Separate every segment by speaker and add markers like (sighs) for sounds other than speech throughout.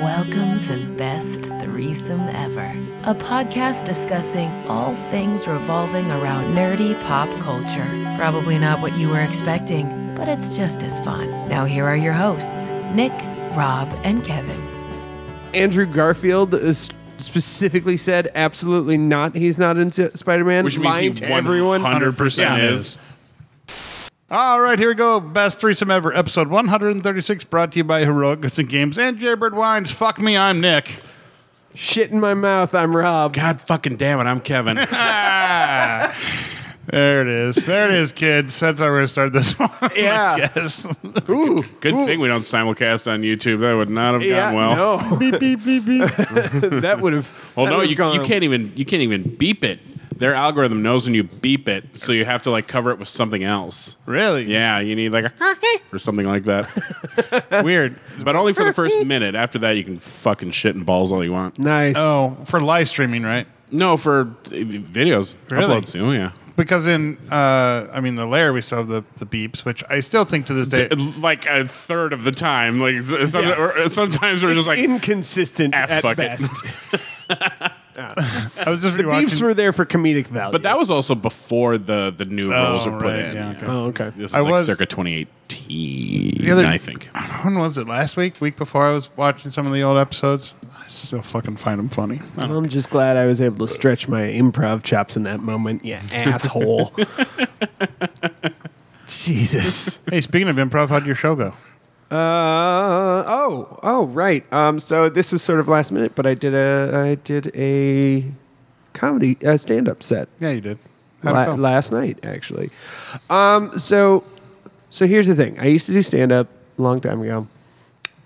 Speaker 1: Welcome to Best Threesome Ever, a podcast discussing all things revolving around nerdy pop culture. Probably not what you were expecting, but it's just as fun. Now, here are your hosts Nick, Rob, and Kevin.
Speaker 2: Andrew Garfield is specifically said absolutely not. He's not into Spider-Man.
Speaker 3: Which means
Speaker 2: lying
Speaker 3: he
Speaker 2: to everyone.
Speaker 3: 100%
Speaker 4: Yeah.
Speaker 3: is.
Speaker 4: All right, here we go. Best threesome ever, episode 136, brought to you by Heroic Guts and Games and Jaybird Wines. Fuck me, I'm Nick.
Speaker 2: Shit in my mouth. I'm Rob.
Speaker 3: God fucking damn it, I'm Kevin.
Speaker 4: There it is. There it is, kids. That's how we're going to start this (laughs) one.
Speaker 2: Yeah.
Speaker 4: Yes.
Speaker 2: Ooh.
Speaker 3: Good thing we don't simulcast on YouTube. That would not have gone
Speaker 2: Yeah.
Speaker 3: well.
Speaker 2: No. (laughs) that would have.
Speaker 3: Well, no, you, you can't even you can't even beep it. Their algorithm knows when you beep it, so you have to like cover it with something else.
Speaker 4: Really?
Speaker 3: Yeah, you need like a (laughs) or something like that.
Speaker 4: (laughs) Weird.
Speaker 3: But only for the
Speaker 2: (laughs)
Speaker 3: first minute. After that, you can fucking shit and balls all you want.
Speaker 2: Nice.
Speaker 4: Oh, for live streaming, right?
Speaker 3: No, for uh, videos,
Speaker 4: Really?
Speaker 3: uploads. Oh yeah.
Speaker 4: Because in, uh, I mean, the lair, we still have the, the beeps, which I still think to
Speaker 2: (laughs)
Speaker 4: this day.
Speaker 3: Like a third of the time, like s- some, or sometimes we're just like
Speaker 2: Inconsistent
Speaker 3: "Ah,
Speaker 2: at
Speaker 3: fuck it."
Speaker 2: best.
Speaker 3: (laughs)
Speaker 4: I was just
Speaker 2: the beeps
Speaker 4: rewatching.
Speaker 2: were there for comedic value.
Speaker 3: But that was also before the the new
Speaker 4: Oh,
Speaker 3: rules were put
Speaker 4: right,
Speaker 3: in.
Speaker 4: yeah, okay.
Speaker 2: Oh, okay.
Speaker 3: This is
Speaker 4: I
Speaker 3: like
Speaker 4: was-
Speaker 3: circa 2018,
Speaker 4: The other-
Speaker 3: I think.
Speaker 4: when was it? Last week? Week before I was watching some of the old episodes? I still fucking find them funny.
Speaker 2: I'm just glad I was able to stretch my improv chops in that moment. You (laughs)
Speaker 3: (laughs)
Speaker 2: asshole. Jesus.
Speaker 4: Hey, speaking of improv, how'd your show go?
Speaker 2: Uh oh oh right. Um, so this was sort of last minute, but I did a I did a comedy uh, stand up set
Speaker 4: Yeah, you did. How'd it
Speaker 2: la-
Speaker 4: go?
Speaker 2: last night actually. Um, so so here's the thing. I used to do stand up a long time ago,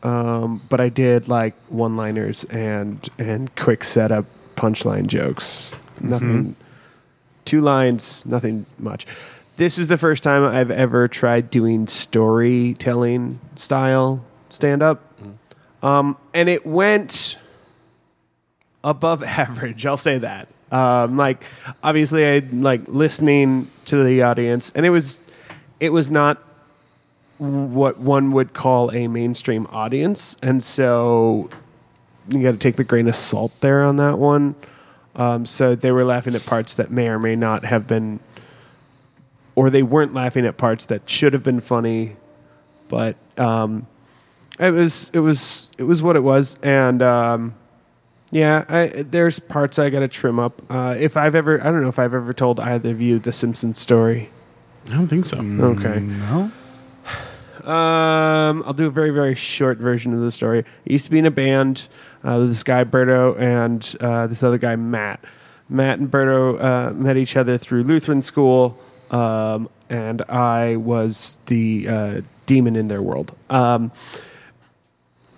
Speaker 2: um, but I did like one liners and and quick setup punchline jokes.
Speaker 4: Mm-hmm.
Speaker 2: Nothing. Two lines. Nothing much. This is the first time I've ever tried doing storytelling style stand up.
Speaker 4: Mm-hmm.
Speaker 2: Um, and it went above (laughs) average. I'll say that. Um, like, obviously, I like listening to the audience, and it was, it was not what one would call a mainstream audience, and so you got to take the grain of salt there on that one. Um, so they were laughing at parts that may or may not have been, or they weren't laughing at parts that should have been funny, but um, it was it was it was what it was, and. Um, yeah, I, there's parts I got to trim up. Uh, if I've ever, I don't know if I've ever told either of you the Simpsons story.
Speaker 3: I don't think so.
Speaker 2: Okay.
Speaker 4: No.
Speaker 2: Um, I'll do a very, very short version of the story. I used to be in a band uh, with this guy, Berto, and uh, this other guy, Matt. Matt and Berto uh, met each other through Lutheran school, um, and I was the uh, demon in their world. Um,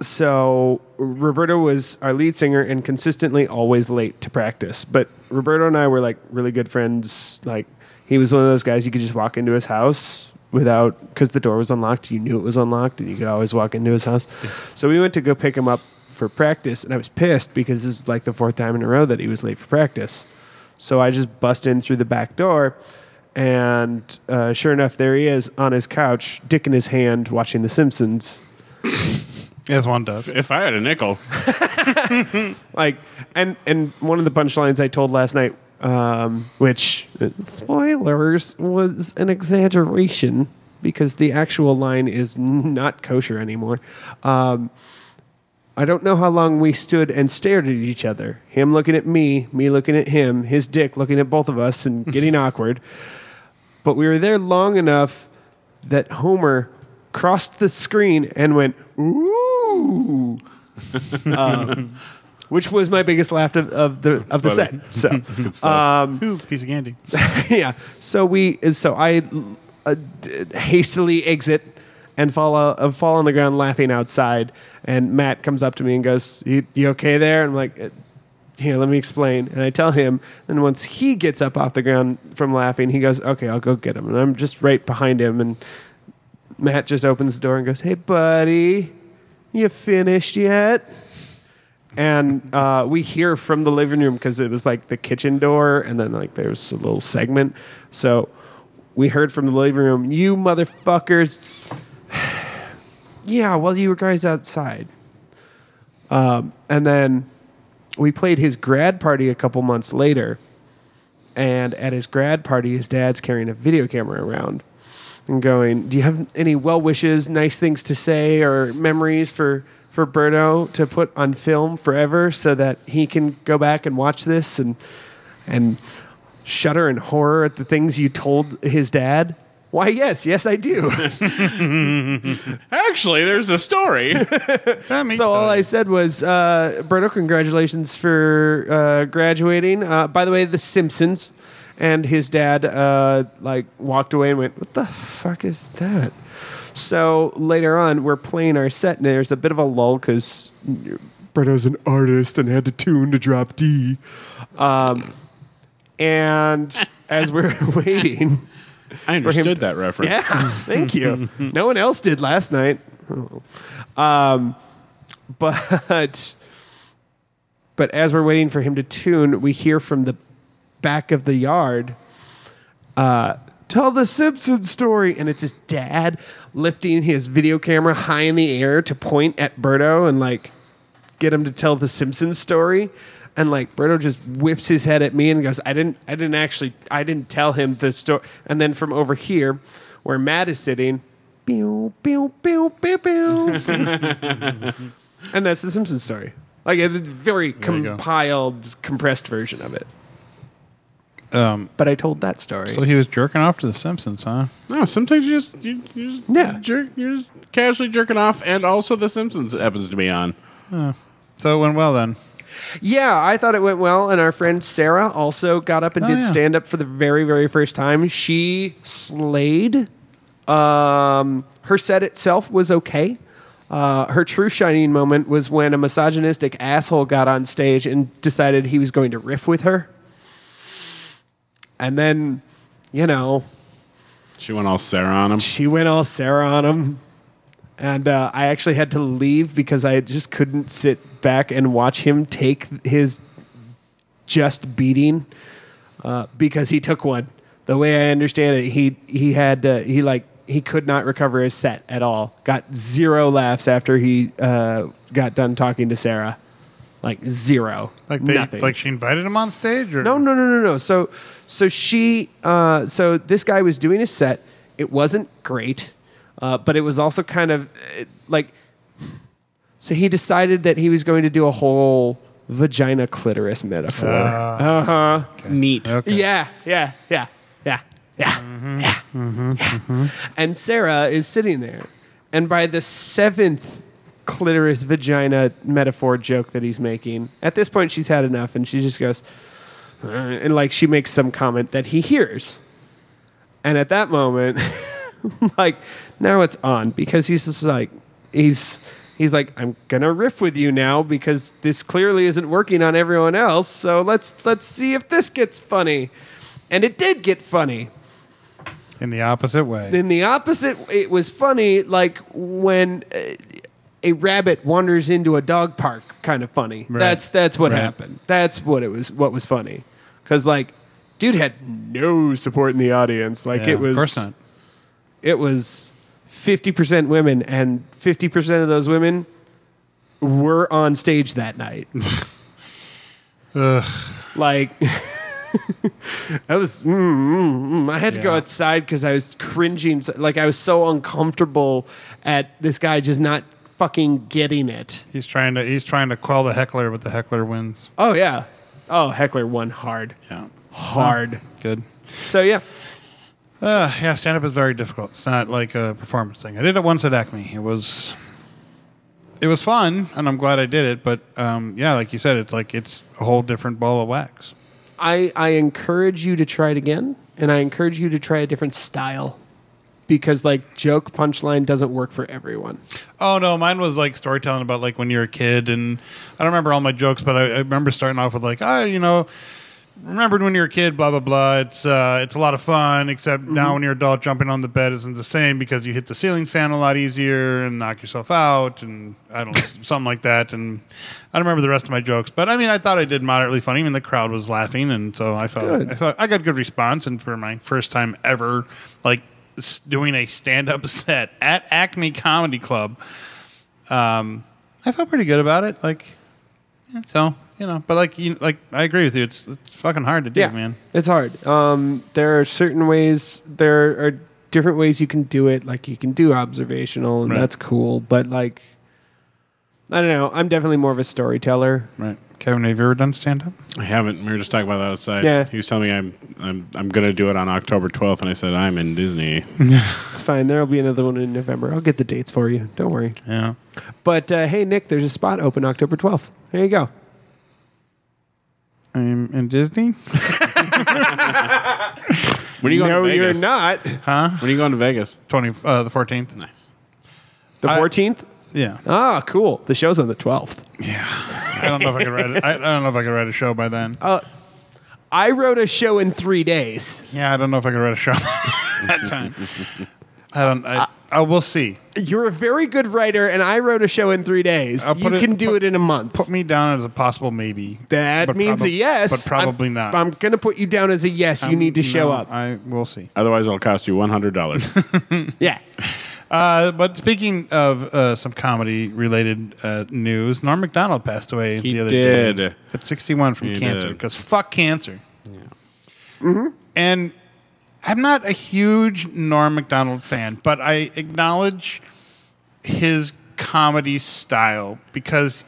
Speaker 2: so Roberto was our lead singer and consistently always late to practice. But Roberto and I were like really good friends. Like he was one of those guys you could just walk into his house without because the door was unlocked. You knew it was unlocked, and you could always walk into his house. So we went to go pick him up for practice, and I was pissed because this is like the fourth time in a row that he was late for practice. So I just bust in through the back door. And uh, sure enough, there he is on his couch, dick in his hand, watching The Simpsons.
Speaker 4: As one does.
Speaker 3: If I had a nickel,
Speaker 2: like and and one of the punchlines I told last night, um, which uh, spoilers was an exaggeration because the actual line is not kosher anymore. Um, I don't know how long we stood and stared at each other. Him looking at me, me looking at him, his dick looking at both of us and getting awkward. But we were there long enough that Homer crossed the screen and went, ooh Um, which was my biggest laugh of, of the of the
Speaker 3: funny.
Speaker 2: set. So
Speaker 3: good stuff.
Speaker 4: Ooh, piece
Speaker 2: (laughs)
Speaker 4: of candy.
Speaker 2: yeah, so we so I uh, d- hastily exit and fall uh, uh, fall on the ground laughing outside. And Matt comes up to me and goes, "You, you okay there?" And I'm like. "Uh, Here, let me explain. And I tell him, and once he gets up off the ground from laughing, he goes, "Okay, I'll go get him." And I'm just right behind him, and Matt just opens the door and goes, "Hey, buddy, you finished yet?" and uh, we hear from the living room because it was like the kitchen door, and then like there's a little segment. So we heard from the living room, "You (sighs) motherfuckers!" yeah, well, you guys outside. Um, and then we played his grad party a couple months later. And at his grad party, his dad's carrying a video camera around and going, Do you have any well wishes, nice things to say, or memories for, for Berto to put on film forever so that he can go back and watch this and, and shudder in horror at the things you told his dad? Why, yes, yes, I do.
Speaker 3: Actually, there's a (laughs) story.
Speaker 4: That means
Speaker 2: So all I said was, uh, Berto, congratulations for uh, graduating. Uh, by the way, The Simpsons, and his dad uh, like walked away and went, "What the fuck is that?" So later on, we're playing our set, and there's a bit of a lull because Berto's an artist and had to tune to drop D. Um, and as we're (laughs) waiting,
Speaker 3: I
Speaker 2: him-
Speaker 3: understood that reference.
Speaker 2: yeah, thank you. No one else did last night. Um, but but as we're waiting for him to tune, we hear from the back of the yard, uh, "Tell the Simpson story," and it's his dad lifting his video camera high in the air to point at Berto and like get him to tell the Simpsons story. And like Berto just whips his head at me and goes, I didn't I didn't actually I didn't tell him the story and then from over here where Matt is sitting, pew, pew, pew, pew, pew. and that's the Simpsons story. Like a very
Speaker 4: you go.
Speaker 2: compiled, compressed version of it.
Speaker 4: Um,
Speaker 2: But I told that story.
Speaker 4: so he was jerking off to The Simpsons, huh?
Speaker 3: No, sometimes you just you, you just
Speaker 2: Yeah.
Speaker 3: jerk you're just casually jerking off, and also The Simpsons happens to be on.
Speaker 4: So it went well then.
Speaker 2: Yeah, I thought it went well. And our friend Sarah also got up and
Speaker 4: Oh,
Speaker 2: did
Speaker 4: yeah.
Speaker 2: stand up for the very, very first time. She slayed. Um, her set itself was okay. Uh, her true shining moment was when a misogynistic asshole got on stage and decided he was going to riff with her. And then, you know,
Speaker 3: She went all Sarah on him.
Speaker 2: she went all Sarah on him. And uh, I actually had to leave because I just couldn't sit back and watch him take his just beating uh, because he took one. The way I understand it, he he had uh, he like he could not recover his set at all. Got zero laughs after he uh, got done talking to Sarah, like zero,
Speaker 4: Like they,
Speaker 2: nothing.
Speaker 4: like she invited him on stage, or
Speaker 2: No, no, no, no, no. So, so she, uh, so this guy was doing his set. It wasn't great, uh, but it was also kind of uh, like. So he decided that he was going to do a whole vagina clitoris metaphor.
Speaker 3: Neat.
Speaker 4: Okay.
Speaker 2: Yeah, yeah, yeah, yeah, yeah, yeah, yeah. And Sarah is sitting there, and by the seventh clitoris vagina metaphor joke that he's making, at this point she's had enough, and she just goes, "Uh," and like she makes some comment that he hears, and at that moment, (laughs) like now it's on because he's just like he's. He's like, I'm gonna riff with you now because this clearly isn't working on everyone else. So let's let's see if this gets funny, and it did get funny
Speaker 4: in the opposite way.
Speaker 2: in the opposite it was funny like when uh, a rabbit wanders into a dog park kind of funny
Speaker 4: Right.
Speaker 2: that's that's what
Speaker 4: Right.
Speaker 2: happened that's what it was what was funny because like dude had no support in the audience like
Speaker 4: Yeah,
Speaker 2: it was
Speaker 4: Of course not.
Speaker 2: it was 50% women and 50% of those women were on stage that night
Speaker 4: Ugh. (laughs)
Speaker 2: like I was mm, mm, mm. I had to go
Speaker 4: Yeah.
Speaker 2: outside because I was cringing so- like I was so uncomfortable at this guy just not fucking getting it.
Speaker 4: He's trying to he's trying to quell the heckler, but the heckler wins.
Speaker 2: Oh yeah. Oh heckler won hard.
Speaker 4: Yeah,
Speaker 2: Hard.
Speaker 4: good.
Speaker 2: So yeah.
Speaker 4: Uh, yeah, stand up is very difficult. It's not like a performance thing. I did it once at Acme. It was it was fun, and I'm glad I did it. But um, yeah, like you said, it's like it's a whole different ball of wax.
Speaker 2: I, I encourage you to try it again and I encourage you to try a different style. Because like joke punchline doesn't work for everyone.
Speaker 4: Oh no, mine was like storytelling about like when you're a kid, and I don't remember all my jokes, but I, I remember starting off with like, oh, you know, remembered when you're a kid, blah blah blah. It's uh, it's a lot of fun, except now when you're an adult, jumping on the bed isn't the same because you hit the ceiling fan a lot easier and knock yourself out, and I don't know, something like that. And I don't remember the rest of my jokes, but I mean, I thought I did moderately funny. Even the crowd was laughing, and so I felt
Speaker 2: Good.
Speaker 4: I felt I got good response, and for my first time ever, like (laughs) s- doing a stand up set at Acme Comedy Club. Um, I felt pretty good about it. Like, yeah, so you know, but like, you, like I agree with you. It's it's fucking hard to do, man.
Speaker 2: It's hard. Um, there are certain ways. There are different ways you can do it. Like you can do observational, and
Speaker 4: Right.
Speaker 2: that's cool. But like, I don't know. I'm definitely more of a storyteller.
Speaker 4: Right, Kevin? Have you ever done stand up?
Speaker 3: I haven't. We were just talking about that outside.
Speaker 2: Yeah.
Speaker 3: He was telling me I'm I'm I'm gonna do it on October 12th, and I said I'm
Speaker 2: (laughs)
Speaker 3: in Disney.
Speaker 2: It's fine. There'll be another one in November. I'll get the dates for you. Don't worry.
Speaker 4: Yeah.
Speaker 2: But uh, hey, Nick, there's a spot open October 12th. There you go.
Speaker 4: I'm in Disney.
Speaker 3: When are you going
Speaker 2: no,
Speaker 3: to Vegas?
Speaker 2: you're
Speaker 4: (laughs)
Speaker 2: not.
Speaker 3: When are you going to Vegas?
Speaker 4: Twenty uh, the fourteenth.
Speaker 2: The
Speaker 4: I-
Speaker 2: 14th.
Speaker 4: Yeah.
Speaker 2: Ah, cool. The show's on the 12th.
Speaker 4: I don't know if I could write. It. I, I don't know if I could write a show by then.
Speaker 2: Oh. I wrote a show in three days.
Speaker 4: yeah, I don't know if I could write a show (laughs) that time. I don't. I, I will see.
Speaker 2: You're a very good writer, and I wrote a show in three days.
Speaker 4: I'll
Speaker 2: you
Speaker 4: put it-
Speaker 2: can do
Speaker 4: put-
Speaker 2: it in a month.
Speaker 4: Put me down as a possible maybe.
Speaker 2: That
Speaker 4: But
Speaker 2: means
Speaker 4: probab-
Speaker 2: a yes.
Speaker 4: but probably
Speaker 2: I'm-
Speaker 4: not.
Speaker 2: I'm going to put you down as a yes. you
Speaker 4: I'm-
Speaker 2: need to show
Speaker 4: no,
Speaker 2: up.
Speaker 4: I will see.
Speaker 3: Otherwise, it'll cost you one hundred dollars.
Speaker 2: yeah.
Speaker 4: Uh, but speaking of uh, some comedy related uh, news, Norm Macdonald passed away
Speaker 3: He
Speaker 4: the other
Speaker 3: did.
Speaker 4: day at 61 from
Speaker 3: He
Speaker 4: cancer
Speaker 3: did.
Speaker 4: because fuck cancer. Yeah. And I'm not a huge Norm Macdonald fan, but I acknowledge his comedy style because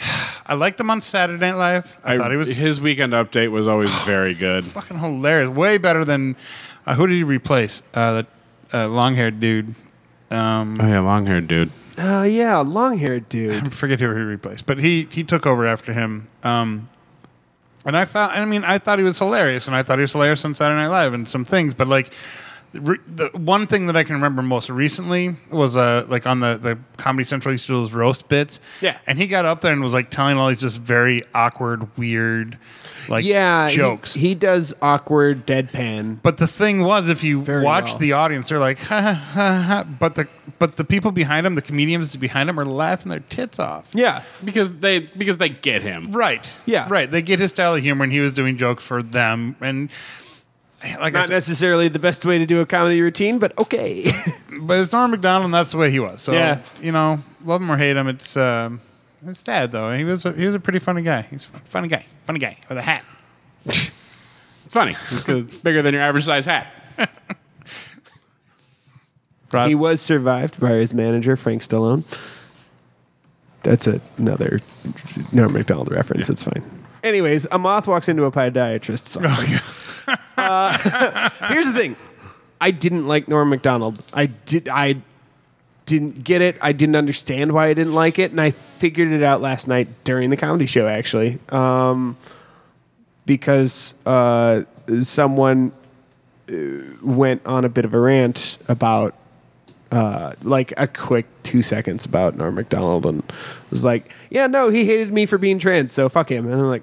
Speaker 4: (sighs) I liked him on Saturday Night Live. I, thought he was
Speaker 3: his weekend update was
Speaker 4: (sighs)
Speaker 3: always very good.
Speaker 4: fucking hilarious. Way better than uh, who did he replace? Uh, the uh, long haired dude. Um,
Speaker 3: Oh yeah, long haired dude.
Speaker 2: Uh, yeah, long haired dude.
Speaker 4: I forget who he replaced, but he he took over after him. Um, and I thought, I mean, I thought he was hilarious, and I thought he was hilarious on Saturday Night Live and some things, but like. re- The one thing that I can remember most recently was uh, like on the, the Comedy Central used to do those roast bits.
Speaker 2: Yeah.
Speaker 4: and he got up there and was like telling all these just very awkward, weird, like
Speaker 2: Yeah. he-
Speaker 4: jokes.
Speaker 2: He, does awkward deadpan.
Speaker 4: But the thing was, if you
Speaker 2: Very
Speaker 4: watch
Speaker 2: well.
Speaker 4: the audience, they're like, (laughs) ha, ha, ha, ha. but the but the people behind him, the comedians behind him, are laughing their tits off.
Speaker 2: Yeah.
Speaker 3: Because they because they get him.
Speaker 4: Right.
Speaker 2: Yeah.
Speaker 4: Right. They get his style of humor, and he was doing jokes for them. And like I
Speaker 2: Not
Speaker 4: said,
Speaker 2: necessarily the best way to do a comedy routine, but okay. (laughs)
Speaker 4: but it's Norm Macdonald, and that's the way he was. So
Speaker 2: Yeah.
Speaker 4: you know, love him or hate him, it's um, it's sad though. He was a, he was a pretty funny guy. He's a funny guy, funny guy with a hat.
Speaker 3: It's funny. It's 'cause it's bigger than your average size hat.
Speaker 2: he was survived by his manager, Frank Stallone. That's a- another Norm MacDonald reference. It's fine. Anyways, a moth walks into a podiatrist's office. uh, (laughs) here's the thing: I didn't like Norm Macdonald. I did. I didn't get it. I didn't understand why I didn't like it, and I figured it out last night during the comedy show, actually, um, because uh, someone uh, went on a bit of a rant about like a quick two seconds about Norm Macdonald and was like, yeah, no, he hated me for being trans, so fuck him. And I'm like,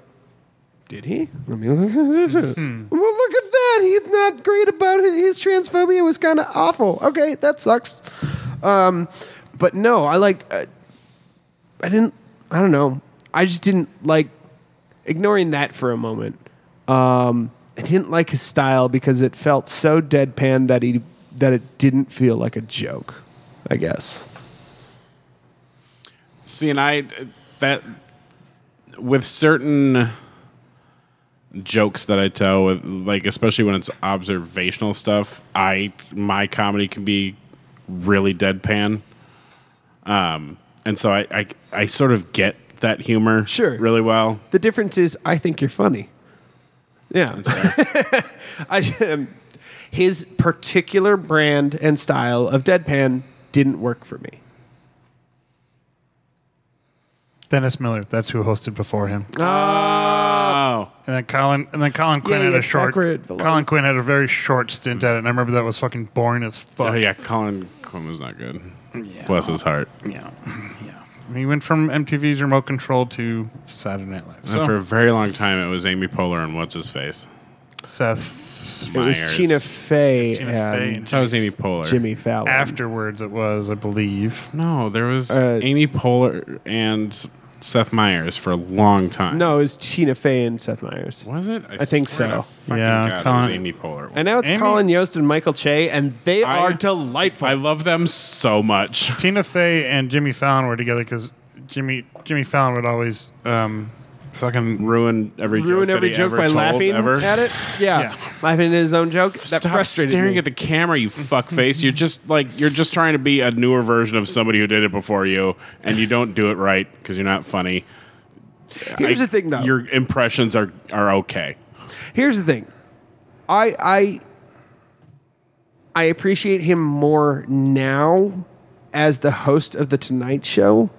Speaker 2: did he? Let me look. Well, look at that. He's not great about it. His transphobia was kind of awful. Okay, that sucks. Um, but no, I like. Uh, I didn't. I don't know. I just didn't like ignoring that for a moment. Um, I didn't like his style because it felt so deadpan that he that it didn't feel like a joke. I guess.
Speaker 3: See, and I that with certain jokes that I tell with like especially when it's observational stuff, I my comedy can be really deadpan. Um and so I I, I sort of get that humor
Speaker 2: Sure.
Speaker 3: really well.
Speaker 2: The difference is, I think you're funny. Yeah. (laughs) I, um, his particular brand and style of deadpan didn't work for me.
Speaker 4: Dennis Miller, that's who hosted before him.
Speaker 3: Oh.
Speaker 4: And then Colin, and then Colin Quinn
Speaker 2: he
Speaker 4: had a
Speaker 2: gets
Speaker 4: short.
Speaker 2: backward, the
Speaker 4: Colin
Speaker 2: lungs.
Speaker 4: Quinn had a very short stint at it, and I remember that was fucking boring as fuck.
Speaker 3: Oh yeah, Colin Quinn was not good.
Speaker 4: Yeah.
Speaker 3: Bless his heart.
Speaker 4: yeah, yeah. He went from MTV's Remote Control to Saturday Night Live.
Speaker 3: and
Speaker 4: So
Speaker 3: for a very long time, it was Amy Poehler and what's his face.
Speaker 4: Seth.
Speaker 2: It was
Speaker 3: Myers.
Speaker 2: Tina Fey
Speaker 4: Tina Fey
Speaker 2: and
Speaker 4: and
Speaker 3: That was Amy Poehler.
Speaker 2: Jimmy Fallon.
Speaker 4: Afterwards, it was, I believe.
Speaker 3: No, there was
Speaker 2: Uh,
Speaker 3: Amy Poehler and Seth Meyers for a long time.
Speaker 2: No, it was Tina Fey and Seth Meyers.
Speaker 3: was it?
Speaker 2: I think
Speaker 3: swear
Speaker 2: so.
Speaker 3: to fucking
Speaker 4: Yeah,
Speaker 3: God, it was
Speaker 4: Colin-
Speaker 3: Amy Poehler.
Speaker 2: And now it's
Speaker 4: Amy-
Speaker 2: Colin Yost and Michael Che, and they
Speaker 3: I-
Speaker 2: are delightful.
Speaker 3: I love them
Speaker 2: (laughs)
Speaker 3: so much.
Speaker 4: Tina Fey and Jimmy Fallon were together because Jimmy Jimmy Fallon would always um, fucking
Speaker 3: Ruin every
Speaker 2: Ruin
Speaker 3: joke
Speaker 2: every
Speaker 3: that he
Speaker 2: joke
Speaker 3: ever
Speaker 2: by
Speaker 3: told
Speaker 2: laughing
Speaker 3: ever.
Speaker 2: at it. Yeah.
Speaker 4: Yeah.
Speaker 2: laughing at his own joke. That
Speaker 3: Stop
Speaker 2: frustrated
Speaker 3: staring
Speaker 2: me.
Speaker 3: at the camera, you fuckface. You're just like you're just trying to be a newer version of somebody who did it before you, and you don't do it right because you're not funny.
Speaker 2: Here's
Speaker 3: I-
Speaker 2: the thing, though.
Speaker 3: Your impressions are are okay.
Speaker 2: Here's the thing. I I I appreciate him more now as the host of the Tonight Show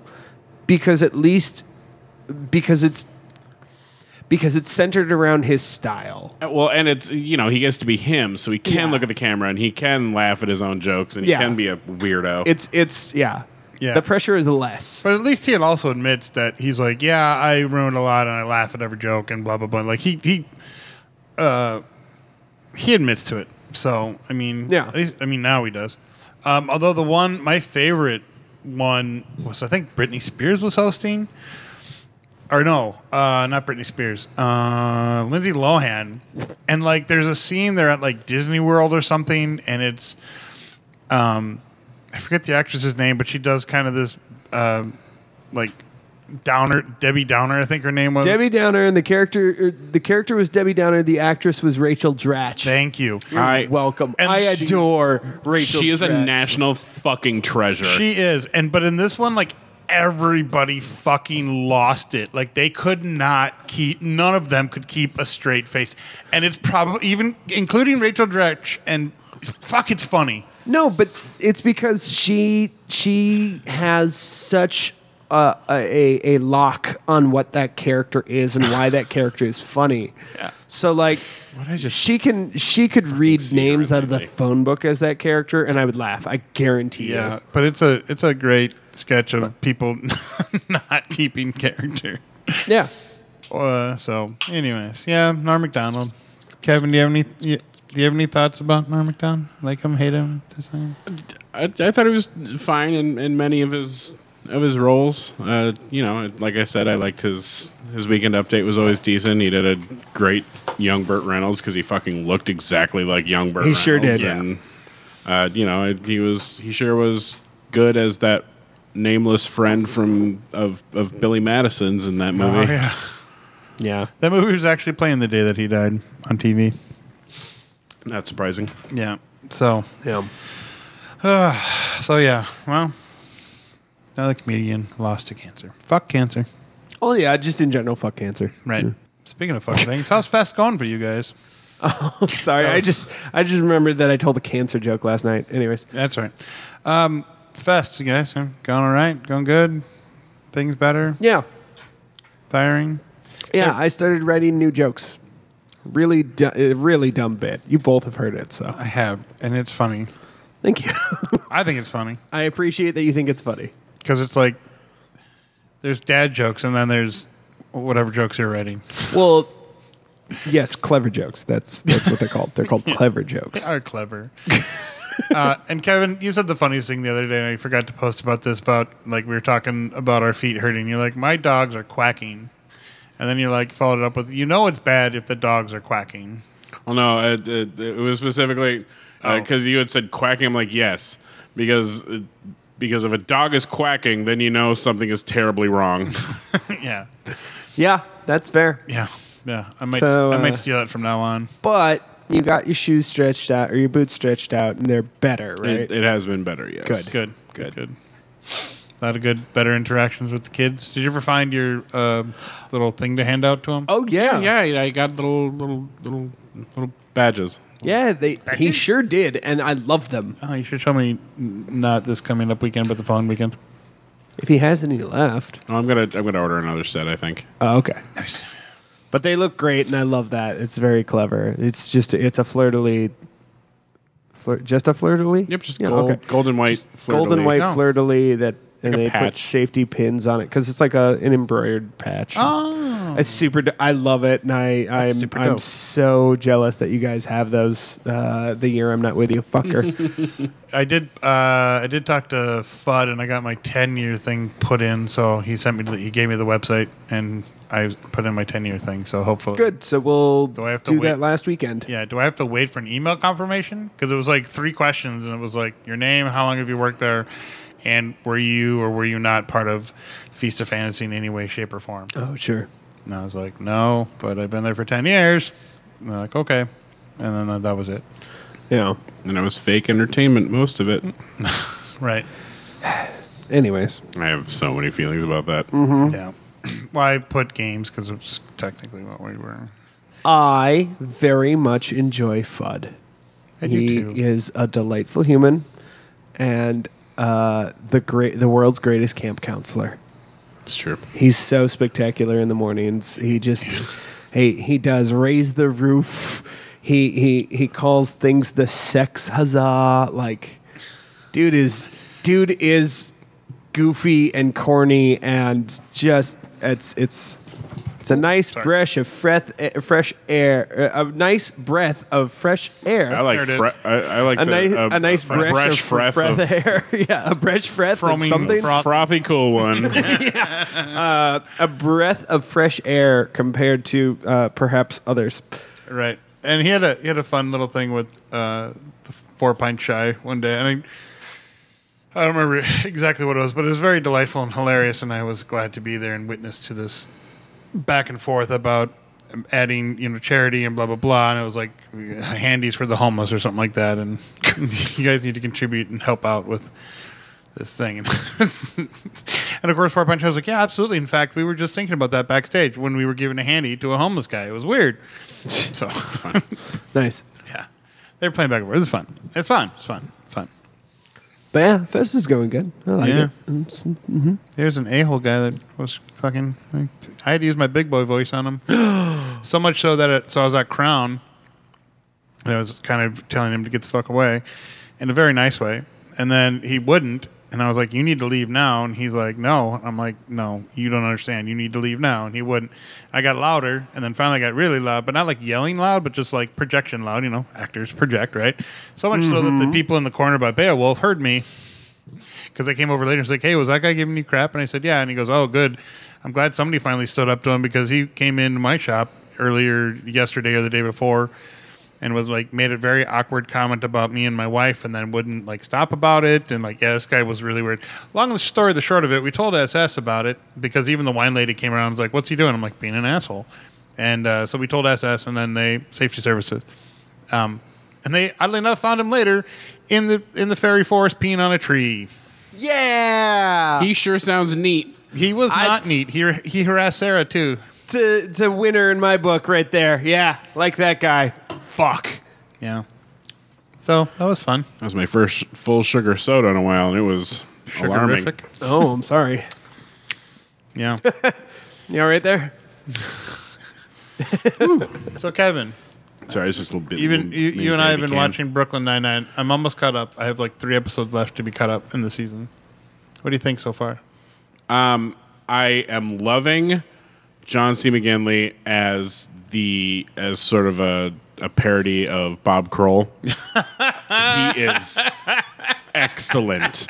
Speaker 2: because at least because it's because it's centered around his style.
Speaker 3: Uh, Well, and it's you know he gets to be him, so he can
Speaker 2: Yeah.
Speaker 3: look at the camera and he can laugh at his own jokes and
Speaker 2: Yeah.
Speaker 3: he can be a weirdo.
Speaker 2: It's it's yeah.
Speaker 4: Yeah.
Speaker 2: The pressure is less.
Speaker 4: But at least he also admits that he's like, yeah, I ruined a lot, and I laugh at every joke, and blah blah blah. Like he he uh, he admits to it. So I mean,
Speaker 2: Yeah.
Speaker 4: At least, I mean, now he does. Um, although the one my favorite one was, I think Britney Spears was hosting, or no, uh, not Britney Spears, uh, Lindsay Lohan, and like there's a scene they're at like Disney World or something, and it's I forget the actress's name, but she does kind of this, um, like Downer, Debbie Downer, I think her name was.
Speaker 2: Debbie Downer and the character er, the character was Debbie Downer, the actress was Rachel Dratch.
Speaker 4: Thank you.
Speaker 3: I,
Speaker 2: Welcome.
Speaker 4: And
Speaker 2: I
Speaker 4: she's-
Speaker 2: adore Rachel.
Speaker 3: she is a
Speaker 2: Dratch.
Speaker 3: national fucking treasure.
Speaker 4: She is, and but in this one, like everybody fucking lost it. Like they could not keep. None of them could keep a straight face, and it's probably even including Rachel Dratch. And fuck, it's funny.
Speaker 2: No, but it's because she she has such a a, a lock on what that character is and why that character is funny. Yeah. So like
Speaker 3: What I just
Speaker 2: she can she could read
Speaker 3: her
Speaker 2: names out of the
Speaker 3: lately.
Speaker 2: phone book as that character and I would laugh. I guarantee you.
Speaker 4: but it's a it's a great sketch of people (laughs) not keeping character.
Speaker 2: Yeah.
Speaker 4: Uh, so, anyways, yeah, Norm Macdonald. Kevin, do you have any? y- Do you have any thoughts about Norm Macdonald? Like him, hate him, dislike him?
Speaker 3: I, I thought he was fine in, in many of his of his roles. Uh, you know, like I said, I liked his his weekend update was always decent. He did a great young Burt Reynolds because he fucking looked exactly like young Burt.
Speaker 2: He
Speaker 3: Reynolds.
Speaker 2: sure did.
Speaker 3: And uh, you know, it- he was he sure was good as that nameless friend from of of Billy Madison's in that movie.
Speaker 2: Oh, Yeah.
Speaker 4: Oh, that movie was actually playing the day that he died on TV.
Speaker 3: Not surprising.
Speaker 4: Yeah. So,
Speaker 2: Yeah.
Speaker 4: (sighs) so yeah. Well, another comedian lost to cancer. Fuck cancer.
Speaker 2: Oh yeah, just in general fuck cancer. (laughs)
Speaker 4: Right. Speaking of fucking things, how's fast going for you guys?
Speaker 2: Sorry, I just I just remembered that I told a cancer joke last night. Anyways,
Speaker 4: That's all right. Um, fest, you guys, huh? going all right, going good. Things better,
Speaker 2: yeah,
Speaker 4: firing.
Speaker 2: yeah, I started writing new jokes. Really, du- uh, really dumb bit. You both have heard it, so
Speaker 4: I have, and it's funny.
Speaker 2: thank you. (laughs)
Speaker 4: I think it's funny.
Speaker 2: I appreciate that you think it's (laughs) funny.
Speaker 4: because it's like there's dad jokes and then there's whatever jokes you're (laughs) writing.
Speaker 2: Well, yes, clever jokes. That's that's what they're called. They're (laughs) called clever jokes.
Speaker 4: Are clever. (laughs) uh, and Kevin, you said the funniest thing the other day, and I forgot to post about this. About like we were talking about our feet hurting. You're like, my dogs are quacking, and then you like followed it up with, you know, it's bad if the dogs are quacking. (laughs)
Speaker 3: Well, no, it, it, it was specifically
Speaker 2: Oh.
Speaker 3: because you had said quacking. I'm like, yes, because uh, because if a dog is quacking, then you know something is terribly wrong.
Speaker 4: yeah,
Speaker 2: Yeah, that's fair.
Speaker 4: yeah, yeah. I might,
Speaker 2: So,
Speaker 4: I
Speaker 2: uh,
Speaker 4: might steal it from now on.
Speaker 2: But you got your shoes stretched out or your boots stretched out, and they're better, (laughs) right?
Speaker 3: it, it has been better, yes.
Speaker 4: Good, good, good. A lot of good, better interactions with the kids. Did you ever find your uh, little thing to hand out to them?
Speaker 2: oh yeah,
Speaker 3: Yeah, yeah, I got little little little little badges.
Speaker 2: Yeah, They he sure did, and I love them.
Speaker 4: Oh, you should show me n- not this coming up weekend, but the following weekend.
Speaker 2: If he has any left.
Speaker 3: Oh, I'm gonna I'm gonna order another set. I think.
Speaker 2: Oh, okay. Nice. But they look great, and I love that. It's very clever. It's just it's a fleur de lis. Fleur, just a fleur de lis.
Speaker 3: Yep, just
Speaker 2: Yeah,
Speaker 3: gold,
Speaker 2: okay.
Speaker 3: gold and white, fleur de
Speaker 2: Golden
Speaker 3: lis.
Speaker 2: white
Speaker 4: Oh.
Speaker 2: fleur de lis that, and
Speaker 3: Like a
Speaker 2: they put
Speaker 3: patch.
Speaker 2: safety pins on it because it's like a an embroidered patch.
Speaker 4: Oh,
Speaker 2: It's super. d- I love it, and I
Speaker 4: That's
Speaker 2: I'm
Speaker 4: super
Speaker 2: I'm
Speaker 4: dope.
Speaker 2: so jealous that you guys have those. Uh, the year I'm not with you,
Speaker 4: (laughs)
Speaker 2: fucker. (laughs)
Speaker 4: I did. Uh, I did talk to Fudd, and I got my ten-year thing put in. So he sent me. the- He gave me the website, and I put in my ten-year thing. So hopefully,
Speaker 2: Good. So we'll do,
Speaker 4: I have to wait?
Speaker 2: that last weekend.
Speaker 4: Yeah. Do I have to wait for an email confirmation? Because it was like three questions, and it was like your name, how long have you worked there, and were you or were you not part of Feast of Fantasy in any way, shape, or form?
Speaker 2: Oh sure.
Speaker 4: And I was like, no, but I've been there for ten years. And they're like, okay, and then that- that was it.
Speaker 2: Yeah.
Speaker 3: And it was fake entertainment, most of it.
Speaker 4: Right.
Speaker 2: Anyways,
Speaker 3: I have so many feelings about that.
Speaker 2: Mm.
Speaker 4: Yeah. (clears throat) well, I put games because it's technically what we were.
Speaker 2: I very much enjoy Fudd.
Speaker 4: I do
Speaker 2: he
Speaker 4: too.
Speaker 2: is a delightful human, and uh, the great the world's greatest camp counselor.
Speaker 3: It's true.
Speaker 2: He's so spectacular in the mornings. He just he he does raise the roof. He he he calls things the sex huzzah. Like dude is dude is goofy and corny and just it's it's it's a nice breath of fresh fresh air. eh, A nice breath of fresh air.
Speaker 3: I like
Speaker 4: There it is.
Speaker 3: fre- I, I like
Speaker 2: a, nice
Speaker 3: the, uh,
Speaker 2: a nice breath
Speaker 3: fresh
Speaker 2: of
Speaker 3: breath
Speaker 2: breath (laughs)
Speaker 3: of
Speaker 2: air. yeah, a fresh breath of
Speaker 4: Froming
Speaker 2: something
Speaker 4: froth-
Speaker 3: frothy
Speaker 2: (laughs)
Speaker 3: cool one.
Speaker 2: a breath of fresh air compared to uh, perhaps others.
Speaker 4: Right. And he had a he had a fun little thing with uh, the four pint shy one day, and I, I don't remember exactly what it was, but it was very delightful and hilarious, and I was glad to be there and witness to this back and forth about um, adding you know charity and blah blah blah, and it was like uh, handies for the homeless or something like that, and (laughs) you guys need to contribute and help out with this thing. (laughs) and of course, Four Punch I was like, yeah, absolutely. In fact, we were just thinking about that backstage when we were giving a handy to a homeless guy. It was weird. So (laughs) it's fun.
Speaker 2: Nice.
Speaker 4: yeah. They were playing back and forth. It was fun. It's fun. It's fun. It's fun.
Speaker 2: But yeah, Fest is going good. I like
Speaker 4: Yeah.
Speaker 2: it. Mm-hmm. It's-
Speaker 4: There's an a hole guy that was fucking. I had to use my big boy voice on him. so much so that it, so I was at Crown and I was kind of telling him to get the fuck away in a very nice way. And then he wouldn't. And I was like, you need to leave now. And he's like, no. I'm like, no, you don't understand. You need to leave now. And he wouldn't. I got louder and then finally got really loud, but not like yelling loud, but just like projection loud. You know, actors project, right? So much so that the people in the corner by Beowulf heard me because I came over later and was like, "Hey, was that guy giving you crap?" And I said, "Yeah." And he goes, "Oh, good. I'm glad somebody finally stood up to him because he came into my shop earlier yesterday or the day before, and was like made a very awkward comment about me and my wife, and then wouldn't like stop about it. And like, yeah, this guy was really weird. Long the story, the short of it, we told SS about it because even the wine lady came around and was like, "What's he doing?" I'm like, "Being an asshole." And uh, so we told SS, and then they safety services. Um, and they oddly enough found him later in the in the fairy forest peeing on a tree.
Speaker 2: Yeah.
Speaker 4: (laughs)
Speaker 3: he sure sounds neat.
Speaker 4: He was
Speaker 2: I'd
Speaker 4: not
Speaker 2: s-
Speaker 4: neat. He he harassed Sarah too.
Speaker 2: It's a, it's a winner in my book right there. Yeah, like that guy. Fuck.
Speaker 4: Yeah. So that was fun.
Speaker 3: That was my first full sugar soda in a while, and it was alarming.
Speaker 4: Sugarific.
Speaker 2: Oh, I'm sorry.
Speaker 3: (laughs)
Speaker 4: Yeah.
Speaker 2: You all right there?
Speaker 4: so Kevin,
Speaker 3: Sorry, it's just a little bit.
Speaker 4: even you, you and I have
Speaker 3: baby
Speaker 4: been
Speaker 3: can.
Speaker 4: watching Brooklyn Nine Nine. I'm almost caught up. I have like three episodes left to be caught up in the season. What do you think so far?
Speaker 3: I am loving John C. McGinley as the as sort of a, a parody of Bob Kroll.
Speaker 4: (laughs)
Speaker 3: he is excellent.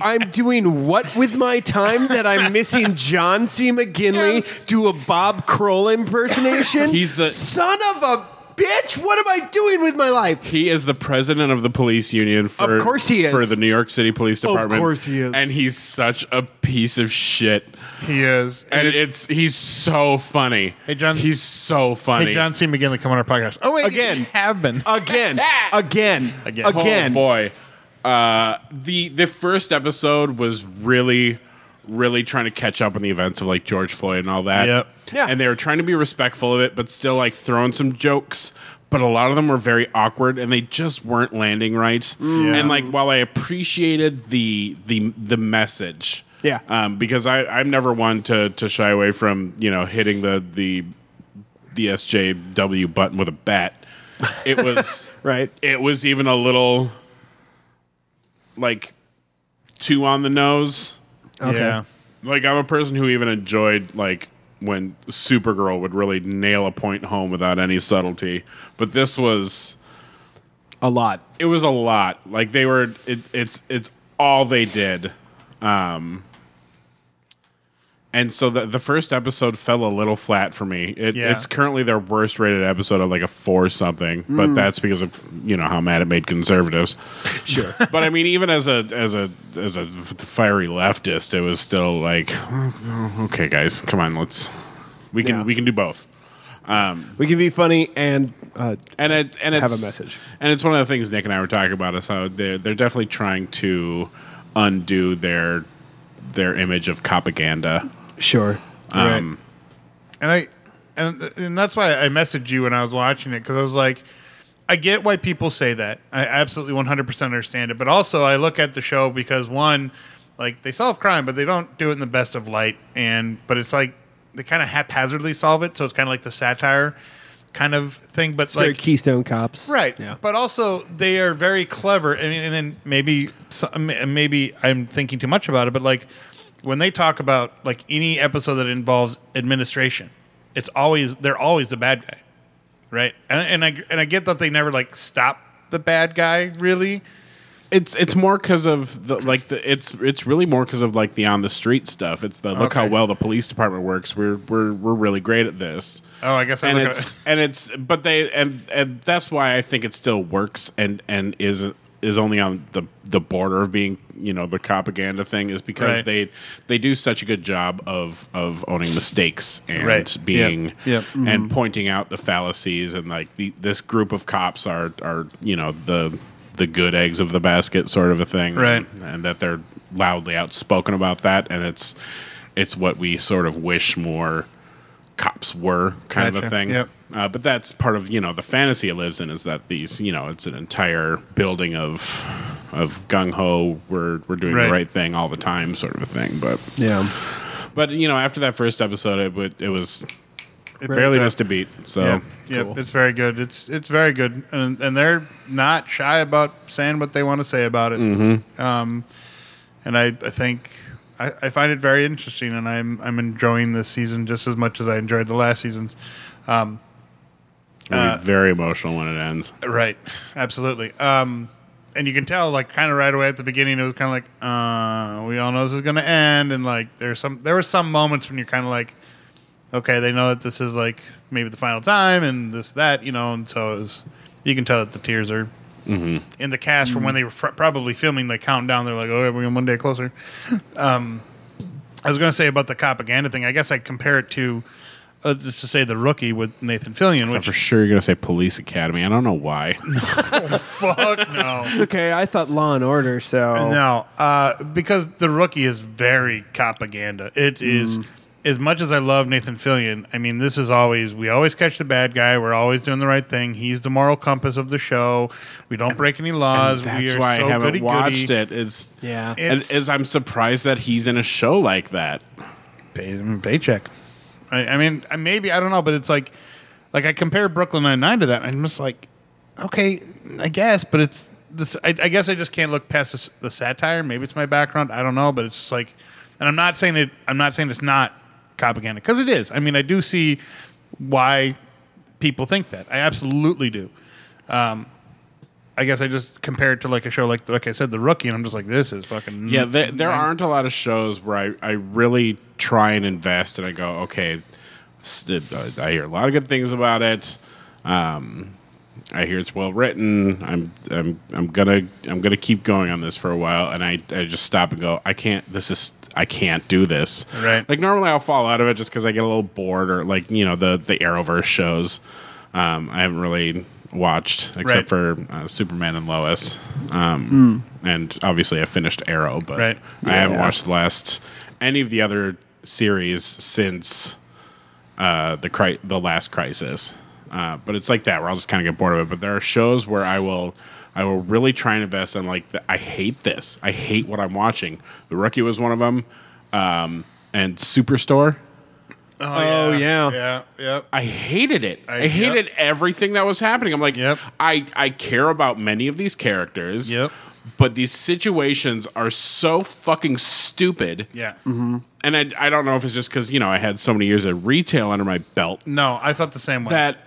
Speaker 2: I'm doing what with my time that I'm missing John C. McGinley do a Bob Kroll impersonation?
Speaker 3: He's the-
Speaker 2: son of a bitch. What am I doing with my life?
Speaker 3: He is the president of the police union for
Speaker 2: Of course he is.
Speaker 3: for the New York City Police Department.
Speaker 2: course he is.
Speaker 3: And he's such a piece of shit.
Speaker 4: He is.
Speaker 3: And it's he's so funny.
Speaker 4: Hey, John-
Speaker 3: He's so funny. Uh,
Speaker 4: hey, John C. McGinley, come on our podcast. Oh wait,
Speaker 2: Again.
Speaker 4: you have been.
Speaker 2: again, again, again,
Speaker 4: Again.
Speaker 3: Oh boy. Uh, the the first episode was really really trying to catch up on the events of like George Floyd and all that.
Speaker 4: Yep.
Speaker 2: Yeah.
Speaker 3: And they were trying to be respectful of it, but still like throwing some jokes. But a lot of them were very awkward, and they just weren't landing right.
Speaker 2: Mm.
Speaker 4: Yeah.
Speaker 3: And like, while I appreciated the the the message,
Speaker 2: Yeah.
Speaker 3: um, because I I'm never one to to shy away from you know hitting the the the SJW button with a bat. It
Speaker 2: (laughs)
Speaker 3: was
Speaker 2: Right.
Speaker 3: it was even a little like two on the nose.
Speaker 4: Yeah.
Speaker 3: Like I'm a person who even enjoyed like when Supergirl would really nail a point home without any subtlety. But this was
Speaker 5: a lot.
Speaker 3: it was a lot. Like they were it, it's it's all they did. Um and so the, the first episode fell a little flat for me. It,
Speaker 4: Yeah.
Speaker 3: It's currently their worst rated episode of like a four something, but that's because of you know how mad it made conservatives. Sure, but I mean, even as a as a as a fiery leftist, it was still like, okay, guys, come on, let's we can
Speaker 2: Yeah.
Speaker 3: we can do both.
Speaker 2: We can be funny and uh,
Speaker 3: and it and it's,
Speaker 2: Have a message.
Speaker 3: And it's one of the things Nick and I were talking about is how they're they're definitely trying to undo their their image of propaganda.
Speaker 2: sure.
Speaker 3: Um,
Speaker 4: and I and and that's why I messaged you when I was watching it because I was like, I get why people say that. I absolutely 100% understand it, but also I look at the show because one, like they solve crime, but they don't do it in the best of light, and but it's like they kind of haphazardly solve it, so it's kind of like the satire kind of thing. But
Speaker 2: It's very
Speaker 4: like
Speaker 2: Keystone Cops.
Speaker 4: Right.
Speaker 2: Yeah.
Speaker 4: But also, they are very clever. I mean, and then maybe so- m- maybe I'm thinking too much about it, but like when they talk about like any episode that involves administration, it's always they're always the bad guy, right? And, and I and I get that they never like stop the bad guy really.
Speaker 3: it's it's more because of the like the it's it's really more because of like the on the street stuff. It's the look how
Speaker 4: Okay.
Speaker 3: well the police department works. We're we're we're really great at this.
Speaker 4: Oh, I guess I
Speaker 3: and
Speaker 4: look at
Speaker 3: it's and it's but they and and that's why I think it still works and and is is only on the the border of being you know the propaganda thing is because
Speaker 4: Right.
Speaker 3: they they do such a good job of of owning mistakes and
Speaker 4: Right.
Speaker 3: being
Speaker 4: Yep. Yep.
Speaker 3: and pointing out the fallacies and like the, this group of cops are are you know the the good eggs of the basket sort of a thing
Speaker 4: Right.
Speaker 3: and, and that they're loudly outspoken about that and it's it's what we sort of wish more cops were kind of a
Speaker 4: Gotcha.
Speaker 3: thing
Speaker 4: Yep.
Speaker 3: uh, but that's part of you know the fantasy it lives in is that these you know it's an entire building of of gung ho we're we're doing
Speaker 4: Right.
Speaker 3: the right thing all the time sort of a thing but
Speaker 2: Yeah.
Speaker 3: but you know after that first episode it would it was
Speaker 4: It
Speaker 3: barely
Speaker 4: does.
Speaker 3: missed a beat so
Speaker 4: Yeah, yeah, it's very good. It's it's very good, and and they're not shy about saying what they want to say about it. Um, and I, I think I, I find it very interesting, and I'm I'm enjoying this season just as much as I enjoyed the last seasons.
Speaker 3: It'll be very emotional when it ends.
Speaker 4: Right, absolutely. Um, and you can tell, like, kind of right away at the beginning, it was kind of like, uh, we all know this is going to end, and like, there's some there were some moments when you're kind of like, okay, they know that this is like maybe the final time, and this that you know, and so it was, you can tell that the tears are. In the cast from when they were fr- probably filming the countdown, they're like, "Oh, we're one day closer." Um, I was going to say about the propaganda thing. I guess I compare it to uh, just to say the rookie with Nathan Fillion, (laughs)
Speaker 3: For
Speaker 4: which
Speaker 3: sure, you're gonna say Police Academy. I don't know why.
Speaker 4: fuck no,
Speaker 2: It's okay. I thought Law and Order, so
Speaker 4: No, uh, because the rookie is very propaganda. It
Speaker 3: Mm.
Speaker 4: is as much as I love Nathan Fillion. I mean, this is always we always catch the bad guy. We're always doing the right thing. He's the moral compass of the show. We don't break any laws.
Speaker 3: (laughs) (laughs)
Speaker 4: we
Speaker 3: That's
Speaker 4: are
Speaker 3: why
Speaker 4: so
Speaker 3: I haven't
Speaker 4: goody-goody.
Speaker 3: watched it. It's
Speaker 2: Yeah.
Speaker 3: and
Speaker 4: It's-
Speaker 3: is I'm surprised that he's in a show like that.
Speaker 4: Pay him a paycheck. I, I mean, I- maybe I don't know, but it's like like I compare Brooklyn Nine Nine to that. And I'm just like, okay, I guess, but it's this. I, I guess I just can't look past this, the satire. Maybe it's my background. I don't know, but it's just like, and I'm not saying it. I'm not saying it's not propaganda because it is. I mean, I do see why people think that. I absolutely do. Um, I guess I just compare it to like a show like like I said, The Rookie, and I'm just like, this is fucking
Speaker 3: Yeah, there, there aren't a lot of shows where I, I really try and invest, and I go, okay. st- uh, I hear a lot of good things about it. Um, I hear it's well written. I'm I'm I'm gonna I'm gonna keep going on this for a while, and I, I just stop and go. I can't. This is I can't do this.
Speaker 4: Right.
Speaker 3: (laughs) Like normally I'll fall out of it just because I get a little bored, or like you know the the Arrowverse shows. Um, I haven't really watched except for uh, Superman and Lois, um, and obviously I finished Arrow, but
Speaker 4: Right.
Speaker 3: I haven't watched the last any of the other series since uh, the cri- the last crisis. Uh, but it's like that where I'll just kind of get bored of it. But there are shows where I will I will really try and invest. I'm like, "Th- I hate this. I hate what I'm watching. The Rookie was one of them, um, and Superstore.
Speaker 2: Oh, yeah.
Speaker 4: yeah, yeah.
Speaker 3: I hated it. I,
Speaker 4: yep.
Speaker 3: hated everything that was happening. I'm like,
Speaker 4: Yep.
Speaker 3: I I care about many of these characters.
Speaker 4: Yep.
Speaker 3: But these situations are so fucking stupid stupid.
Speaker 4: Yeah.
Speaker 3: And I, I don't know if it's just because, you know, I had so many years of retail under my belt
Speaker 4: No, I felt the same way.
Speaker 3: that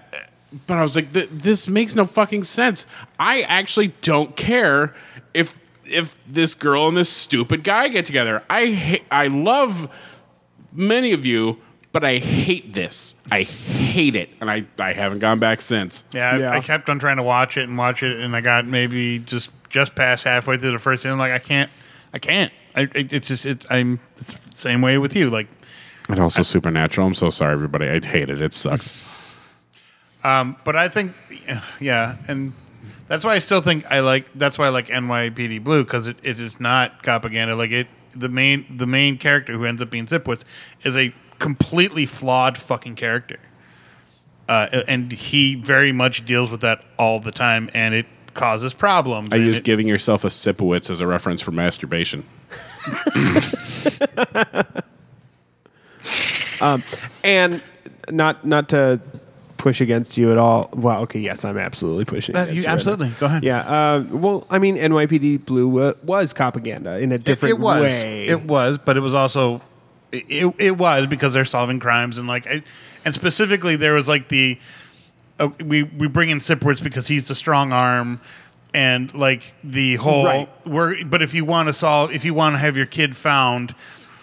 Speaker 3: but i was like "Th- this makes no fucking sense i actually don't care if if this girl and this stupid guy get together i ha- i love many of you but i hate this i hate it and i i haven't gone back since
Speaker 4: Yeah, I-
Speaker 2: Yeah.
Speaker 4: I, kept on trying to watch it and watch it, and I got maybe just just past halfway through the first thing. I'm like, I can't, I can't. I, it, it's just, it, I'm it's the same way with you. Like,
Speaker 3: and also supernatural i'm so sorry everybody i hate it it sucks
Speaker 4: um, but I think, yeah, and that's why I still think I like. That's why I like NYPD Blue because it, it is not propaganda. Like it, the main the main character who ends up being Zipwitz is a completely flawed fucking character. Uh, and he very much deals with that all the time, and it causes problems.
Speaker 3: i
Speaker 4: and
Speaker 3: use
Speaker 4: it-
Speaker 3: giving yourself a sipowitz as a reference for masturbation
Speaker 2: And not not to push against you at all. Well, okay, yes, I'm absolutely pushing.
Speaker 4: Uh,
Speaker 2: against
Speaker 4: you-
Speaker 2: right now.
Speaker 4: absolutely. Go ahead.
Speaker 2: Yeah. Uh, well, I mean, NYPD Blue wa- was propaganda in a different
Speaker 4: it was.
Speaker 2: way.
Speaker 4: It was, but it was also it, it, it was because they're solving crimes and like I, and specifically there was like the uh, we we bring in Sipwitz because he's the strong arm and like the whole
Speaker 2: Right.
Speaker 4: we're but if you want to solve if you want to have your kid found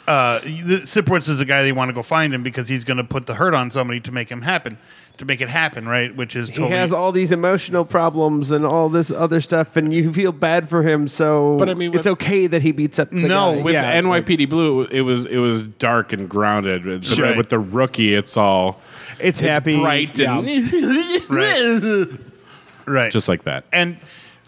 Speaker 4: uh the- Sipwitz is the guy that you want to go find him because he's going to put the hurt on somebody to make him happen to make it happen right which is
Speaker 2: he
Speaker 4: totally
Speaker 2: has all these emotional problems and all this other stuff, and you feel bad for him. So,
Speaker 3: But I mean,
Speaker 2: it's
Speaker 3: with-
Speaker 2: okay that he beats up. The
Speaker 4: No,
Speaker 2: guy.
Speaker 3: with
Speaker 2: Yeah.
Speaker 3: the NYPD Blue, it was it was dark and grounded. With, the-
Speaker 4: Sure.
Speaker 3: with the rookie, it's all
Speaker 2: It's happy,
Speaker 3: bright, and
Speaker 4: (laughs)
Speaker 3: (laughs)
Speaker 4: right
Speaker 3: just like that.
Speaker 4: and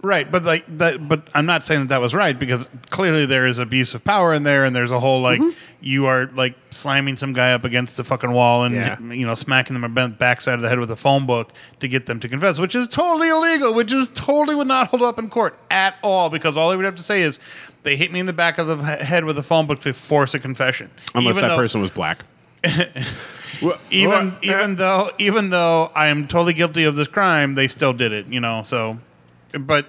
Speaker 4: right but like that but i'm not saying that that was right because clearly there is abuse of power in there and there's a whole like
Speaker 3: Mm-hmm.
Speaker 4: you are like slamming some guy up against the fucking wall and
Speaker 2: Yeah.
Speaker 4: you know smacking them about the backside of the head with a phone book to get them to confess which is totally illegal which is totally would not hold up in court at all because all they would have to say is they hit me in the back of the he- head with a phone book to force a confession
Speaker 3: Unless that
Speaker 4: Even though-
Speaker 3: person was black.
Speaker 4: even even though even though I am totally guilty of this crime, they still did it, you know. So, but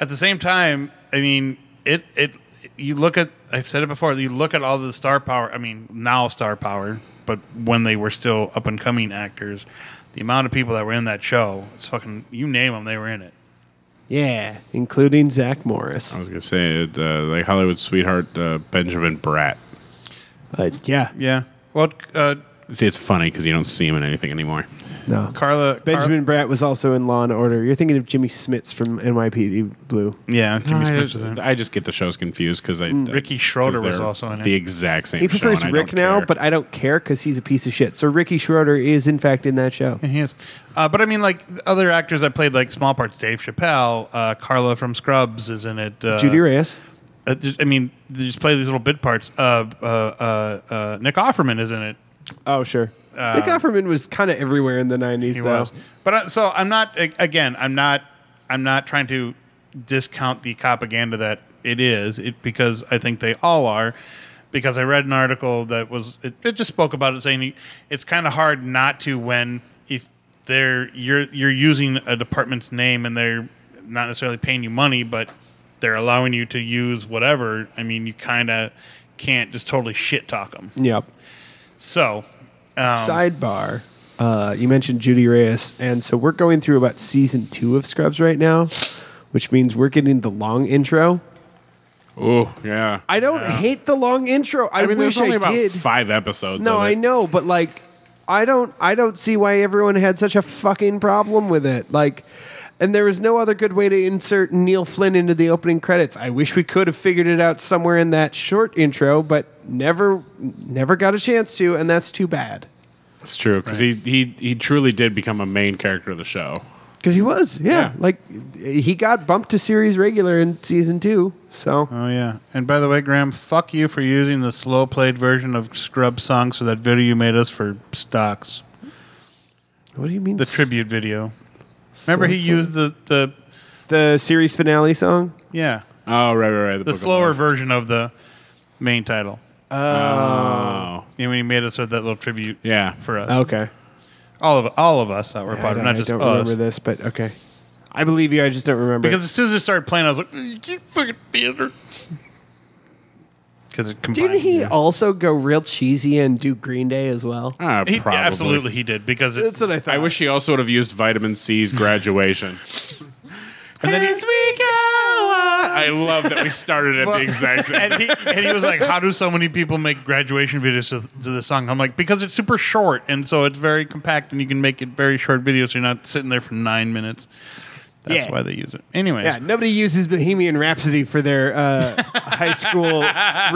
Speaker 4: at the same time, I mean, it it you look at I've said it before. You look at all the star power. I mean, now star power, but when they were still up and coming actors, the amount of people that were in that show, it's fucking you name them, they were in it.
Speaker 2: yeah, including Zach Morris.
Speaker 3: I was gonna say it, uh, like Hollywood sweetheart uh, Benjamin Bratt.
Speaker 2: Uh, yeah,
Speaker 4: Yeah. Well, uh,
Speaker 3: See, it's funny because you don't see him in anything anymore.
Speaker 2: no.
Speaker 4: Carla
Speaker 2: Benjamin Bratt was also in Law and Order. You're thinking of Jimmy Smits from NYPD Blue.
Speaker 4: yeah, Jimmy
Speaker 3: I
Speaker 4: Smith
Speaker 3: just,
Speaker 4: was in it.
Speaker 3: I just get the shows confused because I
Speaker 4: Mm. Ricky Schroeder
Speaker 3: 'cause
Speaker 4: was
Speaker 3: they're
Speaker 4: also in it.
Speaker 3: The exact same.
Speaker 2: He
Speaker 3: show,
Speaker 2: prefers
Speaker 3: and I
Speaker 2: Rick
Speaker 3: don't
Speaker 2: now,
Speaker 3: care.
Speaker 2: but I don't care because he's a piece of shit. So Ricky Schroeder is in fact in that show.
Speaker 4: He is. Uh, but I mean, like other actors that played like small parts, Dave Chappelle, uh, Carla from Scrubs is in it. Uh,
Speaker 2: Judy Reyes.
Speaker 4: uh, just- I mean, they just play these little bit parts. Uh, uh, uh, uh, Nick Offerman is in it.
Speaker 2: Oh sure. Nick
Speaker 3: Uh,
Speaker 2: Offerman was kind of everywhere in the '90s,
Speaker 4: He
Speaker 2: though.
Speaker 4: was. But uh, so I'm not. a- Again, I'm not. I'm not trying to discount the propaganda that it is. It because I think they all are. Because I read an article that was it, it just spoke about it saying you- it's kind of hard not to when if they're you're you're using a department's name and they're not necessarily paying you money, but they're allowing you to use whatever. I mean, you kind of can't just totally shit talk them.
Speaker 2: Yep.
Speaker 4: So. Um,
Speaker 2: Sidebar. Uh, you mentioned Judy Reyes, and so we're going through about season two of Scrubs right now, which means we're getting the long intro.
Speaker 3: oh yeah.
Speaker 2: I don't hate the long intro. I,
Speaker 3: I mean,
Speaker 2: wish
Speaker 3: there's only
Speaker 2: I
Speaker 3: about
Speaker 2: did.
Speaker 3: five episodes.
Speaker 2: No,
Speaker 3: of
Speaker 2: I
Speaker 3: it.
Speaker 2: know, but like, I don't, I don't see why everyone had such a fucking problem with it. Like, and there was no other good way to insert Neil Flynn into the opening credits. I wish we could have figured it out somewhere in that short intro, but never, never got a chance to, and that's too bad.
Speaker 3: It's true because he, he he truly did become a main character of the show.
Speaker 2: Because he was, yeah,
Speaker 3: Yeah.
Speaker 2: like he got bumped to series regular in season two. So
Speaker 4: Oh yeah, and by the way, Graham, fuck you for using the slow played version of Scrub songs for that video you made us for stocks,
Speaker 2: what do you mean
Speaker 4: the
Speaker 2: s-
Speaker 4: tribute video. Remember, he used the the
Speaker 2: the series finale song?
Speaker 4: yeah
Speaker 3: Oh right, right, right.
Speaker 4: the
Speaker 3: Book of
Speaker 4: slower
Speaker 3: Life.
Speaker 4: version of the main title.
Speaker 3: Oh
Speaker 4: You know, when he made us with that little tribute
Speaker 3: yeah.
Speaker 4: for us,
Speaker 2: Okay,
Speaker 4: all of all of us that were
Speaker 2: I
Speaker 4: part of,
Speaker 2: don't,
Speaker 4: it, not
Speaker 2: I
Speaker 4: just
Speaker 2: don't
Speaker 4: us.
Speaker 2: remember this, but okay, I believe you. I just don't remember it.
Speaker 4: Because as soon as it started playing, I was like, "You fucking theater." because it combined.
Speaker 2: Didn't he
Speaker 4: yeah.
Speaker 2: also go real cheesy and do Green Day as well?
Speaker 3: Ah,
Speaker 4: He-
Speaker 3: probably.
Speaker 4: absolutely he did because it,
Speaker 2: Oh, That's what I thought.
Speaker 3: I wish he also would have used vitamin C's graduation.
Speaker 4: and then he,
Speaker 3: we go on. I love that we started at
Speaker 4: Well,
Speaker 3: the exact
Speaker 4: (laughs)
Speaker 3: same.
Speaker 4: and he and he was like, "How do so many people make graduation videos to, to this song?" I'm like, "Because it's super short, and so it's very compact, and you can make it very short videos. So you're not sitting there for nine minutes. That's
Speaker 2: Yeah.
Speaker 4: why they use it. Anyways,
Speaker 2: Yeah, nobody uses Bohemian Rhapsody for their
Speaker 3: (laughs)
Speaker 2: uh, high school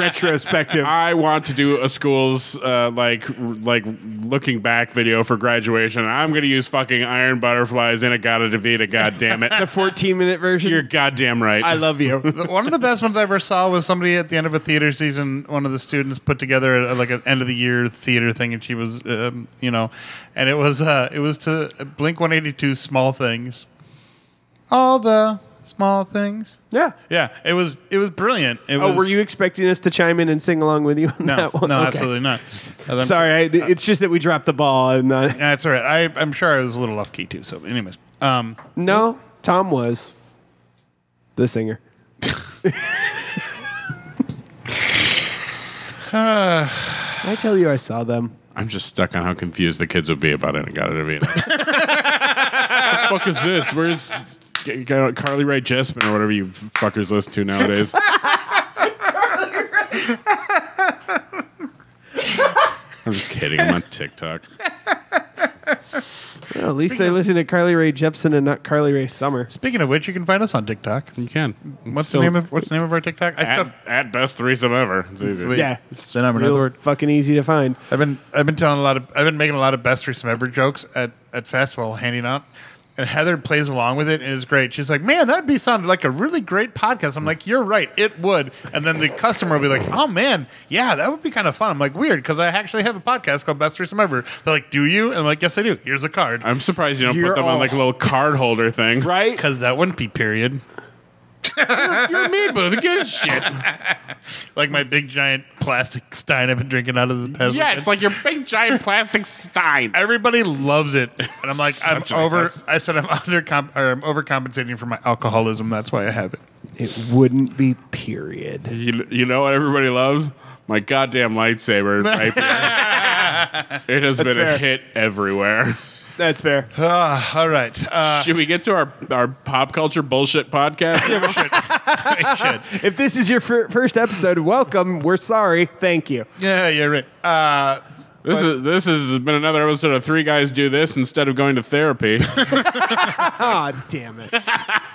Speaker 2: retrospective.
Speaker 3: I want to do a school's uh, like like looking back video for graduation. I'm gonna use fucking Iron Butterflies and a Gotta Davita. God damn it! (laughs)
Speaker 2: The 14 minute version.
Speaker 3: You're goddamn right.
Speaker 2: I love you.
Speaker 3: (laughs)
Speaker 4: one of the best ones I ever saw was somebody at the end of a theater season. One of the students put together a, like an end of the year theater thing, and she was, um, you know, and it was uh, it was to Blink One Eighty Two Small Things, all the small things.
Speaker 2: yeah.
Speaker 4: Yeah, it was it was brilliant. It
Speaker 2: Oh,
Speaker 4: was,
Speaker 2: were you expecting us to chime in and sing along with you on (laughs)
Speaker 4: No,
Speaker 2: that one?
Speaker 4: no,
Speaker 2: Okay.
Speaker 4: absolutely not. And I'm-
Speaker 2: Sorry, I, it's just that we dropped the ball. And, uh,
Speaker 4: Yeah, That's all right. I, I'm sure I was a little off key too. So, anyways, um,
Speaker 2: no, Tom was the (sighs) singer. (laughs) I tell you, I saw them.
Speaker 3: I'm just stuck on how confused the kids would be about it and Gotta Davita. (laughs) what the fuck is this? Where's G- G- Carly Rae Jepsen or whatever you fuckers listen to nowadays? I'm just kidding. I'm on TikTok.
Speaker 2: Well, at least they listen to Carly Rae Jepsen and not Carly Rae Summer.
Speaker 4: speaking of which, you can find us on TikTok.
Speaker 3: You can.
Speaker 4: What's
Speaker 3: Still-
Speaker 4: the name of What's the name of our TikTok? I
Speaker 3: at,
Speaker 4: stuff,
Speaker 3: at best threesome ever? It's easy.
Speaker 4: Sweet.
Speaker 2: Yeah,
Speaker 4: It's the number, not
Speaker 2: real
Speaker 4: the word.
Speaker 2: fucking easy to find.
Speaker 4: I've been I've been telling a lot of I've been making a lot of best threesome ever jokes at at festival handing out. And Heather plays along with it, and it's great. She's like, "Man, that'd be sounded like a really great podcast." I'm like, "You're right, it would." And then the customer will be like, "Oh man, yeah, that would be kind of fun." I'm like, "Weird," because I actually have a podcast called Best Threesome Ever. They're like, "Do you?" And I'm like, "Yes, I do." Here's a card,
Speaker 3: I'm surprised you don't
Speaker 2: You're
Speaker 3: put them on
Speaker 2: all-
Speaker 3: like a little card holder thing.
Speaker 2: Right?
Speaker 4: because that wouldn't be period.
Speaker 3: You're mean, but who gives a shit?
Speaker 4: like my big giant plastic stein I've been drinking out of the past.
Speaker 3: Yes, like your big giant plastic stein.
Speaker 4: everybody loves it, and I'm (laughs) like, I'm
Speaker 3: Such an
Speaker 4: over.
Speaker 3: ass.
Speaker 4: I said I'm (laughs) under or I'm overcompensating for my alcoholism. That's why I have it.
Speaker 2: It wouldn't be period.
Speaker 3: You, you know what everybody loves? My goddamn lightsaber.
Speaker 2: (laughs)
Speaker 3: right there. it has been
Speaker 2: fair.
Speaker 3: a hit everywhere.
Speaker 2: That's fair.
Speaker 4: Ah, all right. Uh,
Speaker 3: Should we get to our, our pop culture bullshit podcast?
Speaker 2: (laughs)
Speaker 4: shit.
Speaker 2: If this is your fir- first episode, welcome. We're sorry. Thank you.
Speaker 4: (laughs) Yeah, you're right. Uh,
Speaker 3: this is this has been another episode of Three Guys Do This instead of going
Speaker 2: (laughs)
Speaker 3: to therapy.
Speaker 2: Ah, damn it.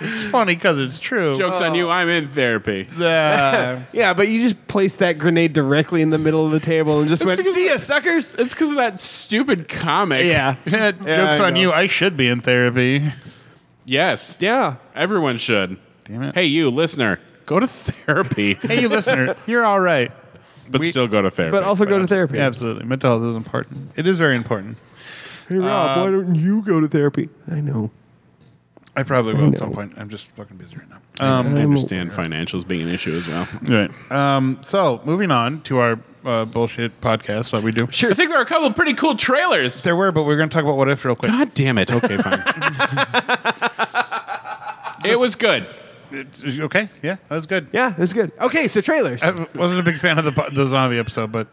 Speaker 4: it's funny because it's true.
Speaker 3: Jokes on
Speaker 2: Oh.
Speaker 3: you, I'm in therapy.
Speaker 4: (laughs) Uh,
Speaker 2: (laughs) Yeah, but you just placed that grenade directly in the middle of the table and just went,
Speaker 3: because-
Speaker 2: "See ya, suckers."
Speaker 3: It's because of that stupid comic.
Speaker 4: (laughs)
Speaker 2: Yeah.
Speaker 4: jokes
Speaker 2: I
Speaker 4: on
Speaker 2: know.
Speaker 4: you. I should be in therapy.
Speaker 3: Yes.
Speaker 2: Yeah.
Speaker 3: Everyone should.
Speaker 4: Damn it.
Speaker 3: Hey, you listener, go to
Speaker 2: (laughs)
Speaker 3: therapy,
Speaker 4: Hey, you listener, you're all right.
Speaker 3: but still go to therapy.
Speaker 2: But also go to therapy.
Speaker 4: Absolutely, mental health is important. It is very important.
Speaker 2: Hey Rob, why don't you go to therapy? I know.
Speaker 4: I probably will
Speaker 2: know.
Speaker 4: at some point. I'm just fucking busy right now.
Speaker 3: I
Speaker 2: Um,
Speaker 3: understand financials being an issue as well.
Speaker 4: Right. Um, so moving on to our uh, bullshit podcast, what we do.
Speaker 3: Sure. I think there are a couple of pretty cool trailers.
Speaker 4: There were, but we're going to talk about what if real quick.
Speaker 3: God damn it. Okay,
Speaker 4: (laughs)
Speaker 3: fine. it was good.
Speaker 4: Uh, Okay, yeah, that was good.
Speaker 2: Yeah, it was good. Okay, so trailers.
Speaker 4: I wasn't a big fan of the po- the zombie episode, but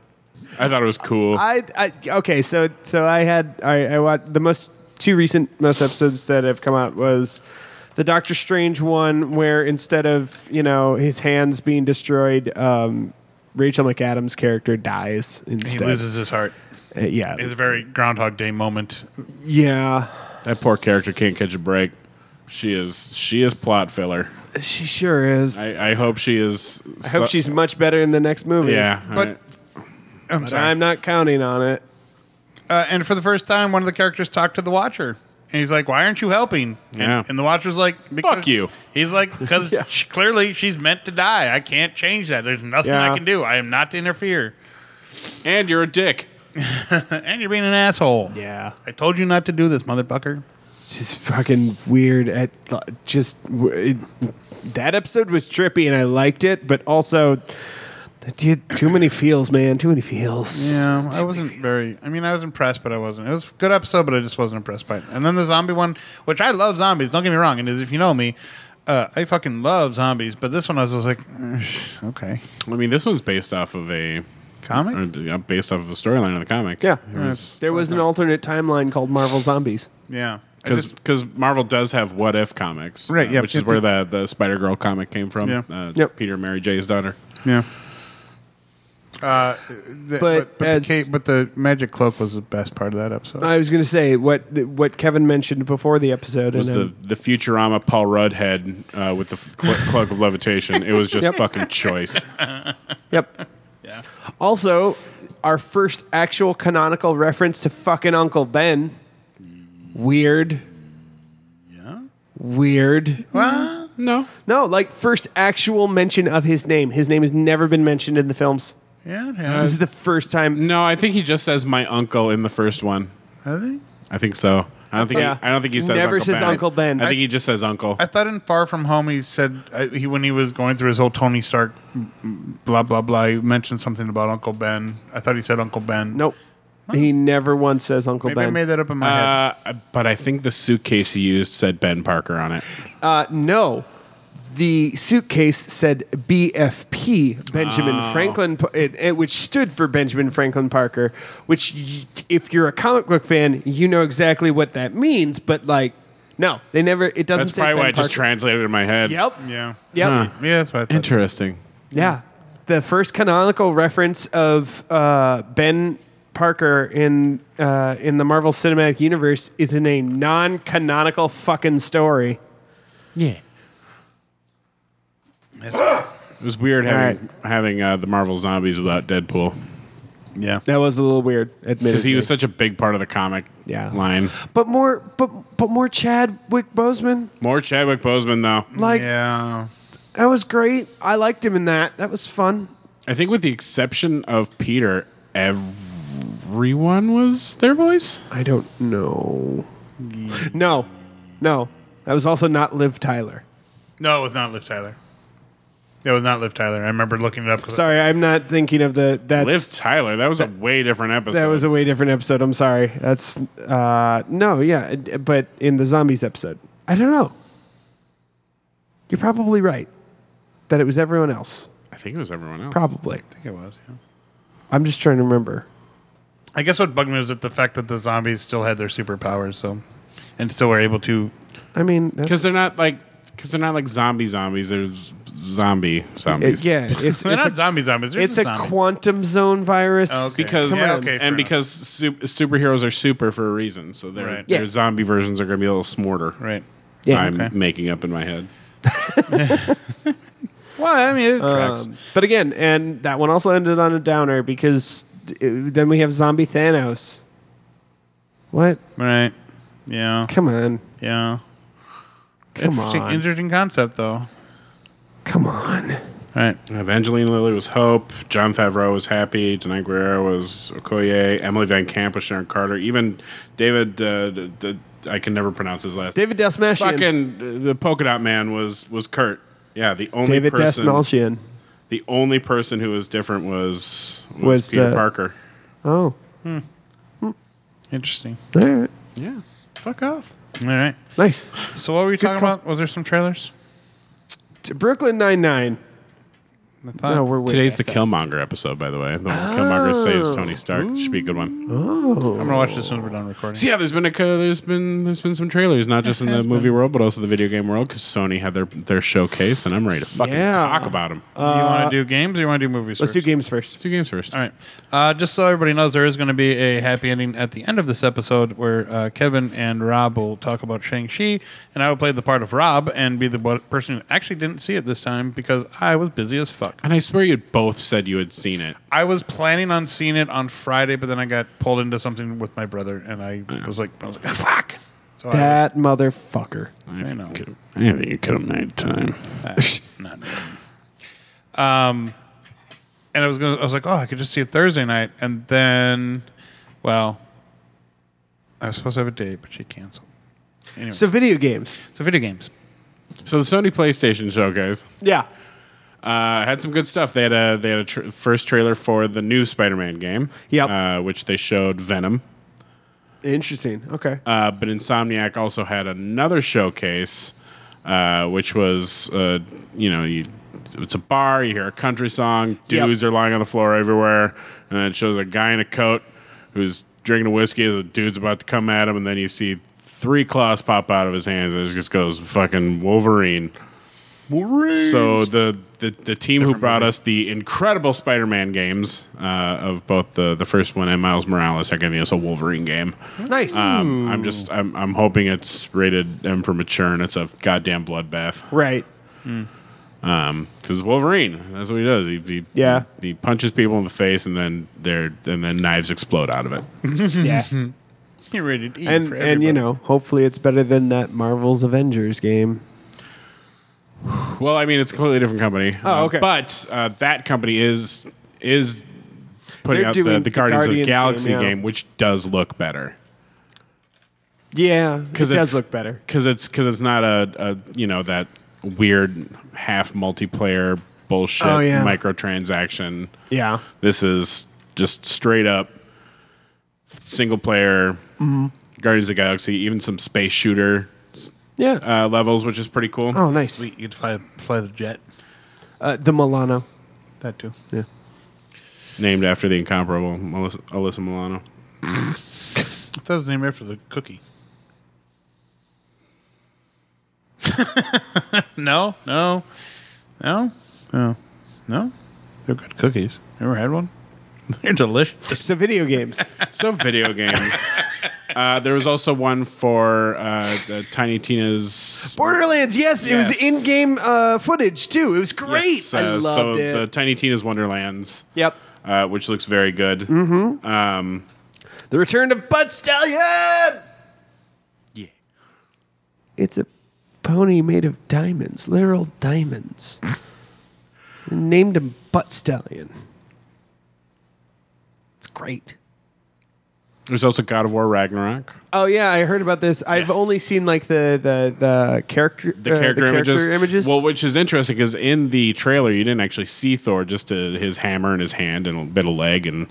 Speaker 3: I thought it was cool.
Speaker 2: I, I okay, so so I had I, I watched the most two recent most episodes that have come out was the Doctor Strange one where instead of you know his hands being destroyed, um, Rachel McAdams' character dies
Speaker 4: he
Speaker 2: instead.
Speaker 4: loses his heart.
Speaker 2: Uh, yeah,
Speaker 4: It's a very Groundhog Day moment.
Speaker 2: yeah,
Speaker 3: that poor character can't catch a break. She is she is plot filler.
Speaker 2: she sure is. I,
Speaker 3: I, I hope she is. I
Speaker 2: hope she's much better in the next movie.
Speaker 3: Yeah.
Speaker 4: But I'm
Speaker 2: But
Speaker 4: sorry.
Speaker 2: I'm not counting on it.
Speaker 4: uh, and for the first time, one of the characters talked to the Watcher, and he's like, "Why aren't you helping?" And-
Speaker 3: Yeah.
Speaker 4: And, the Watcher's like, because-
Speaker 3: Fuck you.
Speaker 4: He's like, "Because
Speaker 2: Yeah.
Speaker 4: she, clearly she's meant to die. I can't change that. There's nothing
Speaker 2: Yeah.
Speaker 4: I can do. I am not to interfere.
Speaker 3: and you're a dick.
Speaker 4: And you're being an asshole.
Speaker 2: Yeah,
Speaker 4: I told you not to do this, motherfucker."
Speaker 2: she's fucking weird. At just it, that episode was trippy, and I liked it, but also. Dude, too many feels, man. Too many feels.
Speaker 4: Yeah, I wasn't very. I mean, I was impressed, but I wasn't. It was a good episode, but I just wasn't impressed by it. And then the zombie one, which I love zombies. Don't get me wrong. And as if you know me, Uh, I fucking love zombies, but this one I was just like, "Ugh, okay,
Speaker 3: I mean, this one's based off of a
Speaker 4: comic.
Speaker 3: or, yeah, based off of a storyline of the comic.
Speaker 2: Yeah.
Speaker 3: It was-
Speaker 2: There was an alternate timeline called Marvel Zombies.
Speaker 4: yeah, I
Speaker 3: because
Speaker 4: just-
Speaker 3: because Marvel does have what if comics, uh,
Speaker 4: Right, yeah.
Speaker 3: which is where the the Spider Girl comic came from.
Speaker 4: Yeah.
Speaker 3: Uh,
Speaker 2: Yep.
Speaker 3: Peter Mary Jay's daughter.
Speaker 4: yeah. Uh, the,
Speaker 2: But
Speaker 4: but but,
Speaker 2: as- Uh,
Speaker 4: the cape, but the magic cloak was the best part of that episode.
Speaker 2: I was going to say what what Kevin mentioned before the episode.
Speaker 3: Was
Speaker 2: and
Speaker 3: the
Speaker 2: then-
Speaker 3: the Futurama Paul Rudd head uh, with the f- (laughs) cl- cloak of levitation? It was just
Speaker 2: Yep.
Speaker 3: fucking choice.
Speaker 2: yep. Also, our first actual canonical reference to fucking Uncle Ben. Weird. Yeah. Weird.
Speaker 3: No,
Speaker 2: No, like first actual mention of his name. His name has never been mentioned in the films.
Speaker 4: yeah, it
Speaker 2: This
Speaker 4: has,
Speaker 2: is the first time.
Speaker 3: no, I think he just says my uncle in the first one.
Speaker 4: has he?
Speaker 3: I think so. I don't think
Speaker 2: Yeah.
Speaker 3: he, I don't think he says
Speaker 2: Never
Speaker 3: Uncle
Speaker 2: says
Speaker 3: ben.
Speaker 2: Uncle Ben.
Speaker 3: I think he just says Uncle.
Speaker 4: I thought in Far From Home he said I, he when he was going through his whole Tony Stark mm, mm, blah blah blah. He mentioned something about Uncle Ben. I thought he said Uncle Ben.
Speaker 2: Nope. He never once says Uncle
Speaker 4: maybe I
Speaker 2: Ben.
Speaker 4: made that up in my head.
Speaker 3: Uh, but I think the suitcase he used said Ben Parker on it.
Speaker 2: Uh, no. The suitcase said BFP, Benjamin
Speaker 3: Oh.
Speaker 2: Franklin, Pa- it, it, which stood for Benjamin Franklin Parker, which, y- if you're a comic book fan, you know exactly what that means, but like, no, they never, it doesn't
Speaker 3: That's
Speaker 2: say
Speaker 3: probably
Speaker 2: Ben
Speaker 3: why I just
Speaker 2: Parker.
Speaker 3: translated it in my head.
Speaker 2: Yep.
Speaker 4: Yeah.
Speaker 2: Yep.
Speaker 3: Huh.
Speaker 4: Yeah, that's what I thought.
Speaker 3: Interesting.
Speaker 2: Yeah. The first canonical reference of uh, Ben Parker in uh, in the Marvel Cinematic Universe is in a non-canonical fucking story.
Speaker 3: Yeah. It was weird
Speaker 2: All
Speaker 3: having having uh, the Marvel zombies without Deadpool
Speaker 4: Yeah.
Speaker 2: That was a little weird, admittedly.
Speaker 3: because he was such a big part of the comic
Speaker 2: Yeah.
Speaker 3: line.
Speaker 2: but more, but but more Chadwick Boseman.
Speaker 3: More Chadwick Boseman though.
Speaker 2: Like
Speaker 4: yeah.
Speaker 2: that was great. I liked him in that. That was fun.
Speaker 3: I think with the exception of Peter, everyone was their voice.
Speaker 2: I don't know. No, no, that was also not Liv Tyler.
Speaker 4: No, it was not Liv Tyler. It was not Liv Tyler. I remember looking it up. 'cause
Speaker 2: Sorry, I'm not thinking of the. That's
Speaker 3: Liv Tyler. That was a way different episode.
Speaker 2: That was a way different episode. I'm sorry. That's uh no, yeah, d- but in the zombies episode, I don't know. You're probably right that it was everyone else.
Speaker 3: I think it was everyone else.
Speaker 2: Probably.
Speaker 4: I think it was. Yeah.
Speaker 2: I'm just trying to remember.
Speaker 4: I guess what bugged me was that the fact that the zombies still had their superpowers, so and still were able to.
Speaker 2: I mean,
Speaker 3: Because
Speaker 2: that's,
Speaker 3: they're not like because they're not like zombie zombies. They're z- zombie
Speaker 2: it,
Speaker 3: zombies.
Speaker 4: (laughs)
Speaker 2: yeah, it's
Speaker 4: They're
Speaker 2: it's
Speaker 4: not
Speaker 2: a,
Speaker 4: zombie zombies. They're
Speaker 2: it's
Speaker 4: just
Speaker 2: a
Speaker 4: zombies.
Speaker 2: quantum zone virus.
Speaker 4: Oh, okay.
Speaker 3: because
Speaker 4: Come Yeah, on.
Speaker 3: and,
Speaker 4: okay, fair enough.
Speaker 3: because su- superheroes are super for a reason. So their
Speaker 4: Right.
Speaker 2: Yeah.
Speaker 3: their zombie versions are going to be a little smarter.
Speaker 4: right.
Speaker 2: Yeah.
Speaker 3: I'm
Speaker 4: Okay.
Speaker 3: making up in my head.
Speaker 4: Well, I mean, it tracks.
Speaker 2: Um, but again, and that one also ended on a downer because d- it, then we have zombie Thanos. What?
Speaker 4: Right. Yeah.
Speaker 2: Come on.
Speaker 4: Yeah.
Speaker 2: Come
Speaker 4: interesting,
Speaker 2: on.
Speaker 4: interesting concept, though.
Speaker 2: Come on.
Speaker 4: Right.
Speaker 3: Evangeline Lilly was Hope. John Favreau was Happy. Denai Guerrero was Okoye. Emily Van Camp was Sharon Carter. Even David, uh, d- d- I can never pronounce his last.
Speaker 2: David Desmalchian.
Speaker 3: Fucking uh, the polka dot man was was Kurt. Yeah, the only
Speaker 2: David
Speaker 3: person.
Speaker 2: Desmalchian.
Speaker 3: The only person who was different was was,
Speaker 2: Was,
Speaker 3: Peter
Speaker 2: uh,
Speaker 3: Parker.
Speaker 2: Oh.
Speaker 4: Interesting.
Speaker 2: All right.
Speaker 3: Yeah, fuck off.
Speaker 4: All right.
Speaker 2: Nice.
Speaker 4: So, what were you talking
Speaker 2: call.
Speaker 4: about? Was there some trailers?
Speaker 2: To Brooklyn Nine Nine.
Speaker 4: I thought.
Speaker 2: No, we're way
Speaker 3: Today's the
Speaker 2: past that.
Speaker 3: Killmonger episode, by the way. The one where Killmonger saves Tony Stark. Should be a good one.
Speaker 4: I'm gonna watch this when we're done recording.
Speaker 3: So yeah, there's been a co- there's been there's been some trailers, not just in the movie world, but also the video game world, because Sony had their their showcase, and I'm ready to fucking
Speaker 2: Yeah.
Speaker 3: talk about them.
Speaker 4: do you want to do games or you want to do movies?
Speaker 2: uh, Let's
Speaker 4: first?
Speaker 2: do games first.
Speaker 3: Two games first.
Speaker 4: All right. Uh, just so everybody knows, there is going to be a happy ending at the end of this episode where uh, Kevin and Rob will talk about Shang-Chi, and I will play the part of Rob and be the bo- person who actually didn't see it this time because I was busy as fuck.
Speaker 3: And I swear you both said you had seen it.
Speaker 4: I was planning on seeing it on Friday, but then I got pulled into something with my brother, and I was like, I was like, fuck. So
Speaker 2: That motherfucker.
Speaker 4: I, was, I know.
Speaker 3: I think you could have made time.
Speaker 4: not knowing. um, and I was gonna, I was like, oh, I could just see it Thursday night, and then, well, I was supposed to have a date, but she canceled. Anyway, so,
Speaker 2: So video games.
Speaker 4: video games.
Speaker 3: (laughs) So the Sony PlayStation showcase
Speaker 2: Yeah.
Speaker 3: uh, had some good stuff. They had a they had a tr- first trailer for the new Spider-Man game.
Speaker 2: Yep.
Speaker 3: Uh, which they showed Venom.
Speaker 2: Interesting. Okay.
Speaker 3: Uh, but Insomniac also had another showcase uh, which was uh, you know you. It's a bar. You hear a country song.
Speaker 2: Yep.
Speaker 3: Dudes are lying on the floor everywhere, and then it shows a guy in a coat who's drinking a whiskey as a dude's about to come at him, and then you see three claws pop out of his hands, and it just goes fucking Wolverine. So the the, the team who brought us the incredible Spider-Man games uh, of both the the first one and Miles Morales are giving us a Wolverine game.
Speaker 2: Nice.
Speaker 3: Um,
Speaker 2: Hmm.
Speaker 3: I'm just I'm, I'm hoping it's rated M for mature and it's a goddamn bloodbath (laughs)
Speaker 2: right.
Speaker 3: because Wolverine that's what he does. He, he
Speaker 2: Yeah.
Speaker 3: he, punches people in the face and then they're and then knives explode
Speaker 2: (laughs)
Speaker 3: out of it.
Speaker 2: Yeah.
Speaker 4: You're ready to eat
Speaker 2: and
Speaker 4: for
Speaker 2: and you know, hopefully it's better than that Marvel's Avengers game.
Speaker 3: Well, I mean it's a completely different company.
Speaker 2: Oh, okay.
Speaker 3: but uh, that company is is putting
Speaker 2: They're
Speaker 3: out the,
Speaker 2: doing
Speaker 3: the Guardians, of
Speaker 2: Guardians game,
Speaker 3: the Galaxy
Speaker 2: yeah.
Speaker 3: game, which does look better.
Speaker 2: Yeah, it
Speaker 3: because
Speaker 2: does look better.
Speaker 3: because it's because it's not a, a you know that weird half multiplayer bullshit
Speaker 2: Oh, yeah.
Speaker 3: microtransaction.
Speaker 2: Yeah.
Speaker 3: This is just straight up single player Guardians of the Galaxy, even some space shooter
Speaker 2: Yeah.
Speaker 3: uh, levels, which is pretty cool.
Speaker 2: oh, nice.
Speaker 4: Sweet, you could fly, fly the jet.
Speaker 2: Uh, the Milano.
Speaker 4: That too.
Speaker 3: Named after the incomparable Melissa, Alyssa Milano.
Speaker 4: I thought it was named after the cookie. (laughs) no, no, no, no, no. They're good cookies. Ever had one? (laughs) They're delicious.
Speaker 2: So video
Speaker 3: (laughs)
Speaker 2: games.
Speaker 3: So
Speaker 2: (laughs)
Speaker 3: video games. Uh, there was also one for uh, the Tiny Tina's
Speaker 2: Borderlands, yes, it was
Speaker 4: Yes.
Speaker 2: in-game uh, footage too. It was great.
Speaker 3: Yes,
Speaker 2: I
Speaker 3: uh,
Speaker 2: loved
Speaker 3: so
Speaker 2: it.
Speaker 3: the Tiny Tina's Wonderlands.
Speaker 2: yep.
Speaker 3: uh, which looks very good.
Speaker 2: Mm.
Speaker 3: Um,
Speaker 2: The Return of Bud Stallion.
Speaker 3: yeah.
Speaker 2: It's a pony made of diamonds, literal diamonds. (laughs) Named him Butt Stallion. It's great.
Speaker 3: There's also God of War Ragnarok.
Speaker 2: Oh yeah, I heard about this. I've
Speaker 3: Yes.
Speaker 2: only seen like the the the character
Speaker 3: The
Speaker 2: uh,
Speaker 3: character, images.
Speaker 2: images.
Speaker 3: Well, which is interesting because in the trailer you didn't actually see Thor, just uh, his hammer in his hand and a bit of leg, and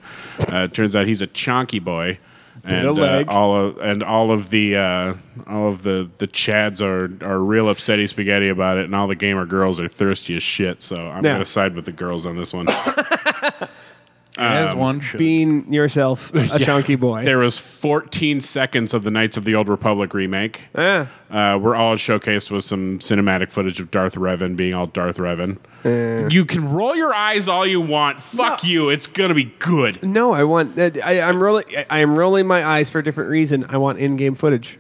Speaker 3: uh, it turns out he's a chonky boy. And
Speaker 2: of
Speaker 3: uh,
Speaker 2: leg.
Speaker 3: all of and all of the uh, all of the the chads are are real upsetty spaghetti about it, and all the gamer girls are thirsty as shit. So I'm
Speaker 2: Yeah.
Speaker 3: gonna side with the girls on this one.
Speaker 4: As one Um, should.
Speaker 2: being yourself
Speaker 3: (laughs)
Speaker 2: a chunky boy.
Speaker 3: there was 14 seconds of the Knights of the Old Republic remake.
Speaker 2: Eh.
Speaker 3: Uh, where all it showcased was some cinematic footage of Darth Revan being all Darth Revan. You can roll your eyes all you want. Fuck you. It's gonna be good.
Speaker 2: No, I want. uh, I, I'm rolling. I- I'm rolling my eyes for a different reason. I want in-game footage.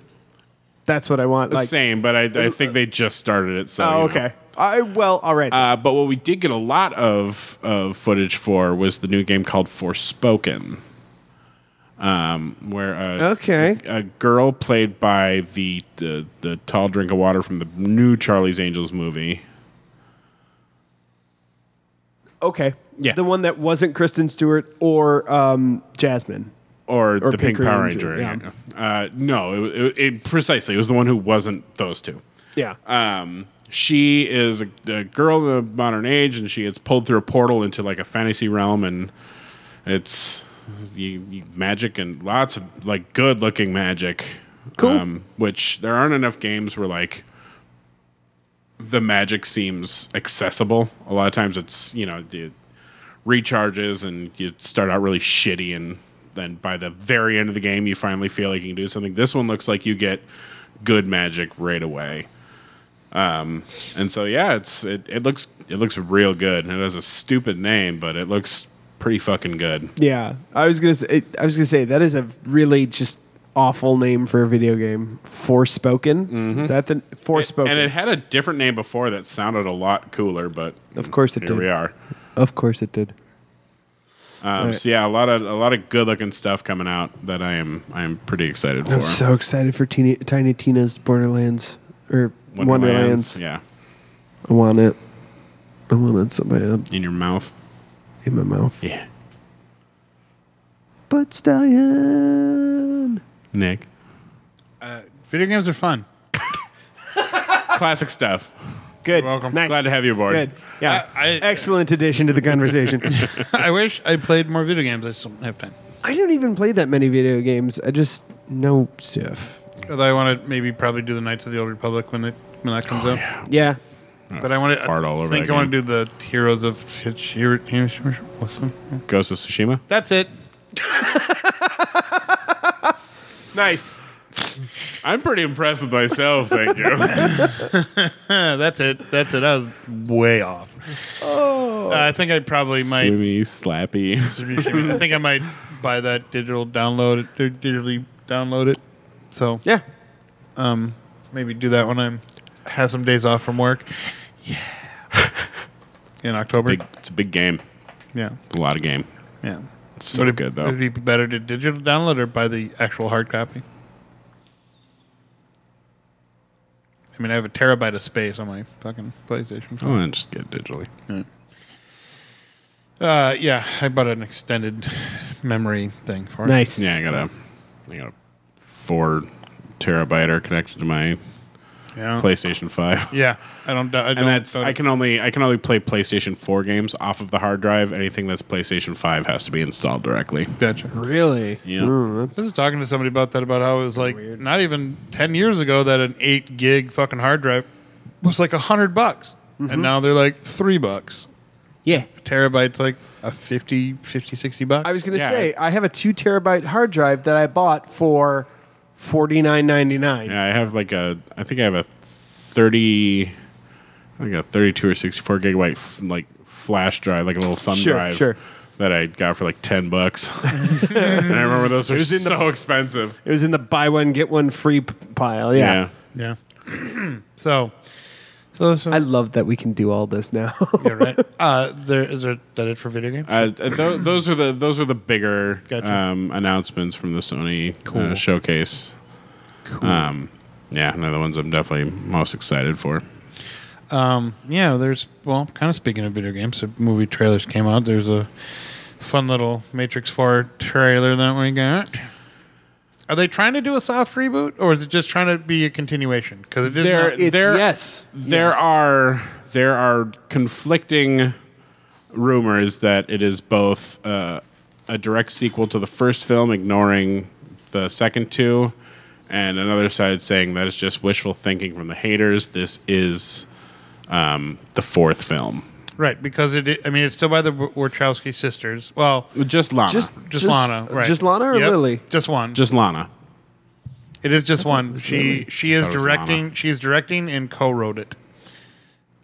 Speaker 2: That's what I want. Like,
Speaker 3: Same, but I, I think they just started it. So
Speaker 2: oh,
Speaker 3: you know.
Speaker 2: okay. I well, all right.
Speaker 3: Uh, but what we did get a lot of, of footage for was the new game called Forspoken, um, where a,
Speaker 2: Okay.
Speaker 3: a, girl played by the, the the tall drink of water from the new Charlie's Angels movie.
Speaker 2: okay.
Speaker 3: yeah.
Speaker 2: The one that wasn't Kristen Stewart or um, Jasmine.
Speaker 3: or, the
Speaker 2: Pink
Speaker 3: Pink Power
Speaker 2: Ranger,
Speaker 3: Ranger. Uh, no, it, it, it- precisely. It was the one who wasn't those two.
Speaker 2: Yeah.
Speaker 3: Um, she is a, a girl of the modern age, and she gets pulled through a portal into like a fantasy realm, and it's you, you, magic and lots of like good looking magic. Um,
Speaker 2: Cool.
Speaker 3: which there aren't enough games where like the magic seems accessible. A lot of times it's you know the recharges and you start out really shitty and then by the very end of the game you finally feel like you can do something. This one looks like you get good magic right away. Um, and so yeah, it's it, it looks it looks real good. And it has a stupid name, but it looks pretty fucking good.
Speaker 2: yeah. I was gonna. Say, I was gonna say that is a really just awful name for a video game. Forspoken. Is that the Forspoken?
Speaker 3: Mm-hmm. And it had a different name before that sounded a lot cooler, but
Speaker 2: of course it
Speaker 3: here
Speaker 2: did.
Speaker 3: we are.
Speaker 2: Of course it did.
Speaker 3: Um,
Speaker 2: Right.
Speaker 3: So yeah, a lot of a lot of good looking stuff coming out that I am I am pretty excited for.
Speaker 2: I'm so excited for Tina, Tiny Tina's Borderlands or Wonderlands.
Speaker 3: yeah,
Speaker 2: I want it. I want it so bad
Speaker 3: in your mouth,
Speaker 2: in my mouth.
Speaker 3: yeah,
Speaker 2: But stallion.
Speaker 3: Nick.
Speaker 4: Video games are fun.
Speaker 3: Classic stuff.
Speaker 2: Good.
Speaker 4: You're welcome.
Speaker 2: Nice.
Speaker 3: Glad to have you aboard.
Speaker 2: Good. Yeah.
Speaker 4: I- I-
Speaker 2: Excellent addition to the conversation.
Speaker 3: (laughs)
Speaker 4: (laughs) I wish I played more video games. I just don't have time.
Speaker 2: I don't even play that many video games. I just know stuff.
Speaker 4: Although I want to maybe probably do the Knights of the Old Republic when it when that comes out.
Speaker 2: Yeah.
Speaker 4: But I want to
Speaker 3: Oh, Fart all over
Speaker 4: think
Speaker 3: that
Speaker 4: I want
Speaker 3: game.
Speaker 4: to do the Heroes of Hitch- Hero- Hiroshima. What's the name?
Speaker 3: Ghost of Tsushima.
Speaker 4: That's it.
Speaker 2: Nice.
Speaker 3: I'm pretty impressed with myself. Thank you.
Speaker 4: Uh, that's it. That's it. I was way off. Oh. I think I probably might.
Speaker 3: Swimmy, slappy.
Speaker 4: (laughs) I think I might buy that digital download it, or digitally download it. So
Speaker 2: Yeah.
Speaker 4: maybe do that when I'm have some days off from work.
Speaker 3: (laughs)
Speaker 4: Yeah. In October.
Speaker 3: Big, it's a big game.
Speaker 4: Yeah.
Speaker 3: It's a lot of game.
Speaker 4: Yeah.
Speaker 3: It's so
Speaker 4: would it,
Speaker 3: good though.
Speaker 4: Would it be better to digital download or buy the actual hard copy? I mean, I have a terabyte of space on my fucking PlayStation.
Speaker 3: oh, and just get it digitally.
Speaker 4: Uh, yeah, I bought an extended memory thing for it.
Speaker 2: Nice.
Speaker 3: Yeah, I got a, I got a four terabyte connected to my
Speaker 4: Yeah.
Speaker 3: PlayStation Five.
Speaker 4: Yeah, I don't. dou- I don't
Speaker 3: and that's
Speaker 4: doubt
Speaker 3: I
Speaker 4: it.
Speaker 3: can only I can only play PlayStation 4 games off of the hard drive. Anything that's PlayStation 5 has to be installed directly.
Speaker 4: Gotcha.
Speaker 2: Really?
Speaker 3: Yeah.
Speaker 4: I was talking to somebody about that about how it was like not even ten years ago that an eight gig fucking hard drive was like a hundred bucks, and
Speaker 3: Mm-hmm.
Speaker 4: now they're like three bucks.
Speaker 2: Yeah.
Speaker 4: Terabytes like a 50, 50, 60 bucks.
Speaker 2: I was going to
Speaker 3: Yeah.
Speaker 2: say, I have a two terabyte hard drive that I bought for forty nine ninety nine.
Speaker 3: Yeah, I have like a I think I have a 30 I think a 32 or 64 gigabyte f- like flash drive, like a little thumb
Speaker 2: Sure,
Speaker 3: drive
Speaker 2: sure.
Speaker 3: that I got for like
Speaker 2: (laughs)
Speaker 3: 10 bucks. (laughs) and I remember those are
Speaker 2: was in the-
Speaker 3: so expensive.
Speaker 2: It was in the buy one get one free p- pile. Yeah.
Speaker 3: Yeah.
Speaker 4: yeah. (clears throat) so, so this
Speaker 2: I
Speaker 4: one,
Speaker 2: love that we can do all this now. (laughs)
Speaker 4: you're right. Uh, there is there, that it for video games?
Speaker 3: Uh, th- those are the those are the bigger
Speaker 4: Gotcha.
Speaker 3: um, announcements from the Sony uh,
Speaker 4: Cool.
Speaker 3: showcase. Cool. Um, yeah, and they're the ones I'm definitely most excited for.
Speaker 4: Um, yeah, there's well, kind of speaking of video games, the movie trailers came out. There's a fun little Matrix Four trailer that we got. Are they trying to do a soft reboot, or is it just trying to be a continuation? Because it is
Speaker 3: There-
Speaker 4: not-
Speaker 2: It's
Speaker 3: There-
Speaker 2: yes.
Speaker 3: There
Speaker 2: Yes.
Speaker 3: are there are conflicting rumors that it is both uh, a direct sequel to the first film, ignoring the second two, and another side saying that it's just wishful thinking from the haters. This is um, the fourth film,
Speaker 4: right because it. I mean, it's still by the Wachowski sisters. Well,
Speaker 3: just Lana,
Speaker 2: Just-
Speaker 3: just,
Speaker 4: just, Lana, right?
Speaker 2: just Lana or
Speaker 4: Yep,
Speaker 2: Lily?
Speaker 4: Just one.
Speaker 3: Lana.
Speaker 4: It is just one. She
Speaker 2: Lily.
Speaker 4: she
Speaker 3: I
Speaker 4: is
Speaker 3: thought it was
Speaker 4: directing.
Speaker 3: Lana.
Speaker 4: She is directing and co-wrote it.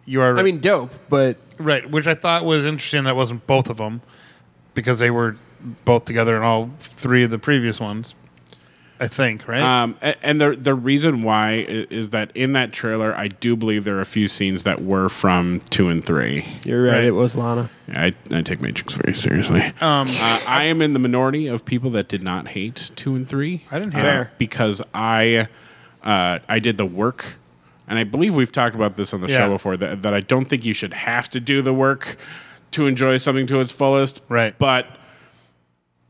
Speaker 4: You are.
Speaker 2: I mean, dope, but
Speaker 4: Right, which I thought was interesting that wasn't both of them because they were both together in all three of the previous ones. I think, right?
Speaker 3: Um, a- and the the reason why i- is that in that trailer, I do believe there are a few scenes that were from two and three.
Speaker 2: you're right.
Speaker 4: Right.
Speaker 2: It was Lana.
Speaker 3: I, I take Matrix very seriously.
Speaker 4: um,
Speaker 3: uh, I am in the minority of people that did not hate two and three.
Speaker 4: I didn't hate
Speaker 3: uh,
Speaker 2: Fair.
Speaker 3: because I uh, I did the work, and I believe we've talked about this on the
Speaker 4: Yeah.
Speaker 3: show before that, that I don't think you should have to do the work to enjoy something to its fullest.
Speaker 4: Right.
Speaker 3: but.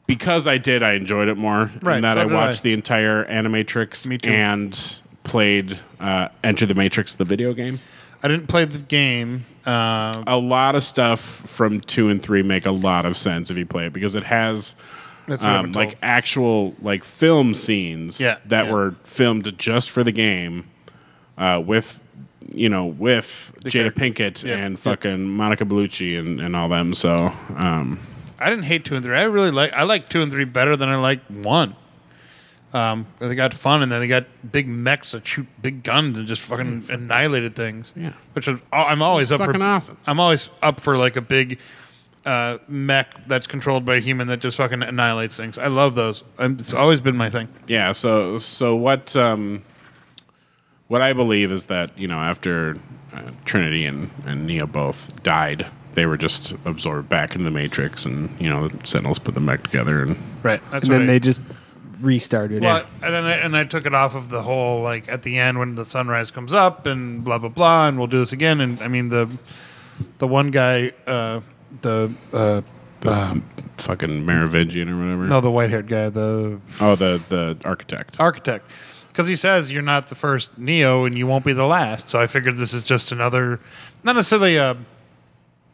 Speaker 3: Because I did, I enjoyed it more.
Speaker 4: Right,
Speaker 3: And that
Speaker 4: so
Speaker 3: I
Speaker 4: did
Speaker 3: watched
Speaker 4: I.
Speaker 3: the entire Animatrix
Speaker 4: Me too.
Speaker 3: and played uh, Enter the Matrix, the video game.
Speaker 4: I didn't play the game. Uh,
Speaker 3: A lot of stuff from two and three make a lot of sense if you play it because it has
Speaker 4: that's what I've
Speaker 3: um,
Speaker 4: been
Speaker 3: like
Speaker 4: told.
Speaker 3: actual like film scenes
Speaker 4: Yeah,
Speaker 3: that
Speaker 4: yeah.
Speaker 3: were filmed just for the game uh, with you know with Jada
Speaker 4: character.
Speaker 3: Pinkett
Speaker 4: Yeah, yeah.
Speaker 3: and fucking Monica Bellucci and, and all them. So um,
Speaker 4: I didn't hate two and three. I really like. I like two and three better than I like one. Um, they got fun, and then they got big mechs that shoot big guns and just fucking annihilated things.
Speaker 3: Mm. Yeah.
Speaker 4: which is, uh, I'm always up
Speaker 3: Fucking
Speaker 4: for.
Speaker 3: awesome.
Speaker 4: I'm always up for like a big uh, mech that's controlled by a human that just fucking annihilates things. I love those. i it's always been my thing.
Speaker 3: yeah, so so what um, what I believe is that you know after uh, Trinity and and Neo both died. They were just absorbed back into the Matrix, and you know the Sentinels put them back together, and
Speaker 4: Right. That's
Speaker 2: And
Speaker 4: what
Speaker 2: then
Speaker 4: I-
Speaker 2: they just restarted.
Speaker 4: Well, and then I, and I took it off of the whole like at the end when the sunrise comes up and blah blah blah and we'll do this again and I mean the the one guy uh, the uh,
Speaker 3: the Um, fucking Merovingian or whatever.
Speaker 4: no the white haired guy the
Speaker 3: Oh, the the architect.
Speaker 4: architect because he says you're not the first Neo and you won't be the last so I figured this is just another not necessarily a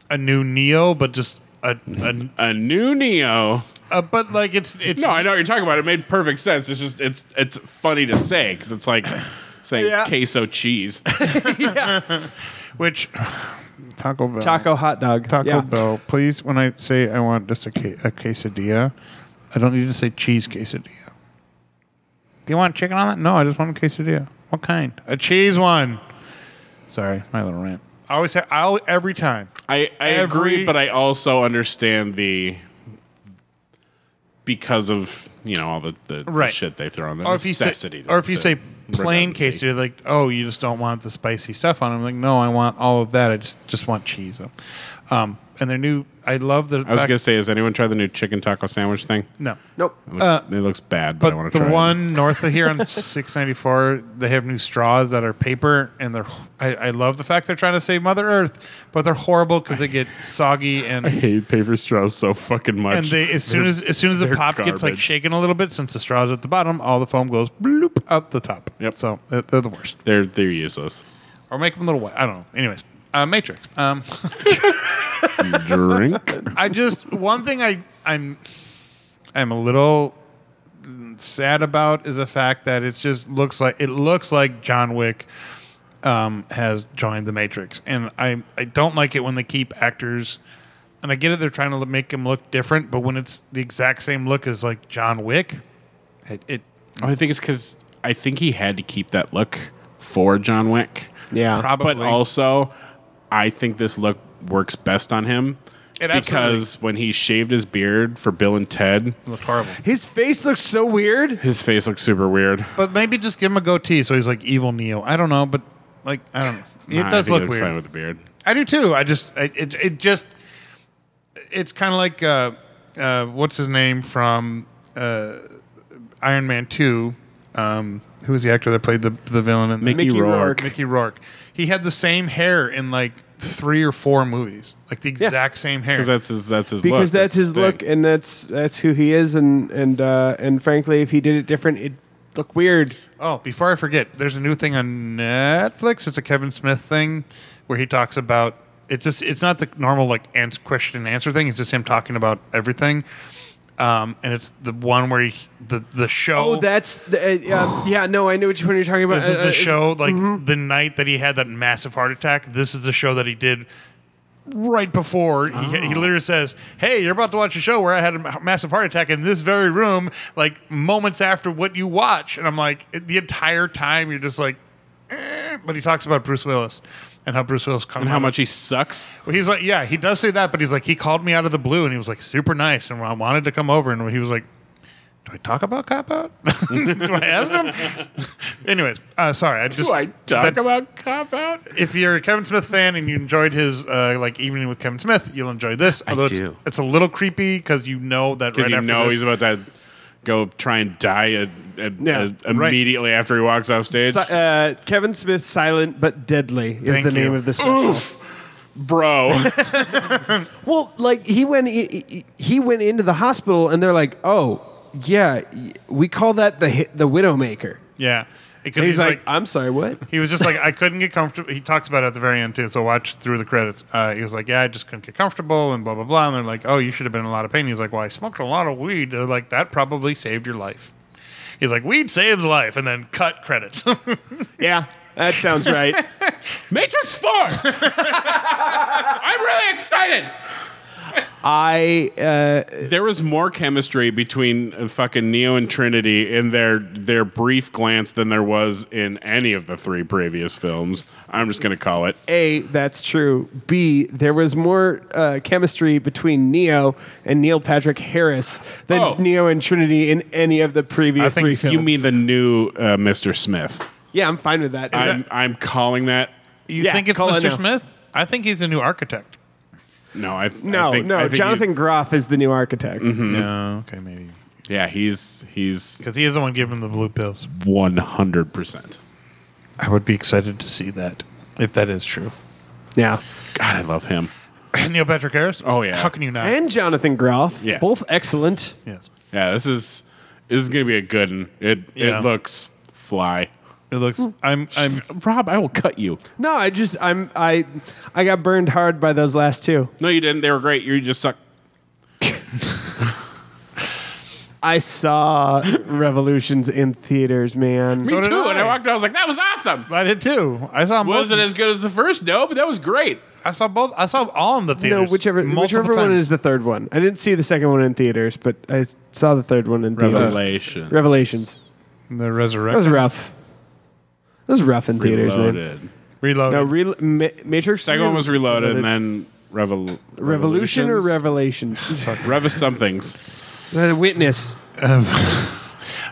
Speaker 4: a new Neo but just a, a,
Speaker 3: a new Neo.
Speaker 4: a but like it's it's (coughs)
Speaker 3: No, I know what you're talking about. It made perfect sense. It's just it's it's funny to say because it's like saying
Speaker 2: Yeah.
Speaker 3: queso cheese.
Speaker 4: Which Taco Bell.
Speaker 2: Taco hot dog.
Speaker 4: Taco
Speaker 2: Yeah.
Speaker 4: Bell. Please, when I say I want just a, ca- a quesadilla, I don't need to say cheese quesadilla. Do you want chicken on that? No, I just want a quesadilla. What kind? A cheese one. Sorry, my little rant. I always have. I always, every time.
Speaker 3: I, I
Speaker 4: Every-
Speaker 3: agree, but I also understand the because of you know all the, the
Speaker 4: Right.
Speaker 3: shit they throw on the
Speaker 4: Or if you say,
Speaker 3: necessity.
Speaker 4: or if you
Speaker 3: to-
Speaker 4: say plain
Speaker 3: redundancy.
Speaker 4: quesadilla, like, oh, you just don't want the spicy stuff on. it. I'm like, no, I want all of that. I just just want cheese. Um, and their new. I love the.
Speaker 3: I was gonna say, has anyone tried the new chicken taco sandwich thing?
Speaker 4: no.
Speaker 2: Nope.
Speaker 3: It looks, it looks bad, but, I
Speaker 4: Uh, But
Speaker 3: want to
Speaker 4: the
Speaker 3: try it.
Speaker 4: one north of here on (laughs) 694, they have new straws that are paper, and they're. I, I love the fact they're trying to save Mother Earth, but they're horrible because they get soggy and.
Speaker 3: hate paper straws so fucking much.
Speaker 4: And they, as soon as as soon as the
Speaker 3: they're
Speaker 4: pop gets like
Speaker 3: garbage.
Speaker 4: shaken a little bit, since the straws at the bottom, all the foam goes bloop up the top.
Speaker 3: Yep.
Speaker 4: So they're, they're the worst.
Speaker 3: they're they're useless.
Speaker 4: Or make them a little wet. I don't know. Anyways, uh, Matrix. Um,
Speaker 3: Drink.
Speaker 4: I just one thing I I'm I'm a little sad about is the fact that it's just looks like it looks like John Wick um, has joined the Matrix, and I I don't like it when they keep actors. And I get it; they're trying to make him look different, but when it's the exact same look as like John Wick, it, it
Speaker 3: Oh, (laughs) I think it's because I think he had to keep that look for John Wick.
Speaker 2: Yeah.
Speaker 4: probably
Speaker 3: But also, I think this look works best on him
Speaker 4: It absolutely-
Speaker 3: because when he shaved his beard for Bill and Ted,
Speaker 4: looked horrible.
Speaker 2: His face looks so weird.
Speaker 3: his face looks super weird.
Speaker 4: But maybe just give him a goatee so he's like evil Neo. I don't know, but like I don't know. It
Speaker 3: Nah, I
Speaker 4: does
Speaker 3: think
Speaker 4: look
Speaker 3: looks
Speaker 4: weird.
Speaker 3: Fine with the beard.
Speaker 4: I do too. I just I, it it just it's kind of like uh, uh, what's his name from uh, Iron Man Two. Um, who was the actor that played the the villain in
Speaker 3: Mickey,
Speaker 2: Mickey
Speaker 3: Rourke. (laughs)
Speaker 2: Rourke.
Speaker 4: Mickey Rourke? He had the same hair in like three or four movies, like the exact same hair.
Speaker 3: Because that's his that's his look.
Speaker 2: Because that's his
Speaker 3: thing.
Speaker 2: look, and that's that's who he is, and and uh, and frankly, if he did it different, it'd look weird.
Speaker 4: Oh, before I forget, there's a new thing on Netflix. It's a Kevin Smith thing where he talks about it's just it's not the normal like ans- question and answer thing. It's just him talking about everything. Um, and it's the one where he, the the show.
Speaker 2: Oh, that's the, uh, um, yeah. No, I know which one you're talking about.
Speaker 4: this is
Speaker 2: Uh,
Speaker 4: the
Speaker 2: uh,
Speaker 4: show. Like the night that he had that massive heart attack. This is the show that he did right before. He, he
Speaker 2: Oh.
Speaker 4: literally says, "Hey, you're about to watch a show where I had a ma- massive heart attack in this very room." Like moments after what you watch, and I'm like, the entire time you're just like. "Eh," But he talks about Bruce Willis and how Bruce Willis comes
Speaker 3: And how much he sucks.
Speaker 4: He's like, yeah, he does say that, but he's like, he called me out of the blue and he was like super nice and I wanted to come over and he was like, do I talk about cop out? (laughs) do I ask him? (laughs) Anyways, uh, sorry, I just
Speaker 3: Do I talk
Speaker 4: that-
Speaker 3: about cop out?
Speaker 4: if you're a Kevin Smith fan and you enjoyed his uh, like evening with Kevin Smith, you'll enjoy this. Although
Speaker 3: do.
Speaker 4: It's, it's a little creepy because you know that
Speaker 3: Because
Speaker 4: right
Speaker 3: you
Speaker 4: after
Speaker 3: know
Speaker 4: this,
Speaker 3: he's about to go try and die a, a,
Speaker 2: Yeah,
Speaker 3: a- immediately after he walks off stage.
Speaker 2: Si- uh, Kevin Smith, silent but deadly, is
Speaker 4: Thank
Speaker 2: the name
Speaker 4: you.
Speaker 2: of this.
Speaker 3: Oof,
Speaker 4: (laughs)
Speaker 3: bro.
Speaker 2: Well, like he went, he, he- he went into the hospital, and they're like, "Oh, yeah, y- we call that the hit, the widowmaker."
Speaker 4: yeah, because
Speaker 2: And
Speaker 4: he's, like,
Speaker 2: "I'm sorry, what?"
Speaker 4: He was just like, I couldn't get comfortable. He talks about it at the very end too. So watch through the credits. Uh, he was like, Yeah, I just couldn't get comfortable and blah blah blah. And they're like, Oh, you should have been in a lot of pain. He's like, Well, I smoked a lot of weed. They're like, That probably saved your life. He's like, Weed saves life, and then cut credits. (laughs)
Speaker 2: Yeah, that sounds right.
Speaker 3: Matrix 4! I'm really excited!
Speaker 2: (laughs) I uh,
Speaker 3: There was more chemistry between uh, fucking Neo and Trinity in their their brief glance than there was in any of the three previous films. I'm just going to call it.
Speaker 2: a that's true. B there was more uh, chemistry between Neo and Neil Patrick Harris than
Speaker 3: Oh.
Speaker 2: Neo and Trinity in any of the previous
Speaker 4: I think
Speaker 2: three
Speaker 4: you
Speaker 2: films.
Speaker 3: You mean the new uh, Mr. Smith?
Speaker 2: Yeah, I'm fine with that.
Speaker 3: I'm I'm calling that.
Speaker 4: you
Speaker 2: Yeah,
Speaker 4: think it's
Speaker 2: call it
Speaker 4: Mr.
Speaker 2: now.
Speaker 4: Smith? I think he's a new architect.
Speaker 3: No,
Speaker 2: no,
Speaker 3: I I think, I
Speaker 2: no.
Speaker 3: think you- Mm-hmm.
Speaker 2: Jonathan Groff is the new architect.
Speaker 4: No, Hmm. okay, maybe
Speaker 3: yeah, he's he's
Speaker 4: because he is the one giving him the blue pills.
Speaker 3: 100. percent
Speaker 4: I would be excited to see that if that is true.
Speaker 3: Uh,
Speaker 2: Yeah,
Speaker 3: God, I love him.
Speaker 4: (laughs) Neil Patrick Harris.
Speaker 3: Oh, yeah.
Speaker 4: how can you not?
Speaker 2: and Jonathan Groff,
Speaker 3: Yes.
Speaker 2: both excellent.
Speaker 4: yes,
Speaker 3: Yeah, this is this is gonna be a good one. It
Speaker 4: Yeah.
Speaker 3: it looks fly.
Speaker 4: it looks. I'm. I'm.
Speaker 3: Rob, I will cut you.
Speaker 2: No, I just I'm I I got burned hard by those last two.
Speaker 3: No, you didn't. They were great. You just suck.
Speaker 2: I saw (laughs) Revolutions in theaters, man.
Speaker 3: Me
Speaker 4: did
Speaker 3: too. And I
Speaker 4: I.
Speaker 3: walked out. I was like, that was awesome.
Speaker 4: I did too. I saw both.
Speaker 3: Was it as good as the first? No, but that was great.
Speaker 4: I saw both. I saw all in the
Speaker 2: No,
Speaker 4: theaters.
Speaker 2: whichever
Speaker 4: multiple
Speaker 2: whichever one
Speaker 4: times.
Speaker 2: is the third one. I didn't see the second one in theaters, but I s- saw the third one in theaters.
Speaker 3: Revelation.
Speaker 2: Revelations.
Speaker 4: the
Speaker 2: That was
Speaker 4: resurrection.
Speaker 2: rough. That was rough in theaters, man.
Speaker 3: Reloaded.
Speaker 4: Reloaded.
Speaker 2: No, re- Ma- Matrix.
Speaker 3: Second one was reloaded, and
Speaker 2: Revolution
Speaker 3: then Revol-
Speaker 2: Revolution or
Speaker 3: Revolutions?
Speaker 2: Revelations?
Speaker 3: (laughs) Rev somethings.
Speaker 2: Uh, witness.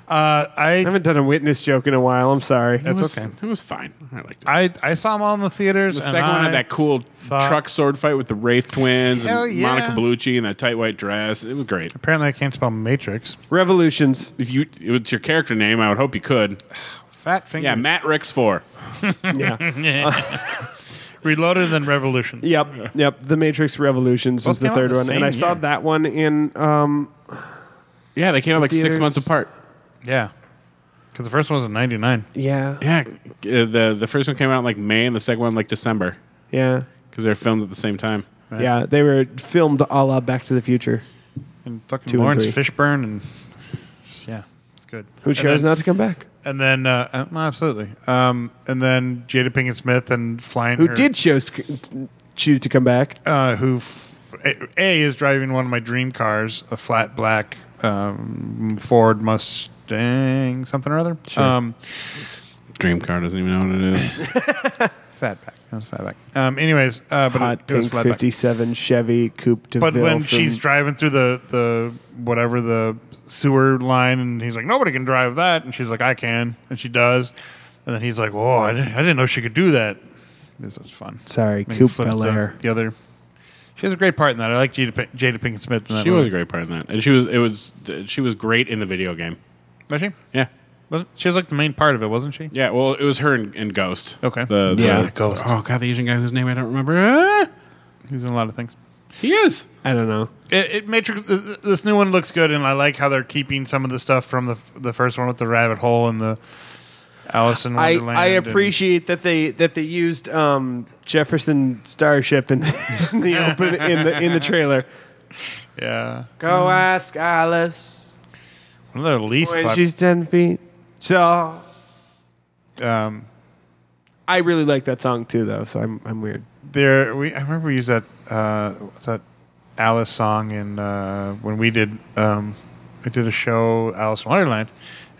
Speaker 4: uh,
Speaker 2: I
Speaker 4: I,
Speaker 2: haven't done a witness joke in a while. I'm sorry.
Speaker 4: That's
Speaker 3: it was,
Speaker 4: okay.
Speaker 3: It was fine. I liked it.
Speaker 4: I I saw them all in the theaters.
Speaker 3: The
Speaker 4: and
Speaker 3: second one
Speaker 4: I-
Speaker 3: had that cool
Speaker 4: thought-
Speaker 3: truck sword fight with the Wraith twins
Speaker 4: Hell
Speaker 3: and
Speaker 4: yeah.
Speaker 3: Monica Bellucci in that tight white dress. It was great.
Speaker 4: Apparently, I can't spell Matrix.
Speaker 2: Revolutions.
Speaker 3: If you, it was your character name. I would hope you could.
Speaker 4: Fat finger.
Speaker 3: Yeah, Matt Ricks four.
Speaker 2: Yeah.
Speaker 4: (laughs) Reloaded and then Revolution.
Speaker 2: yep. Yep. The Matrix Revolutions was
Speaker 4: Both came
Speaker 2: the
Speaker 4: out
Speaker 2: third
Speaker 4: the
Speaker 2: one,
Speaker 4: same
Speaker 2: and I saw
Speaker 4: year.
Speaker 2: that one in. Um,
Speaker 3: Yeah, they came out like six
Speaker 2: Theaters.
Speaker 3: months apart.
Speaker 4: Yeah. Because the first one was in '99.
Speaker 2: yeah.
Speaker 3: Yeah, uh, the the first one came out in like May, and the second one like December
Speaker 2: Yeah.
Speaker 3: because they're filmed at the same time.
Speaker 2: Yeah. They were filmed a la Back to the Future.
Speaker 4: And fucking
Speaker 2: Two and
Speaker 4: Lawrence
Speaker 2: three.
Speaker 4: Fishburne and yeah, it's good.
Speaker 2: Who chose
Speaker 4: and then,
Speaker 2: not to come back?
Speaker 4: And then uh, uh, well, absolutely. Um, and then Jada Pinkett Smith and flying.
Speaker 2: Who
Speaker 4: her-
Speaker 2: did chose choose to come back?
Speaker 4: uh, who f- a- a is driving one of my dream cars, a flat black um, Ford Mustang, something or other. Um,
Speaker 3: Dream Car doesn't even know what it (laughs) is.
Speaker 4: fatback. That was fatback. Um, anyways, uh, but
Speaker 2: Hot
Speaker 4: it, it was
Speaker 2: pink
Speaker 4: flatback.
Speaker 2: '57 Chevy Coupe de
Speaker 4: But
Speaker 2: Ville
Speaker 4: when
Speaker 2: from-
Speaker 4: she's driving through the, the whatever the sewer line, and he's like, nobody can drive that, and she's like, I can, and she does, and then he's like, whoa, I didn't, I didn't know she could do that. This was fun.
Speaker 2: sorry,
Speaker 4: And he
Speaker 2: Coupe
Speaker 4: flips
Speaker 2: Bel Air.
Speaker 4: The, the other, she has a great part in that. I like Jada, Pink- Jada Pinkett Smith. In that
Speaker 3: she
Speaker 4: movie.
Speaker 3: was a great part in that, and she was it was she was great in the video game.
Speaker 4: Was she?
Speaker 3: Yeah,
Speaker 4: Wasn't, she was like the main part of it, wasn't she?
Speaker 3: yeah. Well, it was her and, and Ghost.
Speaker 4: Okay.
Speaker 3: The, the-
Speaker 2: Yeah,
Speaker 4: Ghost.
Speaker 3: Oh god, the Asian guy whose name I don't remember. Ah,
Speaker 4: He's in a lot of things.
Speaker 3: he is.
Speaker 2: I don't know.
Speaker 4: It, it Matrix. th- th- This new one looks good, and I like how they're keeping some of the stuff from the f- the first one with the rabbit hole and the Alice in
Speaker 2: I,
Speaker 4: Wonderland.
Speaker 2: I
Speaker 4: and-
Speaker 2: appreciate that they that they used um, Jefferson Starship in, (laughs) in the open in the in the trailer.
Speaker 4: yeah,
Speaker 2: Go ask Alice
Speaker 4: one of their least.
Speaker 2: when
Speaker 4: pop-
Speaker 2: she's ten feet tall.
Speaker 4: um,
Speaker 2: I really like that song too, though. So I'm I'm weird.
Speaker 4: there. We I remember we used that uh, what's that Alice song in uh, when we did um, I did a show Alice in Wonderland,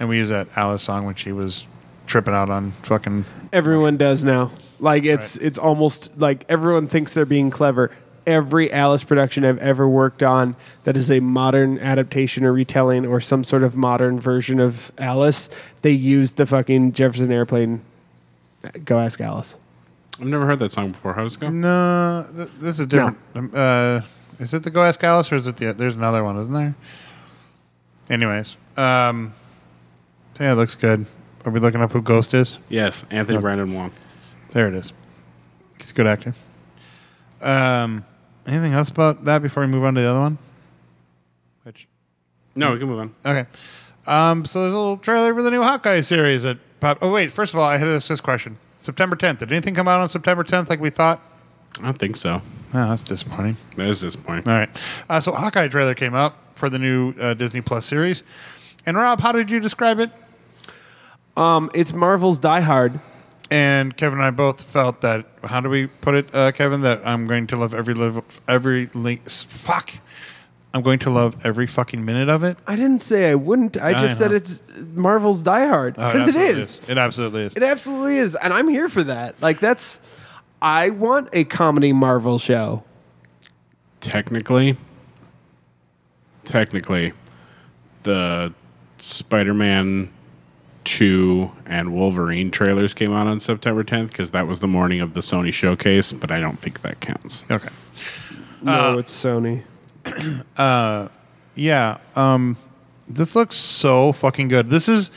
Speaker 4: and we used that Alice song when she was tripping out on fucking
Speaker 2: Everyone does now. Like it's it's almost like everyone thinks they're being clever. Every Alice production I've ever worked on that is a modern adaptation or retelling or some sort of modern version of Alice, they use the fucking Jefferson Airplane. Go ask Alice.
Speaker 3: I've never heard that song before. How does it go?
Speaker 4: No, th- this is a different. um, Uh, is it the Go Ask Alice or is it the? There's another one, isn't there? Anyways, um, yeah, it looks good. Are we looking up who Ghost is?
Speaker 3: Yes, Anthony Brandon Wong.
Speaker 4: There it is. He's a good actor. Um, anything else about that before we move on to the other one? Which
Speaker 3: No, we can move on.
Speaker 4: okay. Um, so there's a little trailer for the new Hawkeye series that pop. Oh wait, first of all, I had this, this question. September 10th. Did anything come out on September 10th like we thought?
Speaker 3: I don't think so.
Speaker 4: Oh, that's disappointing.
Speaker 3: That is disappointing.
Speaker 4: All right. Uh, so Hawkeye trailer came out for the new uh, Disney Plus series. And Rob, how did you describe it?
Speaker 2: Um, it's Marvel's Die Hard.
Speaker 4: And Kevin and I both felt that. How do we put it, uh, Kevin? That I'm going to love every live every li- s- fuck. I'm going to love every fucking minute of it.
Speaker 2: I didn't say I wouldn't. I just
Speaker 4: I
Speaker 2: said
Speaker 4: know.
Speaker 2: it's Marvel's Die Hard because Oh, it
Speaker 4: Uh, absolutely
Speaker 2: is.
Speaker 4: It absolutely is.
Speaker 2: It absolutely is, and I'm here for that. Like that's, I want a comedy Marvel show.
Speaker 3: Technically, technically, the Spider-Man two and Wolverine trailers came out on September 10th because that was the morning of the Sony showcase. But I don't think that counts.
Speaker 4: Okay.
Speaker 2: No, it's Sony.
Speaker 4: Yeah. Um, this looks so fucking good. This is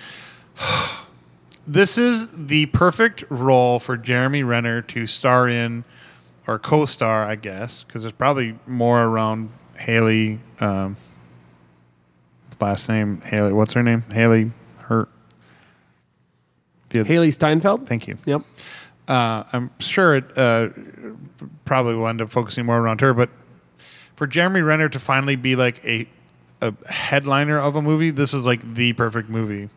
Speaker 4: (sighs) this is the perfect role for Jeremy Renner to star in or co-star, I guess, because there's probably more around Haley. Um, last name Haley. What's her name? Haley. Her. the-
Speaker 2: Haley Steinfeld.
Speaker 4: Thank you.
Speaker 2: Yep.
Speaker 4: Uh, I'm sure it uh, probably will end up focusing more around her, but for Jeremy Renner to finally be like a a headliner of a movie, this is like the perfect movie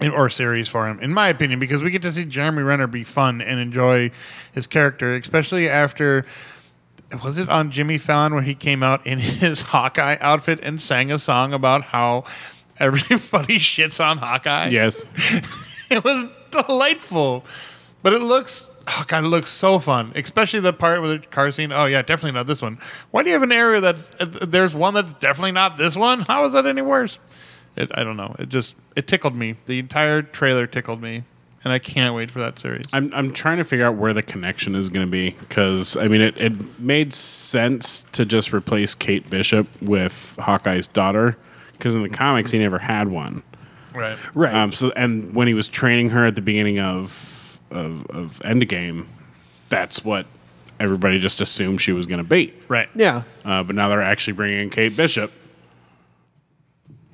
Speaker 4: in- or series for him, in my opinion, because we get to see Jeremy Renner be fun and enjoy his character, especially after. Was it on Jimmy Fallon where he came out in (laughs) his Hawkeye outfit and sang a song about how everybody (laughs) shits on Hawkeye?
Speaker 3: Yes.
Speaker 4: (laughs) it was delightful. But it looks oh god, it looks so fun. Especially the part with the car scene. Oh yeah, definitely not this one. Why do you have an area that's uh, there's one that's definitely not this one? How is that any worse? It, I don't know. It just it tickled me. The entire trailer tickled me, and I can't wait for that series.
Speaker 3: I'm I'm trying to figure out where the connection is going to be because I mean it, it made sense to just replace Kate Bishop with Hawkeye's daughter because in the comics he never had one.
Speaker 4: right.
Speaker 2: Right.
Speaker 3: Um, so and when he was training her at the beginning of of, of Endgame, that's what everybody just assumed she was going to be.
Speaker 4: Right.
Speaker 2: yeah.
Speaker 3: Uh, but now they're actually bringing in Kate Bishop.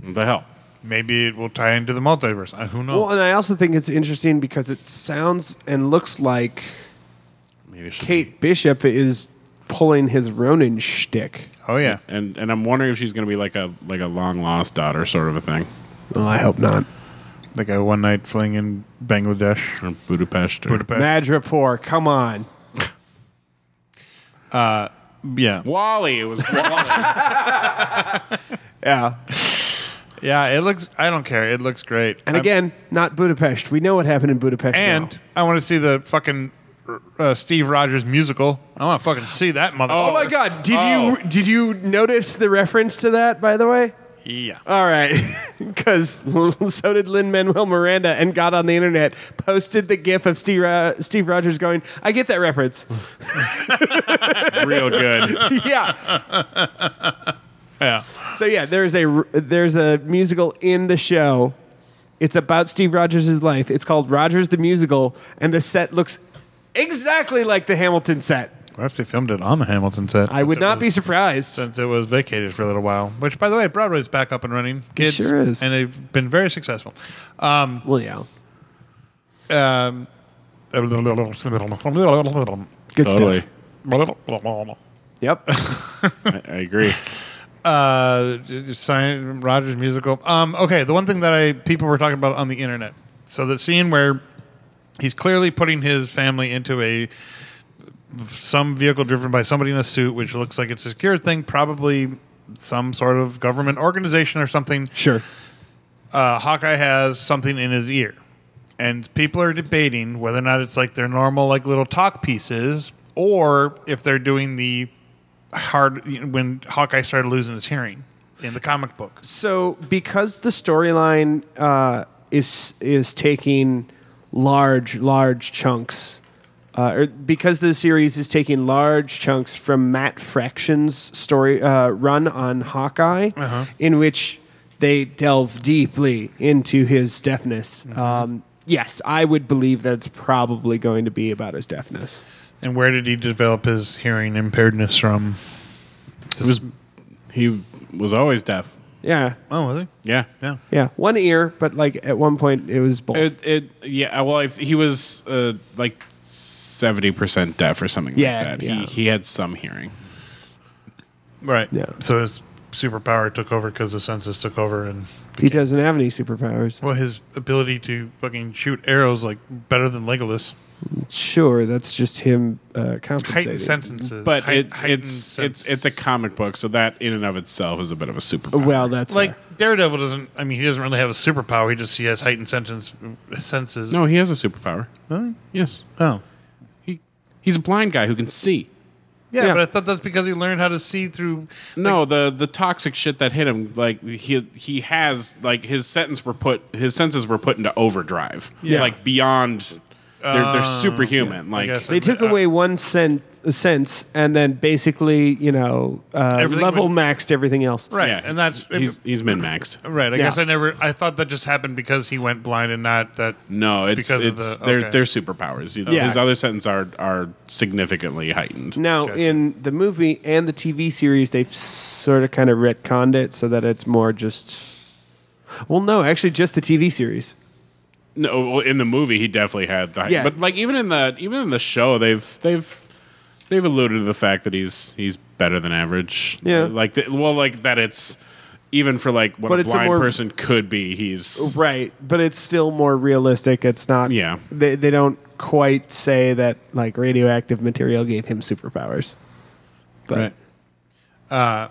Speaker 3: What the hell?
Speaker 4: Maybe it will tie into the multiverse. Uh, who knows?
Speaker 2: Well, and I also think it's interesting because it sounds and looks like
Speaker 3: Maybe she'll be-
Speaker 2: Kate Bishop is pulling his Ronin shtick.
Speaker 4: oh yeah.
Speaker 3: And and I'm wondering if she's going to be like a like a long lost daughter sort of a thing,
Speaker 2: Well, I hope not.
Speaker 4: The guy one night fling in Bangladesh.
Speaker 3: or Budapest. Or,
Speaker 4: Budapest.
Speaker 2: Madripoor, come on.
Speaker 4: yeah.
Speaker 3: Wally. It was Wally.
Speaker 2: Yeah.
Speaker 4: (laughs) Yeah, it looks I don't care. It looks great.
Speaker 2: And
Speaker 4: I'm-
Speaker 2: again, not Budapest. We know what happened in Budapest.
Speaker 4: And
Speaker 2: now.
Speaker 4: I want to see the fucking uh, Steve Rogers musical. I want to fucking see that mother.
Speaker 2: Oh my God! Did you
Speaker 3: Oh.
Speaker 2: did you notice the reference to that? By the way,
Speaker 4: Yeah.
Speaker 2: all right, (laughs) because (laughs) so did Lin Manuel Miranda and got on the internet, posted the GIF of Steve, Ro- Steve Rogers going, "I get that reference."
Speaker 3: Real good.
Speaker 2: (laughs) yeah.
Speaker 4: Yeah.
Speaker 2: So yeah, there's a r- there's a musical in the show. It's about Steve Rogers' life. It's called Rogers the Musical, and the set looks exactly like the Hamilton set.
Speaker 4: What if they filmed it on the Hamilton set?
Speaker 2: I would
Speaker 4: Since it
Speaker 2: not be
Speaker 4: was-
Speaker 2: surprised.
Speaker 4: Since it was vacated for a little while, which, by the way, Broadway's back up and running. Kids,
Speaker 2: sure is.
Speaker 4: and they've been very successful. Um,
Speaker 2: Well, yeah.
Speaker 4: um,
Speaker 2: Good
Speaker 3: Totally.
Speaker 2: stuff. Yep.
Speaker 3: I, I agree.
Speaker 4: uh, Sign Rogers musical. Um, okay, the one thing that I people were talking about on the internet. So the scene where he's clearly putting his family into a some vehicle driven by somebody in a suit, which looks like it's a secure thing, probably some sort of government organization or something
Speaker 2: sure.
Speaker 4: uh, Hawkeye has something in his ear, and people are debating whether or not it's like their normal like little talk pieces, or if they're doing the hard you know, when Hawkeye started losing his hearing in the comic book.
Speaker 2: So because the storyline uh, is is taking large large chunks, uh, or because the series is taking large chunks from Matt Fraction's story uh, run on Hawkeye, in which they delve deeply into his deafness. Um, yes, I would believe that it's probably going to be about his deafness.
Speaker 4: And where did he develop his hearing impairedness from?
Speaker 3: It was, he was always deaf.
Speaker 2: Yeah,
Speaker 4: Oh, was he?
Speaker 3: Yeah.
Speaker 4: Yeah.
Speaker 2: yeah, one ear, but like at one point it was both.
Speaker 3: It, it yeah. uh, Well, if he was uh, like seventy percent deaf or something
Speaker 2: Yeah,
Speaker 3: like that.
Speaker 2: yeah.
Speaker 3: He he had some hearing.
Speaker 4: Right.
Speaker 2: Yeah.
Speaker 4: So his superpower took over because the senses took over, and
Speaker 2: he doesn't have any superpowers.
Speaker 4: well, his ability to fucking shoot arrows like better than Legolas.
Speaker 2: Sure, that's just him uh,
Speaker 4: Heightened
Speaker 2: compensating.
Speaker 4: sentences,
Speaker 3: But
Speaker 4: Hei-
Speaker 3: it,
Speaker 4: heightened
Speaker 3: it's
Speaker 4: sense.
Speaker 3: it's it's a comic book, so that in and of itself is a bit of a superpower.
Speaker 2: Well, that's
Speaker 4: like
Speaker 2: fair.
Speaker 4: Daredevil doesn't. I mean, he doesn't really have a superpower. He just he has heightened sentence, senses.
Speaker 3: no, he has a superpower.
Speaker 4: Really?
Speaker 3: Yes,
Speaker 4: Oh,
Speaker 3: he he's a blind guy who can see.
Speaker 4: yeah,
Speaker 2: Yeah.
Speaker 4: But I thought that's because he learned how to see through.
Speaker 3: No, the the toxic shit that hit him, like he he has like his sentence were put his senses were put into overdrive,
Speaker 4: Yeah.
Speaker 3: like beyond. They're, they're superhuman. like
Speaker 4: Oh, guess.
Speaker 2: they took away one cent sense and then basically, you know, uh,
Speaker 4: Everything
Speaker 2: level
Speaker 4: went-
Speaker 2: maxed everything else.
Speaker 4: Right,
Speaker 3: yeah,
Speaker 4: and that's
Speaker 3: he's he's min maxed.
Speaker 4: right. I
Speaker 2: Yeah.
Speaker 4: guess I never. I thought that just happened because he went blind and not that.
Speaker 3: No, it's
Speaker 4: Because of
Speaker 3: it's
Speaker 4: the-
Speaker 3: they're
Speaker 4: okay.
Speaker 3: they're superpowers.
Speaker 2: Yeah.
Speaker 3: His other sentences are are significantly heightened.
Speaker 2: Now,
Speaker 4: Gotcha.
Speaker 2: in the movie and the TV series, they've sort of kind of retconned it so that it's more just. Well, no, actually, just the TV series.
Speaker 3: No, well, in the movie he definitely had the height.
Speaker 2: Yeah.
Speaker 3: But like even in the even in the show they've they've they've alluded to the fact that he's he's better than average.
Speaker 2: Yeah.
Speaker 3: Like the, well like that it's even for like what
Speaker 2: But
Speaker 3: a
Speaker 2: it's a
Speaker 3: blind
Speaker 2: more-
Speaker 3: person could be. He's
Speaker 2: Right, but it's still more realistic. It's not.
Speaker 3: Yeah.
Speaker 2: They they don't quite say that like radioactive material gave him superpowers. But
Speaker 3: Right.
Speaker 4: I,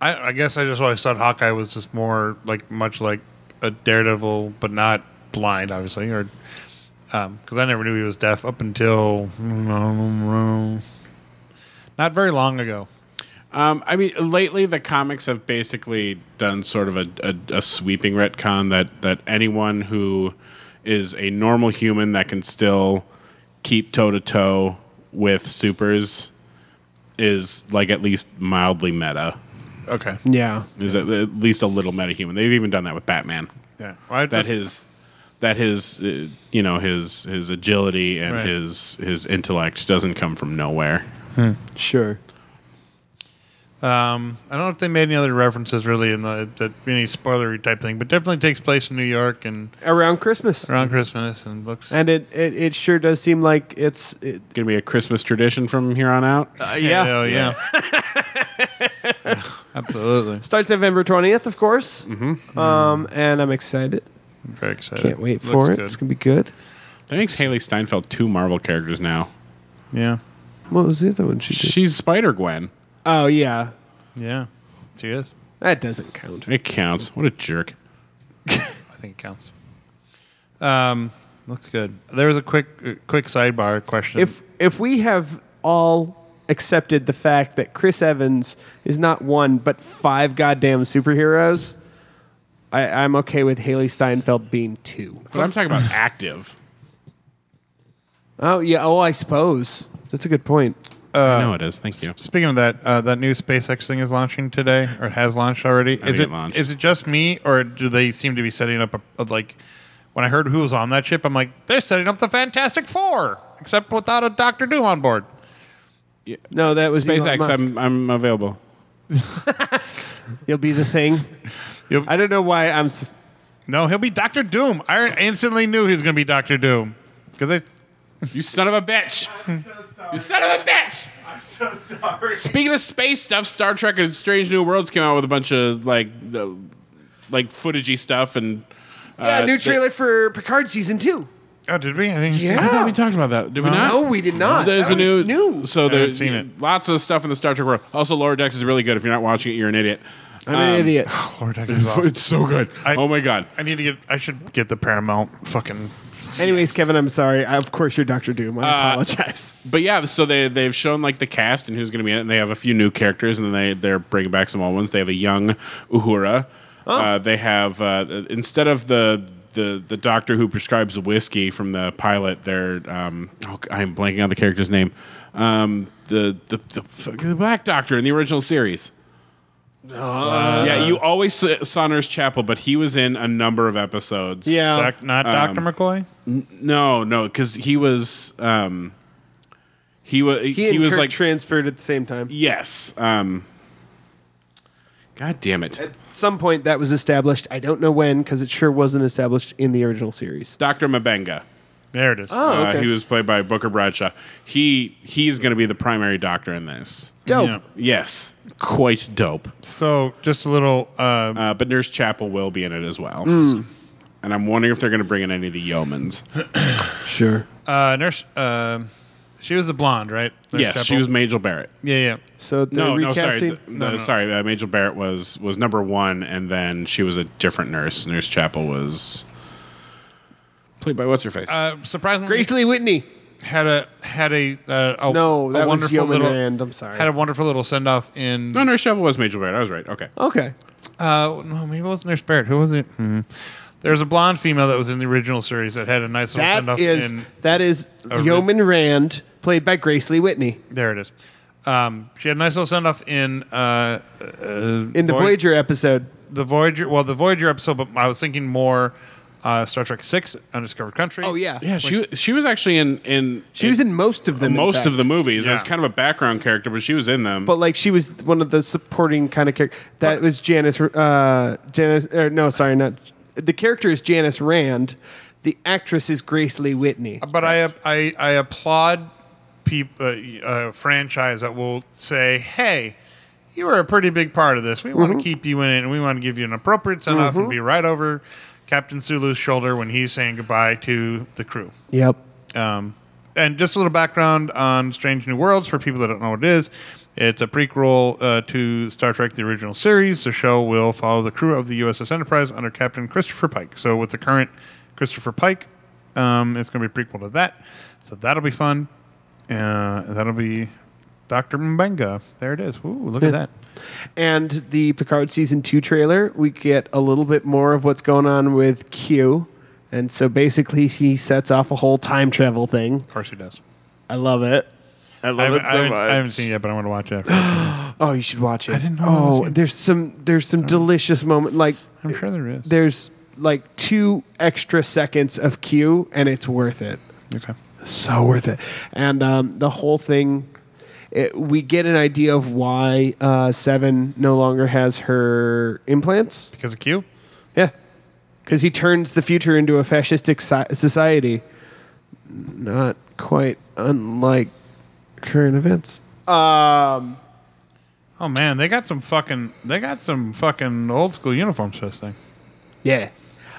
Speaker 4: I guess I just always thought Hawkeye was just more like much like a daredevil, but not blind, obviously, or because I never knew he was deaf up until not very long ago.
Speaker 3: Um, I mean, lately the comics have basically done sort of a, a, a sweeping retcon that that anyone who is a normal human that can still keep toe to toe with supers is like at least mildly meta.
Speaker 4: Okay,
Speaker 2: yeah,
Speaker 3: Is at, at least a little meta human. They've even done that with Batman.
Speaker 4: yeah, well, I
Speaker 3: That
Speaker 4: just-
Speaker 3: his that his uh, you know his his agility and
Speaker 4: Right.
Speaker 3: his his intellect doesn't come from nowhere.
Speaker 2: sure.
Speaker 4: Um, I don't know if they made any other references really in the that any spoilery type thing, but definitely takes place in New York and
Speaker 2: Around Christmas,
Speaker 4: around Christmas and looks.
Speaker 2: and it, it it sure does seem like it's it,
Speaker 3: Gonna be a Christmas tradition from here on out.
Speaker 4: Uh,
Speaker 2: yeah.
Speaker 4: yeah, yeah, Yeah, (laughs) absolutely.
Speaker 2: starts November twentieth, of course. Mm-hmm. Um, and I'm excited.
Speaker 4: I'm very excited.
Speaker 2: Can't wait
Speaker 4: Looks
Speaker 2: for it.
Speaker 4: good.
Speaker 2: It's gonna be good.
Speaker 3: That makes Haley Steinfeld two Marvel characters now.
Speaker 4: Yeah,
Speaker 2: What was the other one she did?
Speaker 3: She's Spider Gwen.
Speaker 2: oh yeah,
Speaker 4: yeah, she is.
Speaker 2: that doesn't count.
Speaker 3: It counts. What a jerk.
Speaker 4: I think it counts. Um, looks good. There was a quick, uh, quick sidebar question.
Speaker 2: If if we have all accepted the fact that Chris Evans is not one but five goddamn superheroes, I, I'm okay with Haley Steinfeld being two.
Speaker 3: But I'm talking about active.
Speaker 2: Oh yeah. Oh, I suppose that's a good point.
Speaker 3: I know it is. Thank you.
Speaker 4: Speaking of that, uh, that new SpaceX thing is launching today, or has launched already. Is
Speaker 3: think it
Speaker 4: it,
Speaker 3: launched.
Speaker 4: is it just me, or do they seem to be setting up a, a like? When I heard who was on that ship, I'm like, they're setting up the Fantastic Four, except without a Doctor Doom on board.
Speaker 2: No, that was Elon
Speaker 3: SpaceX.
Speaker 2: Musk.
Speaker 3: I'm I'm available.
Speaker 2: You'll be the thing.
Speaker 4: You'll-
Speaker 2: I don't know why I'm. s
Speaker 4: no, he'll be Doctor Doom. I instantly knew he was going to be Doctor Doom
Speaker 3: (laughs)
Speaker 4: because
Speaker 3: You son of a bitch. You son of a bitch.
Speaker 4: I'm so sorry.
Speaker 3: Speaking of space stuff, Star Trek and Strange New Worlds came out with a bunch of like the, like footagey stuff and
Speaker 2: yeah,
Speaker 3: uh,
Speaker 2: new
Speaker 3: they-
Speaker 2: trailer for Picard season two.
Speaker 4: Oh, did we? I didn't see
Speaker 2: Yeah.
Speaker 3: I thought we talked about that. Did we not?
Speaker 2: No, we did not.
Speaker 3: There's
Speaker 2: That
Speaker 3: a new,
Speaker 2: was new.
Speaker 3: So
Speaker 4: haven't
Speaker 3: there's
Speaker 4: seen it.
Speaker 3: lots of stuff in the Star Trek world. Also, Lower Decks is really good. If you're not watching it, you're an idiot. (laughs)
Speaker 2: I'm an idiot.
Speaker 4: Lord, I just-
Speaker 3: It's so good.
Speaker 4: I-
Speaker 3: oh my god.
Speaker 4: I need to get. I should get the Paramount fucking.
Speaker 2: Anyways, Kevin, I'm sorry. I, of course, you're Doctor Doom. I apologize.
Speaker 3: But yeah, so they they've shown like the cast and who's going to be in it, and they have a few new characters, and then they they're bringing back some old ones. They have a young Uhura.
Speaker 2: Oh.
Speaker 3: Uh, they have uh, instead of the the the doctor who prescribes whiskey from the pilot, they're um, oh, I'm blanking on the character's name. Um, the, the the fuck, the black doctor in the original series.
Speaker 2: Uh.
Speaker 3: yeah, you always saw saw Nurse Chapel, but he was in a number of episodes.
Speaker 2: Yeah.
Speaker 4: Doc, not
Speaker 3: Um,
Speaker 4: Doctor McCoy.
Speaker 3: No, no, because he was um, he was
Speaker 2: (laughs)
Speaker 3: he,
Speaker 2: He, and
Speaker 3: was
Speaker 2: Kirk
Speaker 3: like
Speaker 2: transferred at the same time.
Speaker 3: yes. Um, God damn it,
Speaker 2: At some point, that was established. I don't know when because it sure wasn't established in the original series.
Speaker 3: Doctor Mabenga.
Speaker 4: There it is.
Speaker 2: Oh,
Speaker 3: Uh,
Speaker 2: okay.
Speaker 3: he was played by Booker Bradshaw. He he's going to be the primary doctor in this.
Speaker 2: Dope.
Speaker 4: Yeah.
Speaker 3: Yes, quite dope.
Speaker 4: So just a little. Uh,
Speaker 3: Uh, but Nurse Chapel will be in it as well.
Speaker 2: Hmm.
Speaker 3: And I'm wondering if they're going to bring in any of the (laughs) yeomans.
Speaker 2: Sure.
Speaker 4: uh, nurse. Uh, she was the blonde, right? Nurse
Speaker 3: yes, she
Speaker 4: Chapel?
Speaker 3: was Majel Barrett.
Speaker 4: Yeah, yeah.
Speaker 2: So they're
Speaker 3: No, no, sorry,
Speaker 2: recasting.
Speaker 3: th- no, sorry. Uh, Majel Barrett was was number one, and then she was a different nurse. Nurse Chapel was played by what's her face?
Speaker 4: Uh, surprisingly,
Speaker 2: Grace Lee Whitney.
Speaker 4: had a had a uh, a,
Speaker 2: No, that
Speaker 4: a
Speaker 2: was
Speaker 4: wonderful
Speaker 2: Yeoman
Speaker 4: little
Speaker 2: Rand. I'm sorry.
Speaker 4: had a wonderful little send off in.
Speaker 3: no, Nurse Chapel was Majel Barrett. I was right. Okay,
Speaker 2: okay.
Speaker 4: Uh, no, maybe it wasn't Nurse Barrett. Who was it? Hmm. There was a blonde female that was in the original series that had a nice little send
Speaker 2: That
Speaker 4: off.
Speaker 2: is
Speaker 4: in,
Speaker 2: that is
Speaker 4: a-
Speaker 2: Yeoman Rand played by Grace Lee Whitney
Speaker 4: there it is. Um, she had a nice little send off in uh,
Speaker 2: in the
Speaker 4: Voy-
Speaker 2: Voyager episode.
Speaker 4: the Voyager. Well, the Voyager episode, but I was thinking more uh, Star Trek Six: Undiscovered Country.
Speaker 2: Oh yeah.
Speaker 3: yeah, she she was actually in in
Speaker 2: She was in most of them. in
Speaker 3: most of
Speaker 2: fact.
Speaker 3: the movies
Speaker 4: Yeah.
Speaker 3: as kind of a background character, but she was in them.
Speaker 2: But like she was one of the supporting kind of character. That was Janice. Uh, Janice. Or no, sorry, not the character is Janice Rand. The actress is Grace Lee Whitney.
Speaker 4: But I, I, I uh, applaud peop, uh, a franchise that will say, hey, you were a pretty big part of this. We want to keep you in it, and we want to give you an appropriate send off and be right over Captain Sulu's shoulder when he's saying goodbye to the crew.
Speaker 2: Yep.
Speaker 4: Um, and just a little background on Strange New Worlds for people that don't know what it is. It's a prequel uh, to Star Trek: The Original Series. The show will follow the crew of the USS Enterprise under Captain Christopher Pike. So with the current Christopher Pike, um, it's going to be a prequel to that. So that'll be fun. Uh, that'll be Doctor Mbenga. There it is. Ooh, look at that.
Speaker 2: And the Picard season two trailer, we get a little bit more of what's going on with Q. And so basically, he sets off a whole time travel thing.
Speaker 4: Of course he does.
Speaker 2: I love it. I love
Speaker 4: I haven't,
Speaker 2: it
Speaker 4: I
Speaker 2: so
Speaker 4: haven't-
Speaker 2: much.
Speaker 4: I haven't seen it yet, but I want to watch it. After.
Speaker 2: Oh, you should watch it. I
Speaker 4: didn't know that was
Speaker 2: Oh,
Speaker 4: you.
Speaker 2: there's some there's some delicious moment. Like
Speaker 4: I'm sure there is.
Speaker 2: there's like two extra seconds of Q, and it's worth it.
Speaker 4: okay.
Speaker 2: so worth it. And um, the whole thing, it, we get an idea of why uh, Seven no longer has her implants.
Speaker 4: Because of Q.
Speaker 2: Yeah, because he turns the future into a fascistic si- society. Not quite unlike current events.
Speaker 4: Oh man, they got some fucking they got some fucking old school uniforms for this thing.
Speaker 2: Yeah.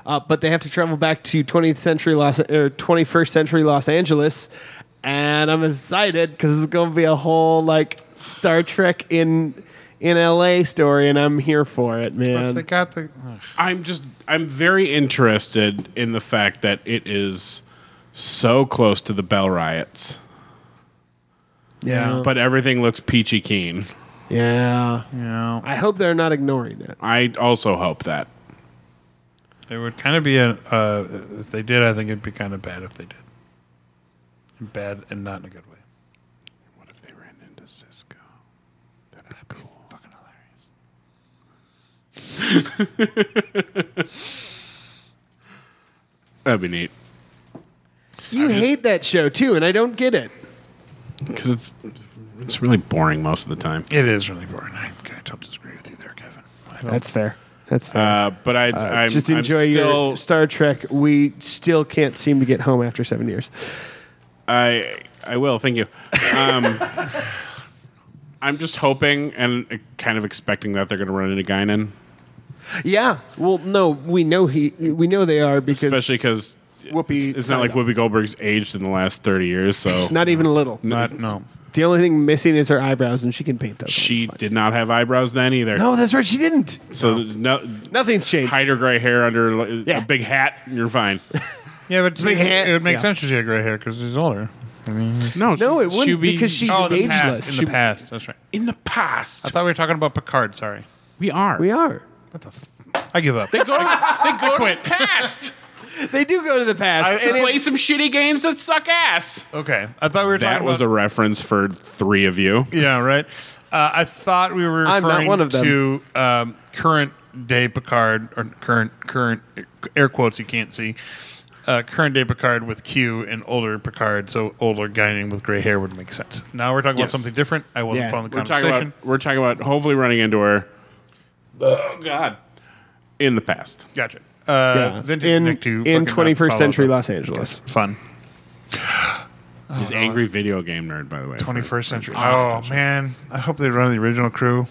Speaker 2: Uh, but they have to travel back to 20th century Los or 21st century Los Angeles, and I'm excited because it's going to be a whole like Star Trek in in LA story, and I'm here for it,
Speaker 4: But they
Speaker 2: man.
Speaker 4: got the ugh.
Speaker 3: I'm just I'm very interested in the fact that it is so close to the Bell riots,
Speaker 2: Yeah,
Speaker 3: but everything looks peachy keen.
Speaker 2: yeah.
Speaker 4: yeah.
Speaker 2: I hope they're not ignoring it.
Speaker 3: I also hope that.
Speaker 4: It would kind of be a uh, if they did, I think it'd be kind of bad if they did. Bad and not in a good way.
Speaker 3: What if they ran into Cisco? That'd be cool.
Speaker 4: Fucking hilarious.
Speaker 3: That'd be neat
Speaker 2: You
Speaker 3: just-
Speaker 2: hate that show too, and I don't get it.
Speaker 3: because it's it's really boring most of the time.
Speaker 4: It is really boring. I I don't disagree with you there, Kevin. I don't-
Speaker 2: That's fair. That's fair.
Speaker 3: Uh, but I I'm,
Speaker 2: Just
Speaker 3: I'm
Speaker 2: enjoy
Speaker 3: still,
Speaker 2: your Star Trek. We still can't seem to get home after seven years.
Speaker 3: I I will. Thank you. Um, (laughs) I'm just hoping and kind of expecting that they're going to run into Guinan,
Speaker 2: Yeah. Well, no, we know he. We know they are because
Speaker 3: especially because
Speaker 2: Whoopi
Speaker 3: It's, it's not like
Speaker 2: signed
Speaker 3: Whoopi Goldberg's aged in the last thirty
Speaker 2: (laughs)
Speaker 3: years, so
Speaker 2: Not even a little.
Speaker 4: not no.
Speaker 2: The only thing missing is her eyebrows, and she can paint those.
Speaker 3: she
Speaker 2: That's fine.
Speaker 3: did not have eyebrows then either.
Speaker 2: No, that's right. She didn't.
Speaker 3: so no.
Speaker 2: Nothing's changed.
Speaker 3: Hide her gray hair under like,
Speaker 2: Yeah.
Speaker 3: a big hat, and
Speaker 2: (laughs)
Speaker 3: you're fine.
Speaker 4: Yeah, but
Speaker 2: big
Speaker 4: it,
Speaker 2: hand-
Speaker 4: it would make
Speaker 2: yeah.
Speaker 4: sense if she had gray hair because she's older. I mean,
Speaker 3: No,
Speaker 2: No, it
Speaker 3: she's-
Speaker 2: wouldn't,
Speaker 3: she'll be-
Speaker 2: because she's-
Speaker 4: in Oh, the
Speaker 2: ageless.
Speaker 4: past. In
Speaker 2: She-
Speaker 4: the past, that's right.
Speaker 3: in the
Speaker 4: I
Speaker 3: past.
Speaker 4: thought we were talking about Picard. Sorry.
Speaker 3: We are.
Speaker 2: We are.
Speaker 4: What the? F- I give up.
Speaker 3: They go. To, they go to the past
Speaker 2: They do go to the past.
Speaker 4: uh,
Speaker 2: (laughs)
Speaker 3: to
Speaker 2: and it-
Speaker 3: play some shitty games that suck ass.
Speaker 4: Okay, I thought we were
Speaker 3: That
Speaker 4: talking
Speaker 3: was
Speaker 4: about.
Speaker 3: a reference for three of you.
Speaker 4: Yeah, right. Uh, I thought we were
Speaker 2: I'm
Speaker 4: referring
Speaker 2: not one of them.
Speaker 4: to um, current day Picard or current current air quotes you can't see. Uh, current day Picard with Q and older Picard, so older Guinan with gray hair would make sense. Now we're talking
Speaker 3: Yes.
Speaker 4: about something different. I wasn't
Speaker 2: Yeah.
Speaker 4: following the
Speaker 3: We're talking
Speaker 4: conversation.
Speaker 3: about. We're talking about hopefully running into her. Oh God! In the past.
Speaker 4: gotcha.
Speaker 2: Yeah.
Speaker 4: Uh, Vintage
Speaker 2: in
Speaker 4: Nick to
Speaker 2: in
Speaker 4: fucking
Speaker 2: 21st
Speaker 4: not follow
Speaker 2: century
Speaker 4: the-
Speaker 2: Los Angeles.
Speaker 4: Fun.
Speaker 3: He's
Speaker 2: Uh-huh.
Speaker 3: angry video game nerd, by the way.
Speaker 4: 21st century. Oh, man, I hope they run the original crew.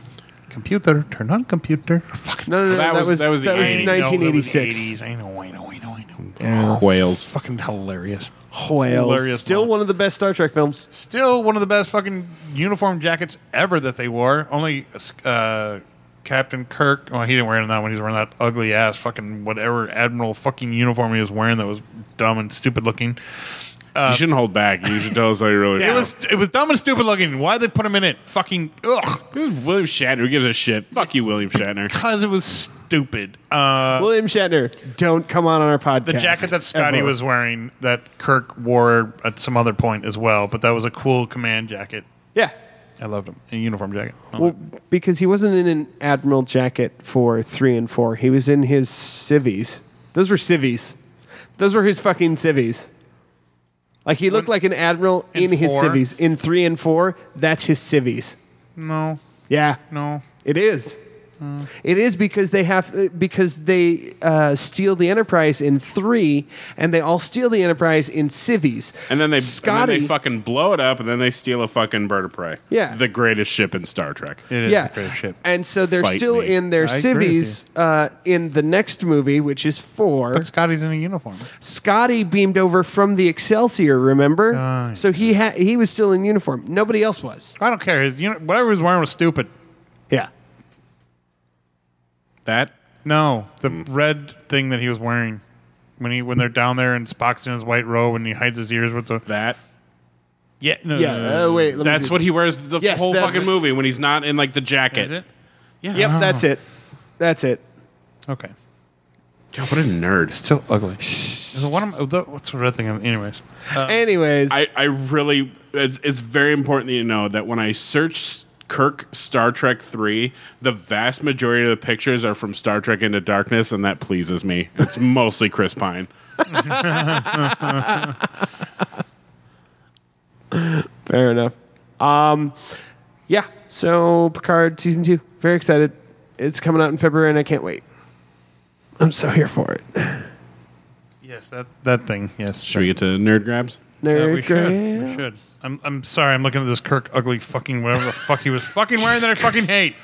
Speaker 4: Computer, turn on computer. Fucking
Speaker 2: No, no, no.
Speaker 3: That
Speaker 2: That,
Speaker 3: was-
Speaker 2: was
Speaker 3: that was the
Speaker 2: that was
Speaker 3: 80s.
Speaker 4: No, that
Speaker 2: 1986.
Speaker 4: was 80s. I know, I know, I know, I know.
Speaker 3: Whales.
Speaker 4: Fucking hilarious.
Speaker 2: Whales.
Speaker 4: Hilarious
Speaker 2: Still
Speaker 4: moment.
Speaker 2: one of the best Star Trek films.
Speaker 4: Still one of the best fucking uniform jackets ever that they wore. Only uh, Captain Kirk. Well, he didn't wear it in that one. He was wearing that ugly ass fucking whatever admiral fucking uniform he was wearing that was dumb and stupid looking.
Speaker 2: Uh,
Speaker 3: you shouldn't hold back. You should tell us how you really.
Speaker 4: It was it was dumb and stupid looking. Why they put him in it? Fucking ugh.
Speaker 3: William Shatner. Who gives a shit? Fuck you, William Shatner.
Speaker 4: Because it was stupid. Uh,
Speaker 2: William Shatner, don't come on on our podcast.
Speaker 4: the jacket that Scotty
Speaker 2: ever.
Speaker 4: was wearing that Kirk wore at some other point as well, but that was a cool command jacket.
Speaker 2: Yeah.
Speaker 4: I loved him. A uniform jacket. Oh,
Speaker 2: Well, because he wasn't in an admiral jacket for three and four. He was in his civvies. Those were civvies. Those were his fucking civvies. Like he looked like an admiral
Speaker 4: In
Speaker 2: in, his
Speaker 4: four?
Speaker 2: civvies. In three and four, that's his civvies.
Speaker 4: no, Mm.
Speaker 2: Yeah,
Speaker 4: no.
Speaker 2: it is. It is because they have uh, because they uh, steal the Enterprise in three, and they all steal the Enterprise in civvies.
Speaker 3: And then they and
Speaker 2: Scotty,
Speaker 3: then they fucking blow it up, and then they steal a fucking bird of prey.
Speaker 2: Yeah.
Speaker 3: the greatest ship in Star Trek.
Speaker 4: It is
Speaker 2: yeah,
Speaker 4: a great ship.
Speaker 2: and so they're
Speaker 3: Fight
Speaker 2: still
Speaker 3: me.
Speaker 2: in their
Speaker 4: I agree with
Speaker 2: civvies uh, in the next movie, which is four.
Speaker 4: But Scotty's in a uniform.
Speaker 2: Scotty beamed over from the Excelsior, remember?
Speaker 4: Right.
Speaker 2: So he ha- he was still in uniform. Nobody else was.
Speaker 4: I don't care. His uni- whatever he was wearing was stupid.
Speaker 2: Yeah.
Speaker 3: That
Speaker 4: No, the red thing that he was wearing when he when they're down there and Spock's in his white robe and he hides his ears with the
Speaker 3: that
Speaker 4: yeah no, no, no,
Speaker 2: Yeah.
Speaker 4: no.
Speaker 2: Uh, wait. Let me
Speaker 3: that's
Speaker 2: see.
Speaker 3: what he wears the
Speaker 2: Yes,
Speaker 3: whole
Speaker 2: that's-
Speaker 3: fucking movie when he's not in like the jacket.
Speaker 4: is it Oh,
Speaker 2: Yep. That's it. That's it.
Speaker 4: okay.
Speaker 3: God, what a nerd!
Speaker 4: So ugly. So what am I, oh, the, what's the red thing? Um, Anyways,
Speaker 2: Anyways,
Speaker 3: I I really it's, it's very important that you know that when I search Kirk Star Trek three, the vast majority of the pictures are from Star Trek Into Darkness, and that pleases me. (laughs) It's mostly Chris Pine.
Speaker 2: fair enough. Um, yeah. So Picard season two. Very excited. It's coming out in February, and I can't wait. I'm so here for it.
Speaker 4: yes, that that thing. Yes,
Speaker 3: Should we get to nerd grabs?
Speaker 4: Yeah,
Speaker 2: Nerd
Speaker 4: we should. We
Speaker 2: grab.
Speaker 4: should. I'm, I'm sorry. I'm looking at this Kirk ugly fucking whatever the fuck he was fucking wearing (laughs) that I fucking hate.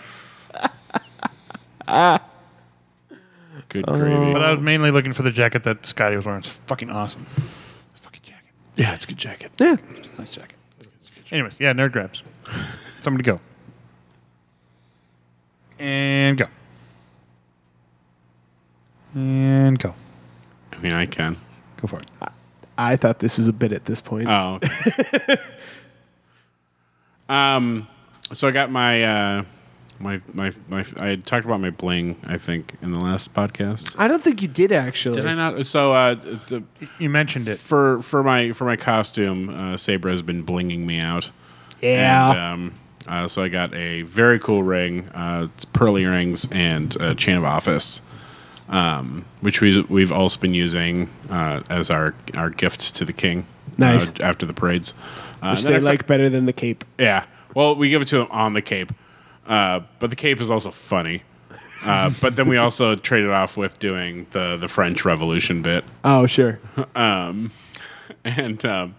Speaker 3: Good gravy.
Speaker 4: But I was mainly looking for the jacket that Scotty was wearing. It's fucking awesome. Fucking jacket.
Speaker 3: Yeah, it's a good jacket.
Speaker 2: Yeah.
Speaker 4: Nice jacket. Anyways, yeah, nerd grabs. Somebody go. And go. And go.
Speaker 3: I mean, I can.
Speaker 4: Go for it.
Speaker 2: I thought this was a bit at this point.
Speaker 3: Oh. (laughs) okay. um. So I got my uh, my my my. I had talked about my bling. I think in the last podcast.
Speaker 2: I don't think you did actually.
Speaker 3: Did I not? So uh, the,
Speaker 4: You mentioned it.
Speaker 3: for for my for my costume, uh, Sabra has been blinging me out.
Speaker 2: Yeah.
Speaker 3: And, um, uh, so I got a very cool ring, uh, it's pearl earrings, and a chain of office, um, which we we've also been using uh, as our our gift to the king.
Speaker 2: Nice.
Speaker 3: uh, after the parades, uh,
Speaker 2: Which
Speaker 3: and then
Speaker 2: they
Speaker 3: I fo-
Speaker 2: like better than the cape.
Speaker 3: yeah. Well, we give it to him on the cape, uh, but the cape is also funny. Uh, but then we also (laughs) traded off with doing the the French Revolution bit,
Speaker 2: Oh
Speaker 3: (laughs)
Speaker 2: sure.
Speaker 3: and um,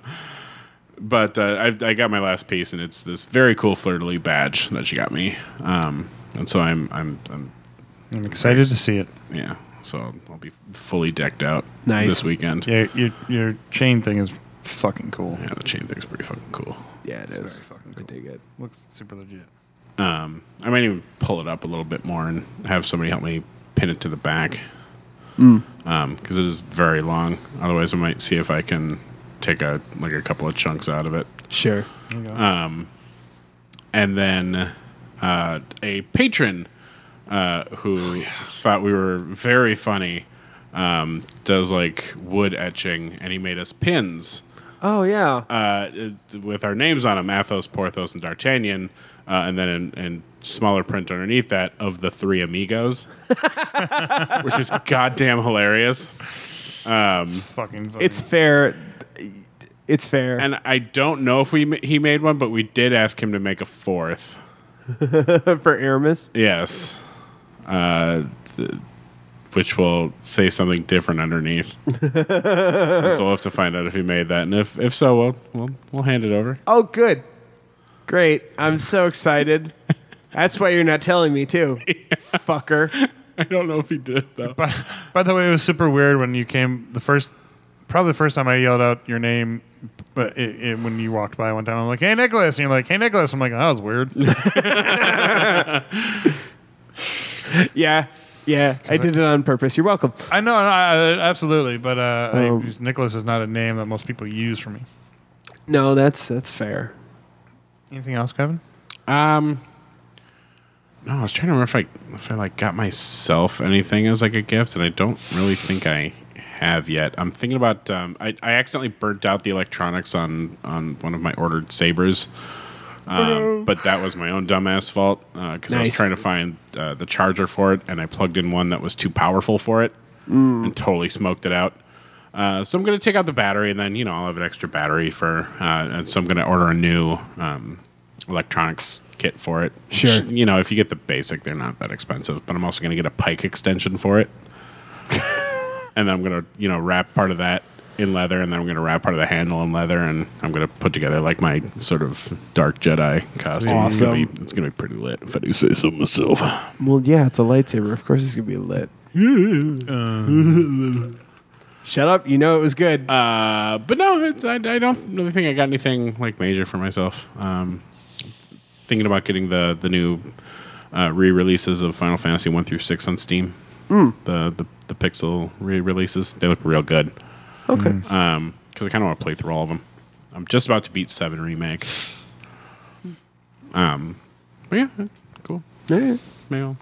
Speaker 3: but uh, I, I got my last piece, and it's this very cool fleur de lis badge that she got me, um, and so I'm I'm, I'm
Speaker 4: I'm excited to see it.
Speaker 3: yeah. So I'll be fully decked out
Speaker 2: Nice.
Speaker 3: this weekend.
Speaker 4: Yeah, your, your chain thing is fucking cool.
Speaker 3: yeah, the chain thing's pretty fucking cool.
Speaker 2: Yeah, it is.
Speaker 4: is. very fucking I cool.
Speaker 2: dig it.
Speaker 4: Looks super legit.
Speaker 3: I might even pull it up a little bit more and have somebody help me pin it to the back. Because it is very long. Otherwise, I might see if I can take a like a couple of chunks out of it.
Speaker 2: Sure.
Speaker 4: There you go.
Speaker 3: And then uh, a patron uh, who thought we were very funny um, does like wood etching, and he made us pins.
Speaker 2: Oh yeah.
Speaker 3: uh, it- with our names on them Athos, Porthos, and D'Artagnan, uh, and then in, in smaller print underneath that of the three amigos, (laughs) which is goddamn hilarious.
Speaker 4: fucking funny.
Speaker 2: it's fair. It's fair.
Speaker 3: And I don't know if we ma- he made one, but we did ask him to make a fourth.
Speaker 2: (laughs) for Aramis.
Speaker 3: Yes. Uh, th- which will say something different underneath. And so we'll have to find out if he made that. And if, if so, we'll, we'll, we'll hand it over. (laughs)
Speaker 2: Oh, good. Great. I'm so excited. That's why you're not telling me,
Speaker 3: (laughs)
Speaker 2: too. Fucker.
Speaker 3: I don't know if he did, though.
Speaker 4: (laughs) By, by the way, it was super weird when you came the first, probably the first time I yelled out your name, but it, it, when you walked by one time, I'm like, "Hey, Nicholas," and you're like, "Hey, Nicholas." I'm like, "Oh, "That was weird." (laughs)
Speaker 2: Yeah. Yeah. I did it on purpose. You're welcome.
Speaker 4: I know, no, I, I- absolutely, but uh, I-
Speaker 2: Um,
Speaker 4: Nicholas is not a name that most people use for me.
Speaker 2: No, that's that's fair.
Speaker 4: Anything else, Kevin?
Speaker 3: Um, no, I was trying to remember if I if I like got myself anything as like a gift, and I don't really think I have yet. I'm thinking about um, I I accidentally burnt out the electronics on on one of my ordered sabers. Um, but that was my own dumbass fault because I was
Speaker 2: Nice.
Speaker 3: trying to find uh, the charger for it, and I plugged in one that was too powerful for it, and totally smoked it out. Uh, so I'm going to take out the battery, and then you know I'll have an extra battery for. Uh, and so I'm going to order a new um, electronics kit for it.
Speaker 2: Sure.
Speaker 3: Which, you know, if you get the basic, they're not that expensive. But I'm also going to get a Pike extension
Speaker 2: (laughs)
Speaker 3: for it, and then I'm going to you know wrap part of that in leather, and then I'm going to wrap part of the handle in leather, and I'm going to put together like my sort of dark Jedi costume. It's gonna
Speaker 2: Awesome.
Speaker 3: be- It's going to be pretty lit if I do say so myself.
Speaker 2: Well, yeah, it's a lightsaber. Of course, it's gonna be lit. (laughs) Shut up! You know it was good.
Speaker 3: Uh, but no, it's, I, I don't really think I got anything like major for myself. Um, thinking about getting the the new uh, re-releases of Final Fantasy one through six on Steam. The, the the pixel re-releases they look real good.
Speaker 2: okay.
Speaker 3: Because I kind of want to play through all of them. I'm just about to beat seven remake. Um, but yeah, cool.
Speaker 2: All right.
Speaker 3: Maybe I'll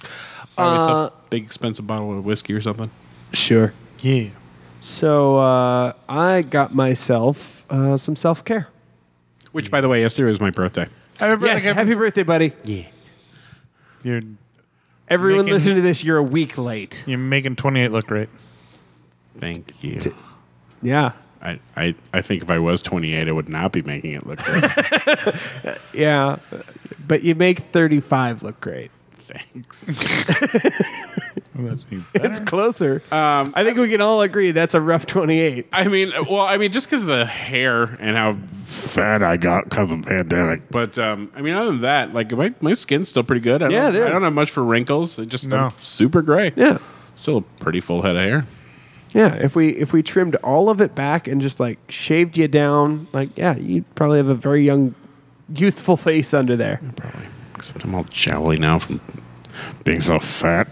Speaker 3: buy myself a big expensive bottle of whiskey or something.
Speaker 2: Sure.
Speaker 4: Yeah.
Speaker 2: So uh, I got myself uh, some self care.
Speaker 3: Which, by the way, yesterday was my birthday.
Speaker 4: Happy
Speaker 2: Yes. Happy birthday, buddy!
Speaker 3: Yeah.
Speaker 4: you're
Speaker 2: Everyone
Speaker 4: Making-
Speaker 2: listening to this, you're a week late.
Speaker 4: you're making 28 look great.
Speaker 3: Thank you.
Speaker 2: Yeah.
Speaker 3: I, I, I think if I was 28, I would not be making it look good.
Speaker 2: Yeah. But you make 35 look great. (laughs)
Speaker 3: Thanks.
Speaker 2: It's closer. Um, I think we can all agree that's a rough 28.
Speaker 3: (laughs) I mean, well, I mean, just because of the hair and how fat I got because of the pandemic. But um, I mean, other than that, like my, my skin's still pretty good. I
Speaker 2: Yeah,
Speaker 3: don't,
Speaker 2: it is.
Speaker 3: I don't have much for wrinkles. It just
Speaker 4: No.
Speaker 3: I'm super gray.
Speaker 2: Yeah.
Speaker 3: Still a pretty full head of hair.
Speaker 2: Yeah, if we if we trimmed all of it back and just like shaved you down, like yeah, you'd probably have a very young, youthful (laughs) face under there.
Speaker 3: Probably. Except I'm all jowly now from being so fat.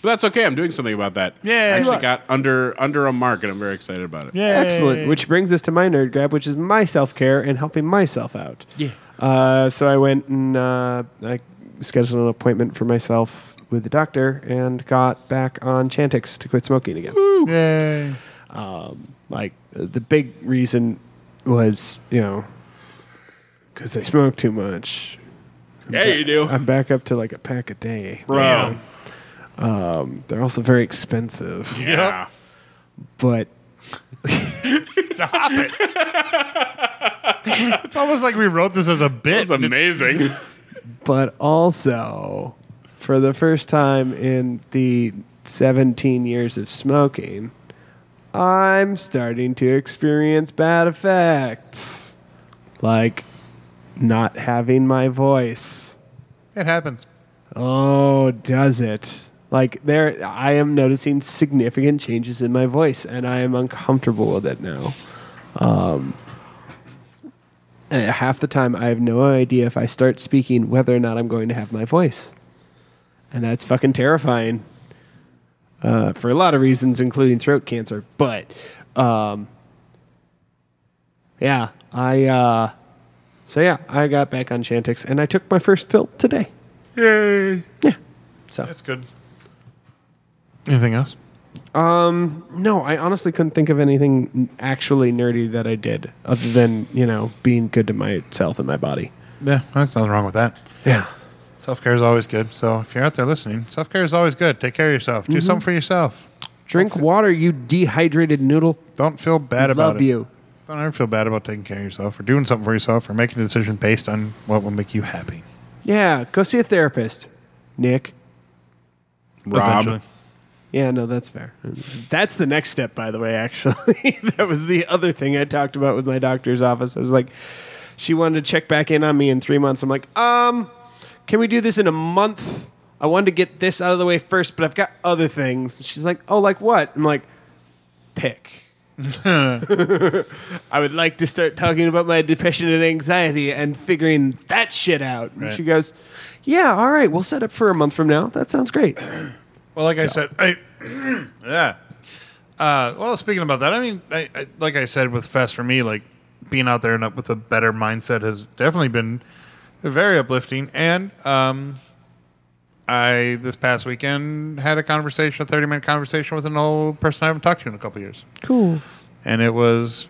Speaker 3: But that's okay. I'm doing something about that. I
Speaker 4: Yeah. Good
Speaker 3: actually
Speaker 4: luck.
Speaker 3: got under under a mark, and I'm very excited about it.
Speaker 4: Yeah.
Speaker 2: Excellent. Which brings us to my nerd grab, which is my self care and helping myself out.
Speaker 3: Yeah.
Speaker 2: Uh, so I went and uh, I scheduled an appointment for myself with the doctor and got back on Chantix to quit smoking again.
Speaker 4: Yay.
Speaker 2: like uh, the big reason was you know because I smoke too much.
Speaker 3: Yeah, you do,
Speaker 2: I'm back up to like a pack a day.
Speaker 3: bro.
Speaker 4: Damn.
Speaker 2: They're also very expensive,
Speaker 4: (laughs)
Speaker 3: Yeah.
Speaker 2: but
Speaker 4: (laughs) It's almost like we wrote this as a bit.
Speaker 3: That's (laughs) amazing.
Speaker 2: but also for the first time in the 17 years of smoking, I'm starting to experience bad effects, like not having my voice.
Speaker 4: It happens.
Speaker 2: Oh, does it? Like there I am noticing significant changes in my voice and I am uncomfortable with it now. Um eh, half the time I have no idea if I start speaking whether or not I'm going to have my voice. And that's fucking terrifying. Uh, for a lot of reasons including throat cancer, but um yeah, I uh so yeah, I got back on Chantix and I took my first pill today.
Speaker 4: Yay.
Speaker 2: Yeah. So
Speaker 4: That's good. Anything else?
Speaker 2: no, I honestly couldn't think of anything actually nerdy that I did other than you know being good to myself and my body.
Speaker 4: Yeah, that's nothing wrong with that.
Speaker 2: Yeah.
Speaker 4: Self care is always good. So if you're out there listening, self care is always good. Take care of yourself.
Speaker 2: Mm-hmm.
Speaker 4: Do something for yourself.
Speaker 2: Drink water, you dehydrated noodle.
Speaker 4: Don't feel bad about
Speaker 2: Love
Speaker 4: it.
Speaker 2: you.
Speaker 4: Don't ever feel bad about taking care of yourself or doing something for yourself or making a decision based on what will make you happy.
Speaker 2: Yeah, go see a therapist, Nick.
Speaker 3: Rob.
Speaker 2: Yeah, no, that's fair. That's the next step, by the way, actually. (laughs) that was the other thing I talked about with my doctor's office. I was like, she wanted to check back in on me in three months. I'm like, um, can we do this in a month? I wanted to get this out of the way first, but I've got other things. She's like, oh, like what? I'm like, pick. I would like to start talking about my depression and anxiety and figuring that shit out. And
Speaker 4: Right.
Speaker 2: she goes, yeah, all right, we'll set up for a month from now. That sounds great.
Speaker 4: Well, like I said, I, (clears throat) yeah. Uh, well, speaking about that, I mean, I, I, like I said with Fest for me, like being out there and up with a better mindset has definitely been very uplifting. And um, I this past weekend had a conversation, a thirty minute conversation with an old person I haven't talked to in a couple years,
Speaker 2: Cool.
Speaker 4: and it was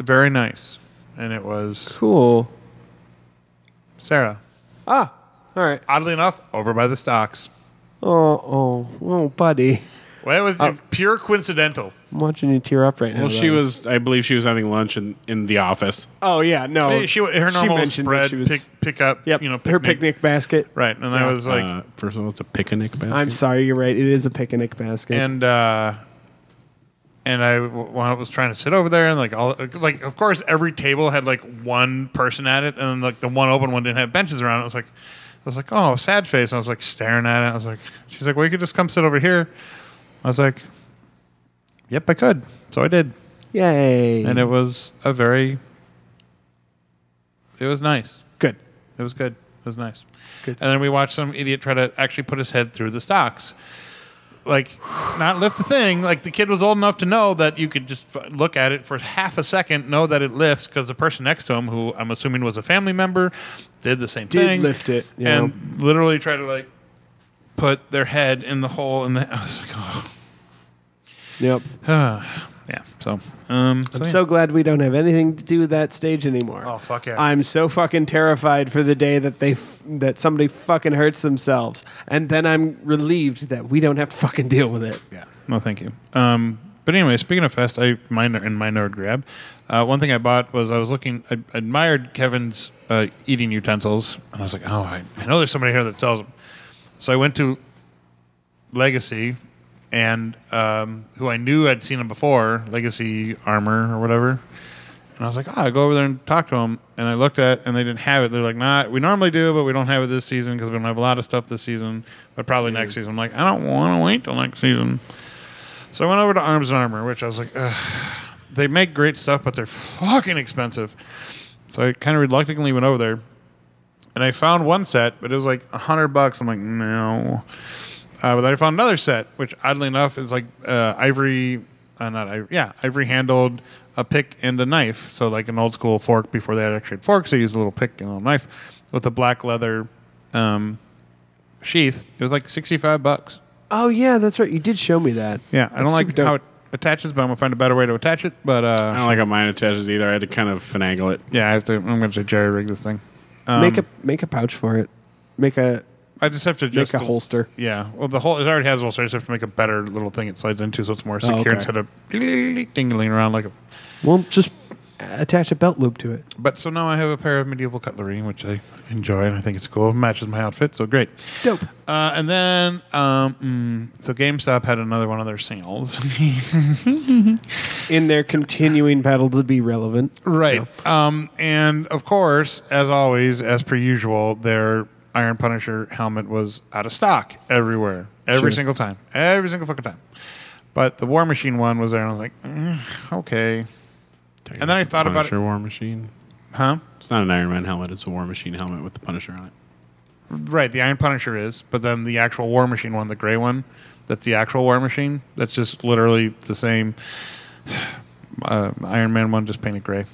Speaker 4: very nice. And it was
Speaker 2: Cool.
Speaker 4: Sarah.
Speaker 2: Ah, all right.
Speaker 4: Oddly enough, over by the stocks.
Speaker 2: Oh, oh, oh, buddy.
Speaker 4: Well, it was
Speaker 2: Uh,
Speaker 4: pure coincidental.
Speaker 2: I'm watching you tear up right now.
Speaker 3: Well, she
Speaker 4: uh,
Speaker 2: though.
Speaker 3: was, I believe, she was having lunch in, in the office.
Speaker 2: Oh yeah, no.
Speaker 4: Hey, she, her
Speaker 2: she
Speaker 4: normal
Speaker 2: mentioned that
Speaker 4: spread
Speaker 2: she was-
Speaker 4: pick, pick up,
Speaker 2: Yep,
Speaker 4: you know,
Speaker 2: her picnic basket.
Speaker 4: Right, and I was like,
Speaker 3: uh, first of all, it's a picnic basket.
Speaker 2: I'm sorry, you're right. It is a picnic basket.
Speaker 4: and uh, and I w- when I was trying to sit over there, and like all like of course every table had like one person at it, and then like the one open one didn't have benches around. It I was like, I was like, oh, sad face. And I was like staring at it. I was like, she's like, well, you could just come sit over here. I was like, yep, I could. So I did,
Speaker 2: Yay!
Speaker 4: and it was a very, it was nice.
Speaker 2: good.
Speaker 4: It was good. It was nice. And then we watched some idiot try to actually put his head through the stocks. Like, not lift the thing. Like, the kid was old enough to know that you could just f- look at it for half a second, know that it lifts, because the person next to him, who I'm assuming was a family member, did the same
Speaker 2: Did
Speaker 4: thing.
Speaker 2: lift it, you
Speaker 4: And literally try to, like, put their head in the hole. And the, (laughs) I was like, oh.
Speaker 2: Yep.
Speaker 4: Yeah. So, um, so,
Speaker 2: I'm
Speaker 4: yeah.
Speaker 2: so glad we don't have anything to do with that stage anymore.
Speaker 4: Oh, fuck yeah.
Speaker 2: I'm so fucking terrified for the day that they f- that somebody fucking hurts themselves, and then I'm relieved that we don't have to fucking deal with it.
Speaker 4: Yeah. No, thank you. Um, but anyway, speaking of Fest, I minor in my nerd grab. Uh, one thing I bought was I was looking. I admired Kevin's uh, eating utensils, and I was like, oh, I, I know there's somebody here that sells them. So I went to Legacy, and um, who I knew I'd seen him before, Legacy Armor or whatever. And I was like, oh, I go over there and talk to them. And I looked at, and they didn't have it. They're like, nah, we normally do, but we don't have it this season because we don't have a lot of stuff this season, but probably next season. I'm like, I don't want to wait till next season. So I went over to Arms and Armor, which I was like, Ugh, they make great stuff, but they're fucking expensive. So I kind of reluctantly went over there, and I found one set, but it was like a hundred bucks. I'm like, no. Uh, but then I found another set, which oddly enough is like uh, ivory, uh, not ivory, yeah, ivory handled, a pick and a knife. So like an old school fork before they had actually had forks, they used a little pick and a little knife with a black leather um, sheath. It was like sixty five bucks.
Speaker 2: Oh yeah, that's right. You did show me that.
Speaker 4: Yeah, I
Speaker 2: That's
Speaker 4: don't like
Speaker 2: super dope.
Speaker 4: how it attaches, but I'm gonna find a better way to attach it. But
Speaker 3: I
Speaker 4: uh,
Speaker 3: don't like how mine attaches either. I had to kind of finagle it.
Speaker 4: yeah, I have to. I'm gonna say jerry rig this thing. Um,
Speaker 2: make a make a pouch for it. Make a
Speaker 4: I just have to
Speaker 2: make
Speaker 4: just
Speaker 2: a holster.
Speaker 4: Yeah, well, the whole it already has a holster. I just have to make a better little thing it slides into, so it's more secure
Speaker 2: Oh, okay.
Speaker 4: instead of dingling around like a.
Speaker 2: Well, just attach a belt loop to it.
Speaker 4: But so now I have a pair of medieval cutlery, which I enjoy and I think it's cool. It matches my outfit, so great.
Speaker 2: Dope.
Speaker 4: Uh, and then, um, mm, so GameStop had another one of their sales. (laughs)
Speaker 2: In their continuing battle to be relevant.
Speaker 4: Right. Um, and of course, as always, as per usual, their Iron Punisher helmet was out of stock everywhere, every
Speaker 2: Sure.
Speaker 4: single time, every single fucking time. But the War Machine one was there, and I was like, "Mm, okay, And then I
Speaker 3: It's a
Speaker 4: thought about it-
Speaker 3: Punisher War Machine.
Speaker 4: huh?
Speaker 3: It's not an Iron Man helmet. It's a War Machine helmet with the Punisher on it.
Speaker 4: Right. The Iron Punisher is, but then the actual War Machine one, the gray one, that's the actual War Machine. That's just literally the same. (sighs) Uh, Iron Man one just painted gray.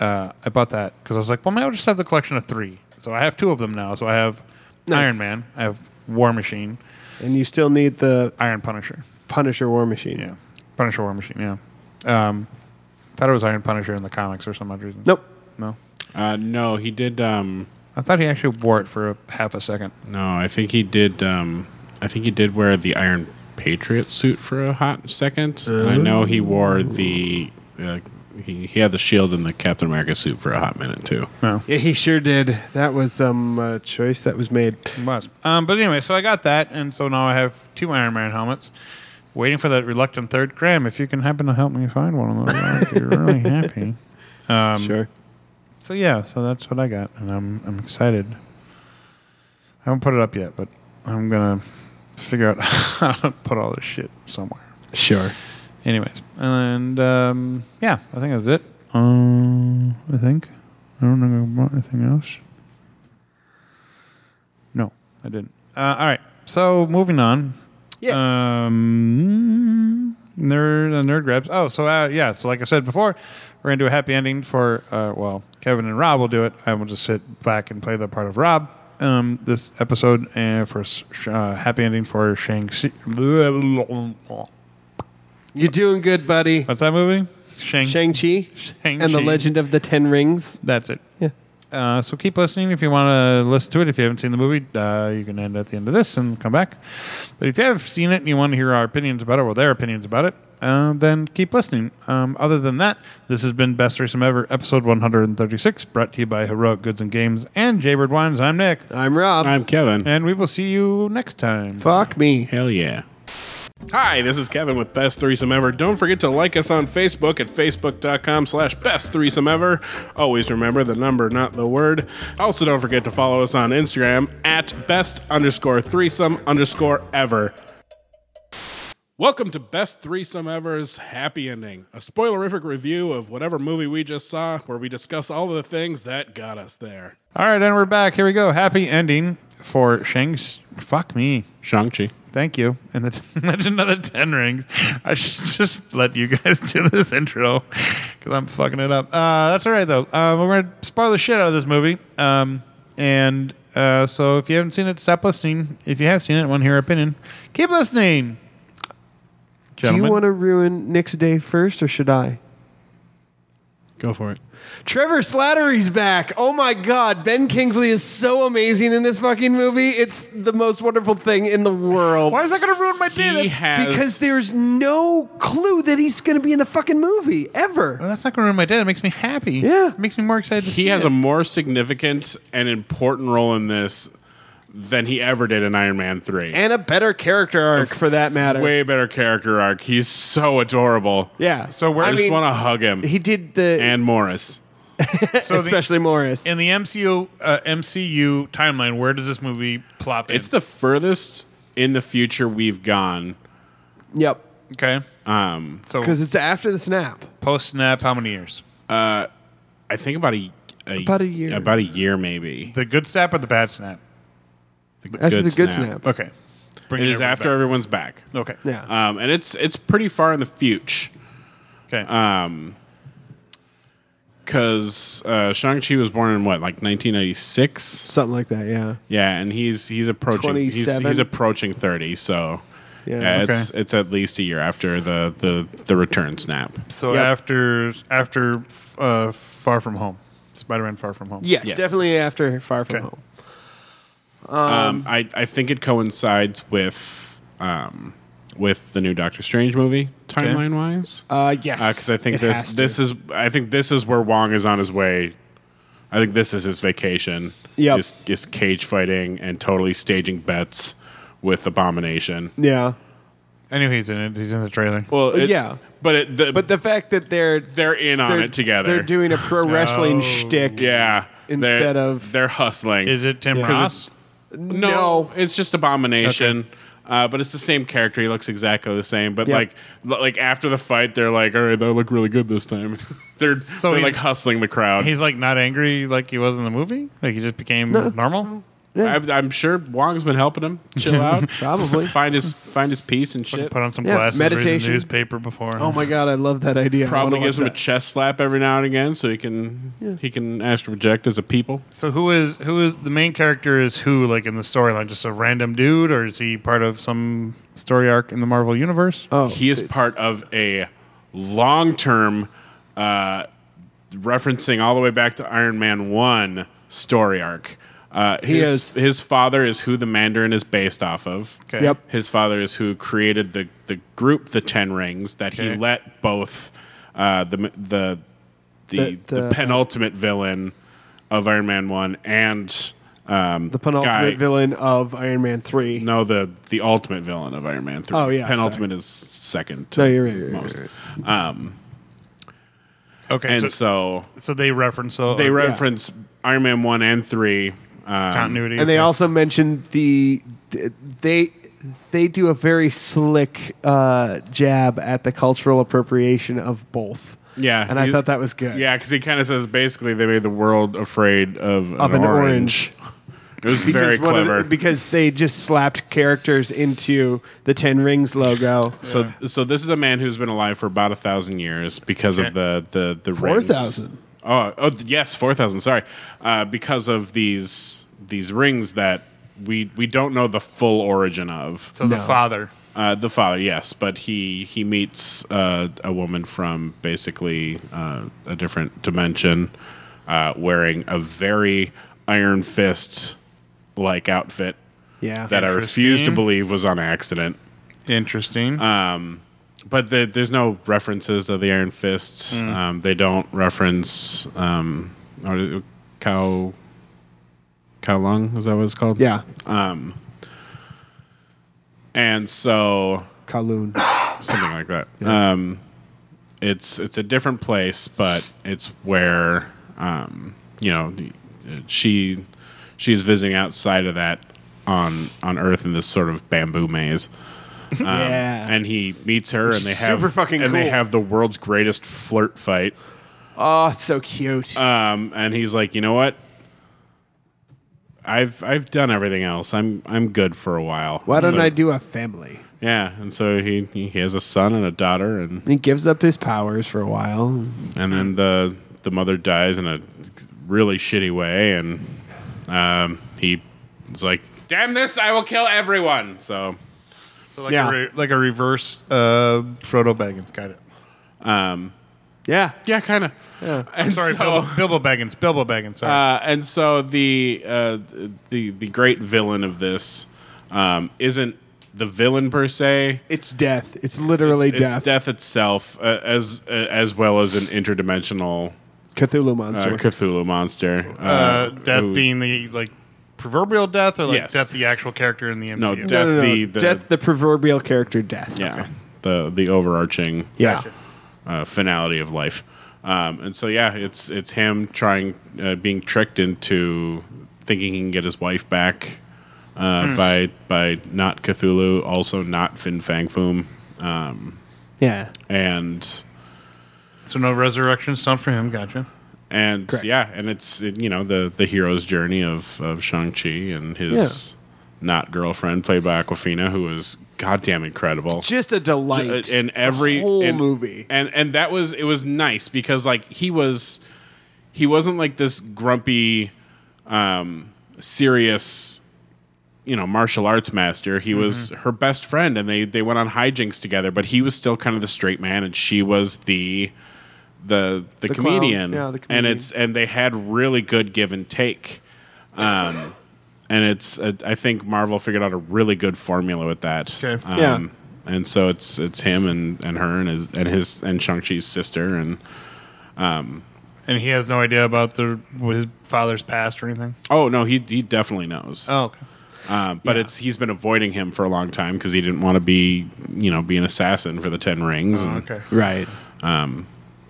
Speaker 4: Uh, I bought that because I was like, well, maybe I'll just have the collection of three. So I have two of them now. So I have
Speaker 2: Nice.
Speaker 4: Iron Man, I have War Machine,
Speaker 2: And you still need the
Speaker 4: Iron Punisher.
Speaker 2: Punisher War Machine.
Speaker 4: Yeah, Punisher War Machine. Yeah. Um, thought it was Iron Punisher in the comics or some odd reason.
Speaker 2: Nope.
Speaker 4: No.
Speaker 3: Uh, no, he did. Um,
Speaker 4: I thought he actually wore it for a half a second.
Speaker 3: no, I think he did. Um, I think he did wear the Iron Patriot suit for a hot second. And I know he wore the. Uh, he, he had the shield and the Captain America suit for a hot minute too.
Speaker 4: No.
Speaker 2: Yeah, he sure did. That was um, a choice that was made.
Speaker 4: Must. Um, but anyway, so I got that, and so now I have two Iron Man helmets. Waiting for that reluctant third. Graham, if you can happen to help me find one of those, I'd be really happy.
Speaker 2: sure.
Speaker 4: So yeah, so that's what I got, and I'm I'm excited. I haven't put it up yet, but I'm gonna figure out (laughs) how to put all this shit somewhere.
Speaker 2: Sure.
Speaker 4: Anyways, and um, yeah, I think that's it. Um, I think I don't know about anything else. No, I didn't. Uh, all right, so moving on. Yeah. Um, nerd uh, nerd grabs. Oh, so uh, yeah. So like I said before, we're gonna do a happy ending for uh, well, Kevin and Rob will do it. I will just sit back and play the part of Rob. Um, this episode and for s- sh- uh, happy ending for Shang Chi.
Speaker 2: You're doing good, buddy.
Speaker 4: What's that movie? Shang.
Speaker 2: Uh, Shang-Chi
Speaker 4: Shang-Chi.
Speaker 2: and the Legend of the Ten Rings.
Speaker 4: That's it.
Speaker 2: Yeah.
Speaker 4: Uh, so keep listening if you want to listen to it. If you haven't seen the movie, uh, you can end at the end of this and come back. But if you have seen it and you want to hear our opinions about it or their opinions about it, uh, then keep listening. Um, other than that, this has been Best Threesome Ever, episode 136, brought to you by Heroic Goods and Games and Jaybird Wines. I'm Nick,
Speaker 2: I'm Rob.
Speaker 3: I'm Kevin.
Speaker 4: and we will see you next time.
Speaker 2: Fuck me.
Speaker 3: Hell yeah. Hi, this is Kevin with Best Threesome Ever. Don't forget to like us on Facebook at facebook.com slash best threesome ever. Always remember the number, not the word. Also, don't forget to follow us on Instagram at best underscore threesome underscore ever. Welcome to Best Threesome Ever's Happy Ending, a spoilerific review of whatever movie we just saw where we discuss all the things that got us there.
Speaker 4: All right, and we're back. Here we go. Happy ending for Shanks. Fuck me.
Speaker 3: Shang-Chi.
Speaker 4: Thank you. And that's (laughs) imagine another 10 rings. I should just let you guys (laughs) do this intro because I'm fucking it up. Uh, that's all right, though. Um, we're going to spoil the shit out of this movie. Um, and uh, so if you haven't seen it, stop listening. If you have seen it and want to hear our opinion, keep listening.
Speaker 2: Do
Speaker 4: Gentlemen.
Speaker 2: you want to ruin Nick's day first, or should I?
Speaker 3: Go for it.
Speaker 2: Trevor Slattery's back. Oh my God. Ben Kingsley is so amazing in this fucking movie. It's the most wonderful thing in the world.
Speaker 4: Why is that going to ruin my day?
Speaker 3: He
Speaker 4: That's,
Speaker 3: has-
Speaker 2: Because there's no clue that he's going to be in the fucking movie ever.
Speaker 4: Well, that's not going to ruin my day. It makes me happy.
Speaker 2: Yeah.
Speaker 4: It makes me more excited to see
Speaker 3: he has
Speaker 4: (laughs) it.
Speaker 3: a more significant and important role in this than he ever did in Iron Man 3.
Speaker 2: And a better character arc for that matter.
Speaker 3: Way better character arc. He's so adorable.
Speaker 2: Yeah.
Speaker 4: So where-
Speaker 3: I,
Speaker 2: I
Speaker 3: just
Speaker 2: mean,
Speaker 3: want to hug him.
Speaker 2: he did the
Speaker 3: and Morris.
Speaker 4: so the-
Speaker 2: especially Morris.
Speaker 4: in the MCU uh, MCU timeline, where does this movie plop in?
Speaker 3: It's the furthest in the future we've gone.
Speaker 2: yep.
Speaker 4: okay.
Speaker 3: Um,
Speaker 4: So
Speaker 2: Because it's after the snap.
Speaker 4: post snap, how many years?
Speaker 3: I think about a, a
Speaker 2: About a year.
Speaker 3: About a year, maybe.
Speaker 4: The good snap or the bad snap?
Speaker 2: After the good snap.
Speaker 4: Okay. Bring
Speaker 3: It is
Speaker 4: everyone
Speaker 3: after everyone's back.
Speaker 4: back. Okay.
Speaker 2: Yeah.
Speaker 3: Um, and it's it's pretty far in the future.
Speaker 4: Okay.
Speaker 3: Because uh, Shang Chi was born in what, like 1996?
Speaker 2: Something like that. Yeah.
Speaker 3: Yeah, and he's he's approaching he's,
Speaker 2: 27?
Speaker 3: he's approaching thirty, so
Speaker 2: Yeah,
Speaker 3: yeah, it's it's at least a year after the the the return snap.
Speaker 4: so
Speaker 2: yep.
Speaker 4: after after uh, Far From Home, Spider Man Far From Home.
Speaker 2: Yes,
Speaker 3: Yes.
Speaker 2: definitely after Far From
Speaker 4: Okay.
Speaker 2: Home.
Speaker 3: Um, I I think it coincides with um with the new Doctor Strange movie timeline wise,
Speaker 2: Uh, yes.
Speaker 3: because I think
Speaker 2: It
Speaker 3: this
Speaker 2: has to.
Speaker 3: this is I think this is where Wong is on his way. I think this is his vacation.
Speaker 2: Yep.
Speaker 3: is, is cage fighting and totally staging bets with Abomination.
Speaker 2: Yeah.
Speaker 4: I knew he's in it. He's in the trailer.
Speaker 3: Well, it-
Speaker 2: Uh, yeah.
Speaker 3: but it, the,
Speaker 2: But the fact that they're
Speaker 3: they're in on
Speaker 2: they're,
Speaker 3: it together.
Speaker 2: they're doing a pro wrestling
Speaker 4: Oh.
Speaker 2: shtick.
Speaker 3: Yeah.
Speaker 2: Instead
Speaker 3: they're,
Speaker 2: of-
Speaker 3: they're hustling.
Speaker 4: Is it Tim
Speaker 3: 'Cause
Speaker 4: Ross?
Speaker 3: No,
Speaker 2: No.
Speaker 3: it's just abomination. Uh, but it's the same character. He looks exactly the same. But
Speaker 2: Yep.
Speaker 3: like, l- like after the fight, they're like, "All right, they look really good this time." (laughs) they're
Speaker 4: So
Speaker 3: they're
Speaker 4: he's-
Speaker 3: like hustling the crowd.
Speaker 4: He's like not angry like he was in the movie. Like he just became normal.
Speaker 3: I'm, I'm sure Wong's been helping him
Speaker 2: (laughs)
Speaker 3: chill out,
Speaker 2: Probably.
Speaker 3: find his find his peace and shit.
Speaker 4: Put on some
Speaker 2: Yeah,
Speaker 4: glasses. Read the
Speaker 2: meditation.
Speaker 4: newspaper before.
Speaker 2: Oh my god, I love that idea. I
Speaker 3: Probably
Speaker 2: wanna
Speaker 3: gives him
Speaker 2: watch
Speaker 3: a chest slap every now and again, so he can he can astral project as a people.
Speaker 4: So who is who is the main character? Is who like in the storyline? Just a random dude, or is he part of some story arc in the Marvel universe?
Speaker 2: that. Oh,
Speaker 3: He is part of a long term, uh, referencing all the way back to Iron Man 1 story arc. Uh, his,
Speaker 2: is.
Speaker 3: his father is who the Mandarin is based off of.
Speaker 4: Okay.
Speaker 2: Yep.
Speaker 3: His father is who created the, the group, the Ten Rings, that
Speaker 4: Okay.
Speaker 3: he let both uh, the, the, the,
Speaker 2: The-
Speaker 3: the,
Speaker 2: the-
Speaker 3: penultimate villain of Iron Man 1 and. Um,
Speaker 2: the penultimate
Speaker 3: guy-
Speaker 2: villain of Iron Man three.
Speaker 3: no, the the ultimate villain of Iron Man three.
Speaker 2: Oh, yeah,
Speaker 3: penultimate is second. to
Speaker 2: No, you're right. You're right,
Speaker 3: most.
Speaker 2: you're right.
Speaker 4: Okay.
Speaker 3: And
Speaker 4: so,
Speaker 3: so,
Speaker 4: so they reference so
Speaker 3: they reference Iron Man one and three. Um,
Speaker 4: continuity,
Speaker 2: And they
Speaker 4: okay.
Speaker 2: also mentioned the th- they they do a very slick uh, jab at the cultural appropriation of both.
Speaker 3: yeah,
Speaker 2: and I
Speaker 3: he-
Speaker 2: thought that was good.
Speaker 3: Yeah, because he kind of says basically they made the world afraid of an,
Speaker 2: of an
Speaker 3: orange.
Speaker 2: orange.
Speaker 3: It was very
Speaker 2: one of the-
Speaker 3: clever.
Speaker 2: because they just slapped characters into the Ten Rings logo.
Speaker 3: so, so this is a man who's been alive for about a thousand years because of the the the rings.
Speaker 2: 4,000.
Speaker 3: Oh, oh th- yes, four thousand. Sorry, uh, because of these these rings that we we don't know the full origin of.
Speaker 4: So the
Speaker 2: No.
Speaker 4: father.
Speaker 3: Uh, the father, yes, but he he meets uh, a woman from basically uh, a different dimension, uh, wearing a very Iron Fist like outfit
Speaker 2: Yeah.
Speaker 3: that I refuse to
Speaker 4: Interesting.
Speaker 3: believe was on accident.
Speaker 4: Interesting.
Speaker 3: Uh, But the, there's no references to the Iron Fists. Um, they don't reference um, or, cow cow lung. Is that what it's called?
Speaker 2: yeah.
Speaker 3: And so
Speaker 2: Kowloon.
Speaker 3: something like that. Um, it's it's a different place, but it's where um, you know the- she she's visiting outside of that on on Earth in this sort of bamboo
Speaker 2: (laughs)
Speaker 3: maze. Um,
Speaker 2: Yeah.
Speaker 3: and he meets her, and they
Speaker 2: She's
Speaker 3: have
Speaker 2: super fucking
Speaker 3: and they
Speaker 2: cool.
Speaker 3: have the world's greatest flirt fight.
Speaker 2: oh, so cute.
Speaker 3: Um, and he's like, you know what? I've I've done everything else. I'm I'm good for a while.
Speaker 2: Why don't
Speaker 3: So-
Speaker 2: I do a family?
Speaker 3: Yeah, and so he he has a son and a daughter, and
Speaker 2: He gives up his powers for a while.
Speaker 3: and then the the mother dies in a really shitty way, and um, he is like, "Damn this! I will kill everyone." So
Speaker 4: so like,
Speaker 2: yeah.
Speaker 4: a re- like a reverse uh, Frodo Baggins. Got it.
Speaker 2: Yeah.
Speaker 3: yeah, kind of. And
Speaker 4: Sorry,
Speaker 3: so,
Speaker 4: Bilbo, Bilbo Baggins. Bilbo Baggins. Sorry.
Speaker 3: uh, and so the uh, the the great villain of this um, isn't the villain per se.
Speaker 2: It's death. It's literally
Speaker 3: It's
Speaker 2: death.
Speaker 3: death, itself, uh, as uh, as well as an interdimensional
Speaker 2: Cthulhu
Speaker 3: uh,
Speaker 2: monster.
Speaker 3: Cthulhu monster.
Speaker 4: Uh, death
Speaker 3: who-
Speaker 4: being the like proverbial death, or like
Speaker 3: Yes.
Speaker 4: death the actual character in the MCU.
Speaker 3: No, death.
Speaker 2: no, no, no.
Speaker 3: the- the-
Speaker 2: death, the proverbial character death.
Speaker 3: yeah, the the overarching
Speaker 2: Yeah.
Speaker 3: uh, finality of life. Um, and so yeah, it's it's him trying uh, being tricked into thinking he can get his wife back uh, by by not Cthulhu, also not Fin Fang Foom,
Speaker 2: Yeah.
Speaker 3: and
Speaker 4: So no resurrection stunt for him. Gotcha.
Speaker 3: and
Speaker 2: Correct.
Speaker 3: yeah, and it's it, you know the the hero's journey of of Shang Chi and his not girlfriend played by Aquafina, who was goddamn incredible.
Speaker 2: Just a delight.
Speaker 3: uh, in every
Speaker 2: The whole
Speaker 3: in-
Speaker 2: movie.
Speaker 3: and and that was it was nice because like he was he wasn't like this grumpy um serious you know martial arts master he was
Speaker 2: Mm-hmm.
Speaker 3: her best friend and they they went on hijinks together but he was still kind of the straight man and she was the the the,
Speaker 2: The clown.
Speaker 3: comedian.
Speaker 2: Yeah, the
Speaker 3: and
Speaker 2: comedian.
Speaker 3: it's and they had really good give and take and it's uh, I think Marvel figured out a really good formula with that. Um,
Speaker 4: Okay.
Speaker 2: Yeah.
Speaker 3: And so it's it's him and, and her and his and his and Shang Chi's sister and
Speaker 4: And he has no idea about the what his father's past or anything.
Speaker 3: oh no he he definitely knows
Speaker 4: Oh, okay.
Speaker 3: um, but it's he's been avoiding him for a long time because he didn't want to be you know be an assassin for the Ten Rings and
Speaker 4: Oh, Okay.
Speaker 2: right.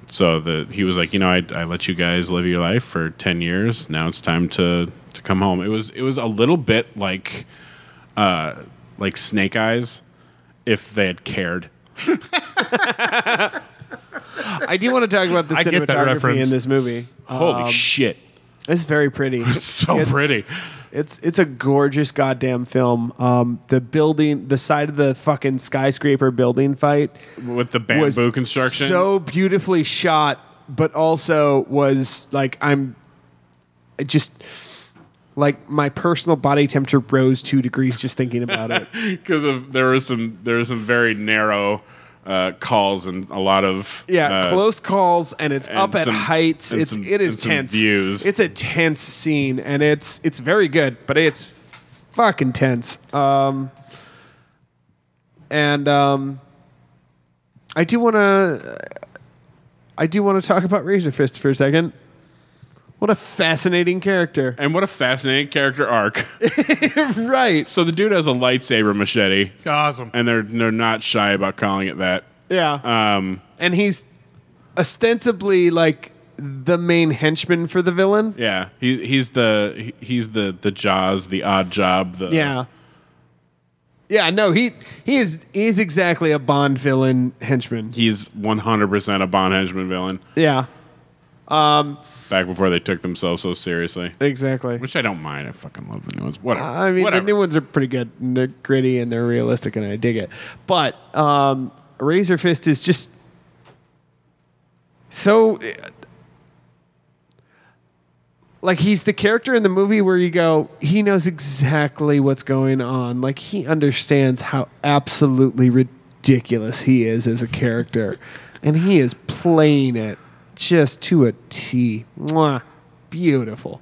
Speaker 3: so the he was like you know I, I let you guys live your life for ten years now it's time to to come home it was it was a little bit like uh like Snake Eyes if they had cared
Speaker 2: I do want to talk
Speaker 3: (laughs)
Speaker 2: about the
Speaker 4: I get that
Speaker 2: cinematography
Speaker 4: reference.
Speaker 2: in this movie.
Speaker 3: holy
Speaker 4: Um,
Speaker 3: shit
Speaker 2: It's very
Speaker 3: (laughs)
Speaker 2: pretty. It's
Speaker 3: so pretty.
Speaker 2: It's it's a gorgeous goddamn film. Um, the building, the side of the fucking skyscraper building fight
Speaker 3: with the bamboo
Speaker 2: was
Speaker 3: construction.
Speaker 2: so beautifully shot, but also was like I'm it just like my personal body temperature rose two degrees just thinking about it.
Speaker 3: because of there was some there were some very narrow uh, calls and a lot of
Speaker 2: Yeah,
Speaker 3: uh,
Speaker 2: close calls, and it's
Speaker 3: and
Speaker 2: up at
Speaker 3: some-
Speaker 2: heights.
Speaker 3: and
Speaker 2: It's
Speaker 3: some-
Speaker 2: it is
Speaker 3: and some
Speaker 2: tense.
Speaker 3: views.
Speaker 2: It's a tense scene, and it's it's very good, but it's fucking tense. Um, and um, I do want to I do want to talk about Razor Fist for a second. What a fascinating
Speaker 3: (laughs)
Speaker 2: character,
Speaker 3: And what a fascinating character arc! (laughs)
Speaker 2: right?
Speaker 3: so the dude has a lightsaber machete,
Speaker 4: Awesome.
Speaker 3: and they're they're not shy about calling it that.
Speaker 2: Yeah. Um, and he's ostensibly like the main henchman for the villain.
Speaker 3: Yeah, he he's the he- he's the the Jaws, the odd job. The,
Speaker 2: Yeah. Yeah, no, he he is he is exactly a Bond villain henchman.
Speaker 3: he's one hundred percent a Bond henchman villain.
Speaker 2: Yeah,
Speaker 3: Back before they took themselves so seriously,
Speaker 2: exactly.
Speaker 3: which I don't mind. I fucking love the new ones. Whatever.
Speaker 2: I mean,
Speaker 3: Whatever.
Speaker 2: the new ones are pretty good. And they're gritty and they're realistic, and I dig it. But um, Razor Fist is just so like he's the character in the movie where you go, he knows exactly what's going on. Like he understands how absolutely ridiculous he is as a character, and he is playing it just to a T. Mwah. beautiful.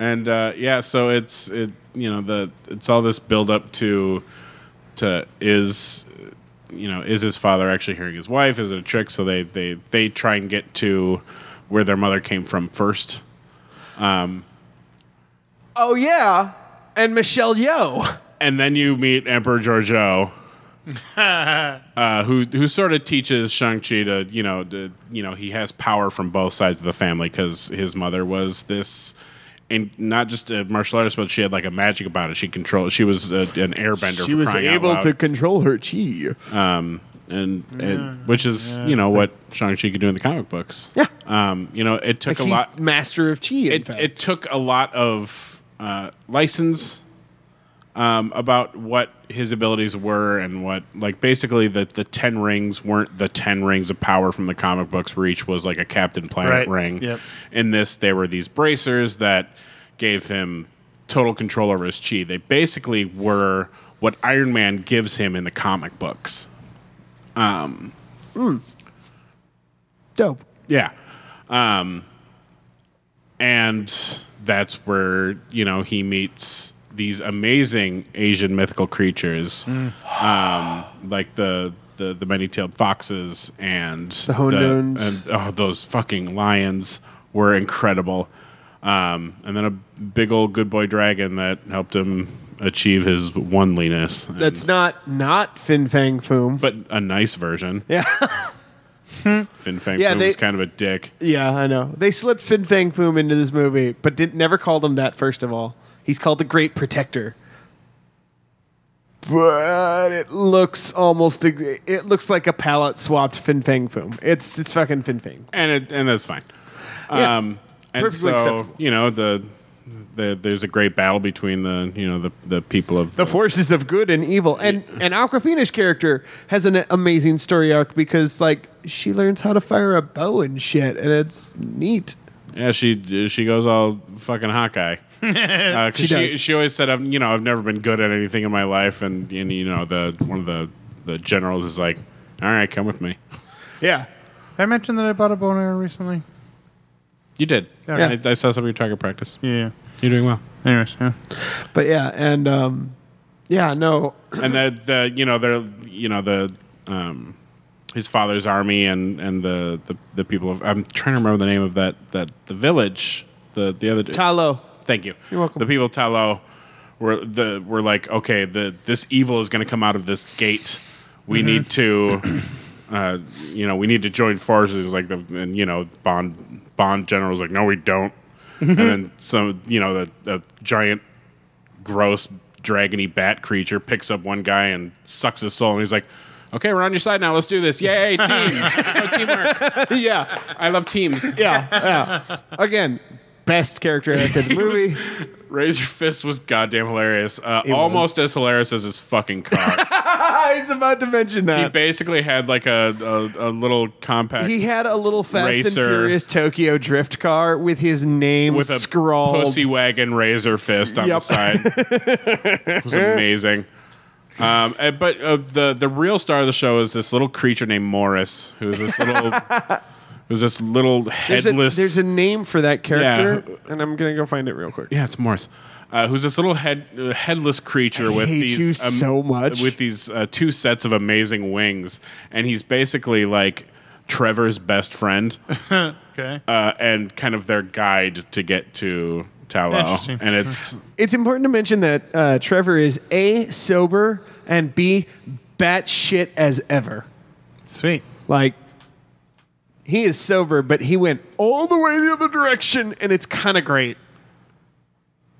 Speaker 3: and uh, yeah, so it's it you know the it's all this build up to to is you know is his father actually hearing his wife? Is it a trick? So they they they try and get to where their mother came from first.
Speaker 2: Oh yeah, and Michelle Yeoh.
Speaker 3: and then you meet Emperor Giorgio, uh, who who sort of teaches Shang Chi to you know to, you know he has power from both sides of the family because his mother was this. And not just a martial artist, but she had like a magic about it. She controlled. She was a, an airbender. for crying out loud.
Speaker 2: control her chi.
Speaker 3: and, and which is you know what Shang Chi could do in the comic books.
Speaker 2: Yeah.
Speaker 3: um, you know it
Speaker 2: Like
Speaker 3: took a
Speaker 2: he's
Speaker 3: lot.
Speaker 2: master of chi. in
Speaker 3: it,
Speaker 2: fact.
Speaker 3: it took a lot of uh, license um, about what his abilities were and what like basically the, the 10 rings weren't the 10 rings of power from the comic books where each was like a captain planet
Speaker 4: Right.
Speaker 3: ring
Speaker 4: Yep.
Speaker 3: in this they were these bracers that gave him total control over his chi they basically were what iron man gives him in the comic books
Speaker 2: dope.
Speaker 3: Yeah. Um, and that's where, you know, he meets these amazing Asian mythical creatures,
Speaker 2: Mm.
Speaker 3: um, like the, the, the many tailed foxes and the
Speaker 2: Honduns.
Speaker 3: and, oh, those fucking lions were incredible. Um, and then a big old good boy dragon that helped him achieve his oneliness. and-
Speaker 2: That's not not Fin Fang Foom.
Speaker 3: but a nice version.
Speaker 2: Yeah.
Speaker 3: Fin Fang
Speaker 2: Yeah,
Speaker 3: Foom
Speaker 2: they-
Speaker 3: was kind of a dick.
Speaker 2: (laughs) Yeah, I know. They slipped Fin Fang Foom into this movie, but didn't never called him that. First of all, he's called the Great Protector. But it looks almost it looks like a palette swapped Fin Fang Foom. It's it's fucking Fin Fang.
Speaker 3: and it and that's fine.
Speaker 2: Yeah.
Speaker 3: Um, and
Speaker 2: Perfectly
Speaker 3: so
Speaker 2: acceptable.
Speaker 3: you know the, the there's a great battle between the you know the the people of
Speaker 2: The forces of good and evil, and and Aquafina's character has an amazing story arc because like she learns how to fire a bow and shit, and it's neat.
Speaker 3: yeah she she goes all
Speaker 2: (laughs)
Speaker 3: fucking Hawkeye. Uh, 'cause
Speaker 2: She
Speaker 3: she, she,
Speaker 2: does.
Speaker 3: always said I've you know I've never been good at anything in my life and and you know the one of the the generals is like all right come with me
Speaker 2: Yeah,
Speaker 4: Did I mentioned that I bought a bone arrow recently.
Speaker 3: you did
Speaker 4: Yeah.
Speaker 3: I, I saw some of your target practice
Speaker 4: Yeah.
Speaker 3: you're doing well
Speaker 4: Anyways, yeah.
Speaker 2: but yeah, and um, yeah, no,
Speaker 3: and the the you know they're you know the um his father's army and and the the, the people of I'm trying to remember the name of that that the village the the other
Speaker 2: Talo.
Speaker 3: Thank you.
Speaker 2: You're welcome.
Speaker 3: The people of Talo were the were like okay the this evil is going to come out of this gate. We
Speaker 2: Mm-hmm.
Speaker 3: need to uh you know we need to join forces like the and you know Bond Bond general was like no we don't. and
Speaker 2: Mm-hmm.
Speaker 3: then some you know the, the giant gross dragony bat creature picks up one guy and sucks his soul and he's like okay we're on your side now let's do this
Speaker 2: (laughs)
Speaker 3: yay team Oh,
Speaker 2: (laughs)
Speaker 3: teamwork
Speaker 2: yeah,
Speaker 3: i love teams
Speaker 2: yeah, yeah. Again, best character actor in the movie.
Speaker 3: raise your fist was goddamn hilarious uh, almost as hilarious as his fucking car
Speaker 2: I was about to mention (laughs)
Speaker 3: he
Speaker 2: that.
Speaker 3: basically had like a, a, a little compact
Speaker 2: He had a little Fast and
Speaker 3: Racer.
Speaker 2: Furious Tokyo drift car with his name
Speaker 3: with a
Speaker 2: scrawled.
Speaker 3: pussy wagon razor fist on
Speaker 2: Yep. (laughs)
Speaker 3: the side. it was amazing. Um, uh, but uh, the the real star of the show is this little creature named Morris, who's
Speaker 2: (laughs)
Speaker 3: this little who's this little
Speaker 2: There's a,
Speaker 3: headless.
Speaker 2: there's a name for that character, and I'm gonna go find it real quick.
Speaker 3: yeah, it's Morris. Uh, who's this little head uh, headless creature with
Speaker 2: hate
Speaker 3: these
Speaker 2: you so much.
Speaker 3: with these uh, two sets of amazing wings, and he's basically like Trevor's best friend.
Speaker 4: Okay.
Speaker 3: uh, and kind of their guide to get to Tallow.
Speaker 4: Interesting.
Speaker 3: And it's
Speaker 2: It's important to mention that uh, Trevor is a sober and b batshit as ever.
Speaker 4: Sweet.
Speaker 2: Like he is sober, but he went all the way the other direction, and it's kind of great.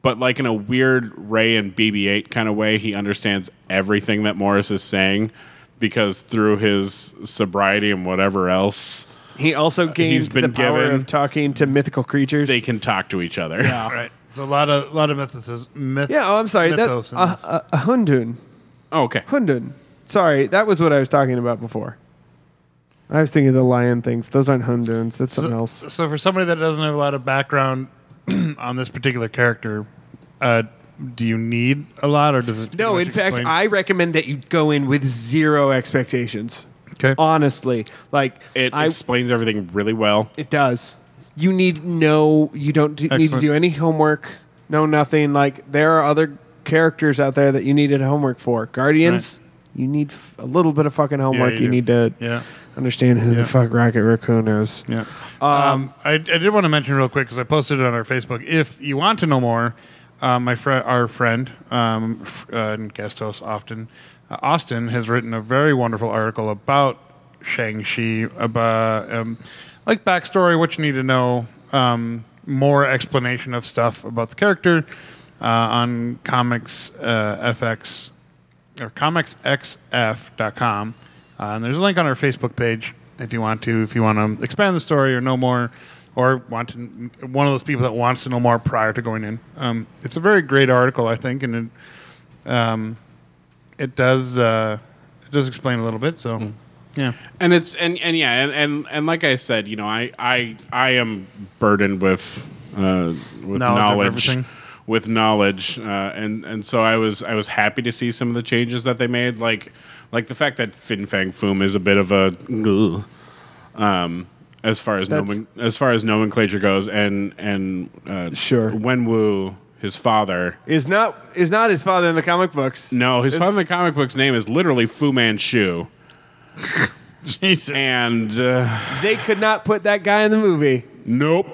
Speaker 3: but like in a weird Ray and BB-8 kind of way, he understands everything that Morris is saying because through his sobriety and whatever else,
Speaker 2: He also gained
Speaker 3: he's been
Speaker 2: the power
Speaker 3: given-
Speaker 2: of talking to mythical creatures.
Speaker 3: they can talk to each other.
Speaker 4: All right. So a lot of lot of mythos. Myth,
Speaker 2: yeah, oh, I'm sorry. That,
Speaker 4: Mythos in
Speaker 2: a,
Speaker 4: this.
Speaker 2: a, a hundun.
Speaker 3: (laughs) Oh, okay.
Speaker 2: Hundun. Sorry, that was what I was talking about before. I was thinking of the lion things. Those aren't hunduns. That's something else.
Speaker 4: so for somebody that doesn't have a lot of background (clears throat) on this particular character, uh, do you need a lot, or does it? pretty
Speaker 2: No,
Speaker 4: much
Speaker 2: in fact,
Speaker 4: explain-
Speaker 2: I recommend that you go in with zero expectations.
Speaker 4: Okay.
Speaker 2: Honestly, like
Speaker 3: It
Speaker 2: I,
Speaker 3: explains everything really well.
Speaker 2: it does. you need no you don't do, need to
Speaker 4: Excellent.
Speaker 2: do any homework no nothing like there are other characters out there that you needed homework for guardians you need f- a little bit of fucking homework
Speaker 4: you
Speaker 2: you,
Speaker 4: do.
Speaker 2: need to
Speaker 4: Yeah.
Speaker 2: understand who
Speaker 4: Yeah.
Speaker 2: the fuck rocket raccoon is
Speaker 4: Yeah. Um, I, I did want to mention real quick because I posted it on our Facebook. If you want to know more, uh, my friend, our friend, um, f- uh, and guest host often, uh, Austin has written a very wonderful article about Shang Chi, about um, like backstory, what you need to know, um, more explanation of stuff about the character uh, on Comics uh, FX or comicsxf.com. Uh, and there's a link on our Facebook page if you want to, if you want to expand the story or know more, or want to, one of those people that wants to know more prior to going in. Um, it's a very great article, I think, and it, um, it does uh, it does explain a little bit. So,
Speaker 2: Hmm.
Speaker 4: yeah,
Speaker 3: and it's and and yeah and and, and like i said you know i i i am burdened with uh with
Speaker 4: Knowledge of
Speaker 3: knowledge,
Speaker 4: everything.
Speaker 3: with knowledge uh and and so i was i was happy to see some of the changes that they made like like the fact that fin fang foom is a bit of a ugh, um as far as
Speaker 2: That's-
Speaker 3: nomen- as far as nomenclature goes and and uh
Speaker 2: Sure.
Speaker 3: wenwu his father
Speaker 2: is not is not his father in the comic books
Speaker 3: no his father in the
Speaker 2: It's-
Speaker 3: comic book's name is literally fu manchu
Speaker 4: Jesus,
Speaker 3: and uh,
Speaker 2: they could not put that guy in the movie
Speaker 3: Nope.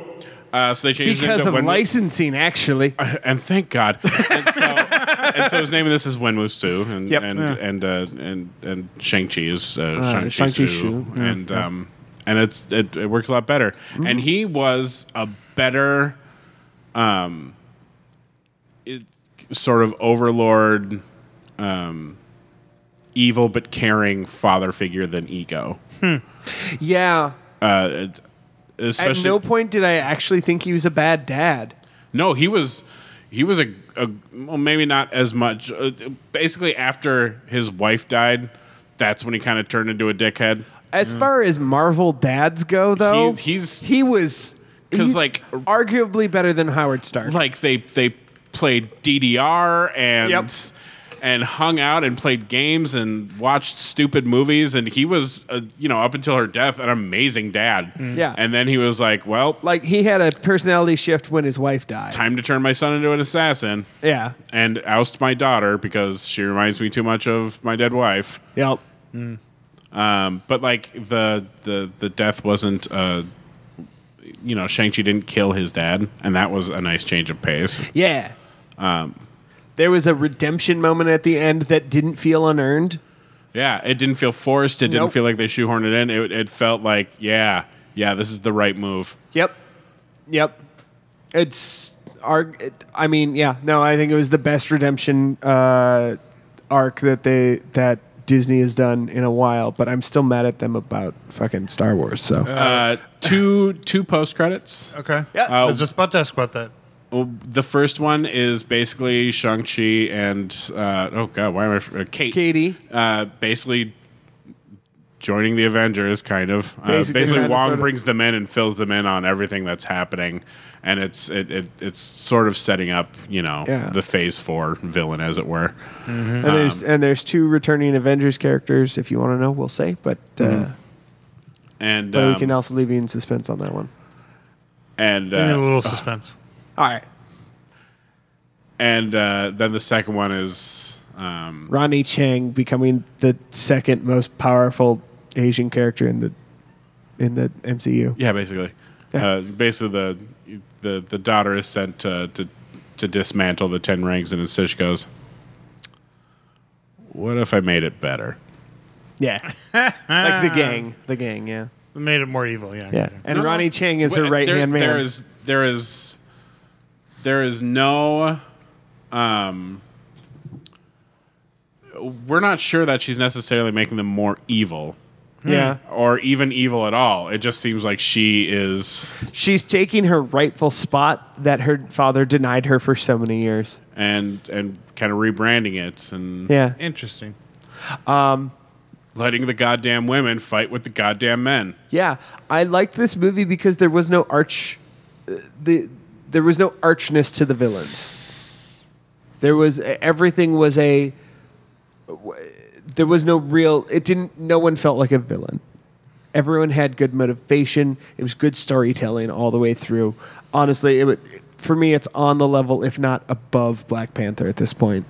Speaker 3: Uh, so they changed
Speaker 2: because
Speaker 3: it to
Speaker 2: of
Speaker 3: Wenwu-
Speaker 2: licensing
Speaker 3: (laughs)
Speaker 2: actually
Speaker 3: and thank God. (laughs) And so, and so his name in this is Wenwu Su, and
Speaker 2: Yep.
Speaker 3: and,
Speaker 2: Yeah.
Speaker 3: and uh, and and Shang Chi is uh, Shang Chi
Speaker 2: Shang-Chi
Speaker 3: Su,
Speaker 2: Su, yeah. Mm-hmm.
Speaker 3: and um, and it's it, it works a lot better. And he was a better, um, it, sort of overlord, um, evil but caring father figure than ego.
Speaker 2: yeah
Speaker 3: Uh, it- especially
Speaker 2: at no point did i actually think he was a bad dad
Speaker 3: No, he was he was a, a well, maybe not as much. Uh, basically, after his wife died, that's when he kind of turned into a dickhead.
Speaker 2: As far as Marvel dads go, though,
Speaker 3: He- he's-
Speaker 2: he was
Speaker 3: 'Cause,
Speaker 2: he's
Speaker 3: like-
Speaker 2: arguably better than Howard Stark.
Speaker 3: Like they they played DDR and
Speaker 2: Yep.
Speaker 3: and hung out and played games and watched stupid movies. And he was uh, you know up until her death an amazing dad.
Speaker 2: Yeah.
Speaker 3: and then he was like, well,
Speaker 2: like he had a personality shift when his wife died.
Speaker 3: time to turn my son into an assassin.
Speaker 2: Yeah.
Speaker 3: And oust my daughter because she reminds me too much of my dead wife.
Speaker 2: Yep.
Speaker 3: Um, but like the the the death wasn't. Uh, you know, Shang Chi didn't kill his dad, and that was a nice change of pace.
Speaker 2: Yeah. Um, there was a redemption moment at the end that didn't feel unearned.
Speaker 3: Yeah, it didn't feel forced. It didn't
Speaker 2: Nope.
Speaker 3: feel like they shoehorned it in. It, it felt like, yeah, yeah, this is the right move.
Speaker 2: Yep. Yep. It's arg. I mean, yeah. No, I think it was the best redemption uh, arc that they that Disney has done in a while. But I'm still mad at them about fucking Star Wars. So.
Speaker 3: Uh, two two post credits.
Speaker 4: okay,
Speaker 2: Yeah.
Speaker 4: I was just about to ask about that.
Speaker 3: The first one is basically Shang Chi and uh, oh god, why am I f- uh, Kate?
Speaker 2: Katie.
Speaker 3: uh, basically joining the Avengers, kind of. Uh,
Speaker 2: Basically,
Speaker 3: basically,
Speaker 2: kinda,
Speaker 3: Wong
Speaker 2: sorta.
Speaker 3: brings them in and fills them in on everything that's happening, and it's it, it it's sort of setting up, you know,
Speaker 2: Yeah.
Speaker 3: the Phase Four villain, as it were.
Speaker 2: And
Speaker 3: Um,
Speaker 2: there's and there's two returning Avengers characters. If you want to know, we'll say, but uh,
Speaker 3: And
Speaker 2: but
Speaker 3: Mm-hmm. um,
Speaker 2: we can also leave you in suspense on that one.
Speaker 3: and
Speaker 4: Give me a
Speaker 3: uh,
Speaker 4: little suspense.
Speaker 2: All right,
Speaker 3: and uh, then the second one is um,
Speaker 2: Ronnie Chang becoming the second most powerful Asian character in the in the MCU.
Speaker 3: yeah, basically, uh, basically the the the daughter is sent to to, to dismantle the ten rings, and instead she goes, "What if I made it better?"
Speaker 2: Yeah, (laughs) like the gang, the gang. Yeah,
Speaker 4: It made it more evil. Yeah.
Speaker 2: yeah. And
Speaker 3: No, no.
Speaker 2: Ronnie Chang is her
Speaker 3: Wait,
Speaker 2: right hand man.
Speaker 3: there- There is there is there is no um we're not sure that she's necessarily making them more evil
Speaker 2: yeah,
Speaker 3: or even evil at all. It just seems like she is
Speaker 2: she's taking her rightful spot that her father denied her for so many years.
Speaker 3: and and kind of rebranding it and
Speaker 2: Yeah,
Speaker 4: Interesting.
Speaker 3: letting the goddamn women fight with the goddamn men.
Speaker 2: Yeah, I liked this movie because there was no arch, uh, the there was no archness to the villains. There was e, everything was a. There was no real. It didn't. No one felt like a villain. Everyone had good motivation. It was good storytelling all the way through. Honestly, it would, for me, it's on the level, if not above, Black Panther at this point.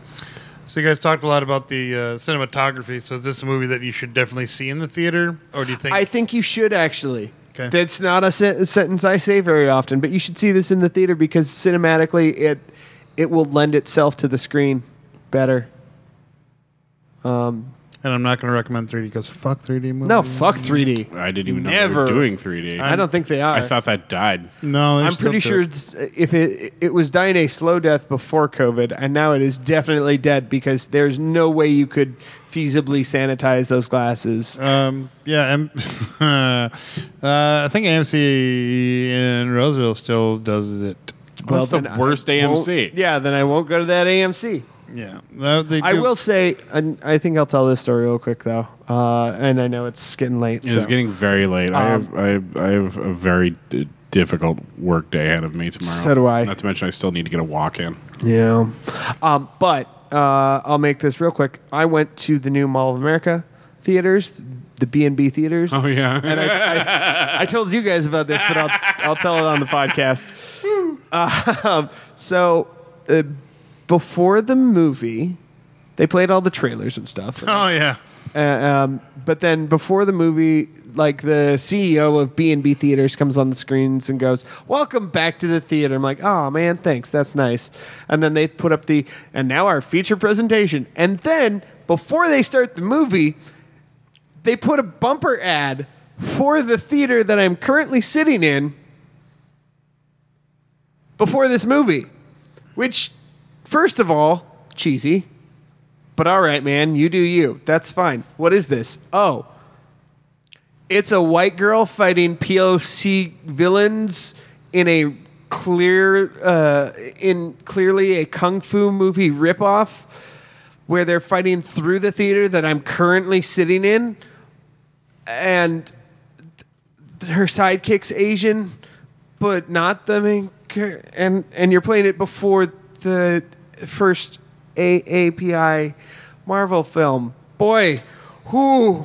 Speaker 4: So you guys talked a lot about the uh, cinematography. So is this a movie that you should definitely see in the theater, or do you think?
Speaker 2: I think you should actually.
Speaker 4: 'Kay.
Speaker 2: That's not a sen- sentence I say very often, but you should see this in the theater because cinematically it it will lend itself to the screen better.
Speaker 4: and I'm not going to recommend 3D because fuck 3D movies.
Speaker 3: Mm.
Speaker 2: No, fuck 3D.
Speaker 3: I didn't even
Speaker 2: Never.
Speaker 3: know they were doing 3D.
Speaker 2: I don't think they are.
Speaker 3: I thought that died.
Speaker 4: no, they're
Speaker 2: I'm
Speaker 4: still
Speaker 2: pretty
Speaker 4: good.
Speaker 2: sure it's, if it it was dying a slow death before COVID, and now it is definitely dead because there's no way you could feasibly sanitize those glasses.
Speaker 3: Uh,
Speaker 4: Um, yeah, um, (laughs) uh, I think AMC in Roseville still does it.
Speaker 3: What's the
Speaker 2: then I
Speaker 3: worst AMC?
Speaker 2: won't- Yeah, then I won't go to that AMC.
Speaker 4: Yeah, Uh, they
Speaker 2: I
Speaker 4: do-
Speaker 2: will say, and I think I'll tell this story real quick though, uh, and I know it's getting late.
Speaker 3: It's
Speaker 2: so- um,
Speaker 3: getting very late. I have I have, I have a very d- difficult work day ahead of me tomorrow.
Speaker 2: So do I.
Speaker 3: Not to mention I still need to get a walk in.
Speaker 2: Yeah. Um, but uh, I'll make this real quick. I went to the new Mall of America theaters, the B and B theaters.
Speaker 3: (laughs) Oh yeah.
Speaker 2: And I, I, I told you guys about this, but I'll, I'll tell it on the podcast. Um, so uh, before the movie, they played all the trailers and stuff.
Speaker 4: Oh yeah,
Speaker 2: Uh, um, but then before the movie, like the CEO of B and B Theaters comes on the screens and goes, "Welcome back to the theater." I'm like, "Oh man, thanks, that's nice." And then they put up the and now our feature presentation, and then before they start the movie, they put a bumper ad for the theater that I'm currently sitting in before this movie, which, first of all, cheesy. But all right, man, you do you. That's fine. What is this? Oh, it's a white girl fighting POC villains in a clear, uh, in clearly a kung fu movie ripoff where they're fighting through the theater that I'm currently sitting in, and th- her sidekick's Asian, but not the main. char- And and you're playing it before the first AAPI Marvel film. Boy, who,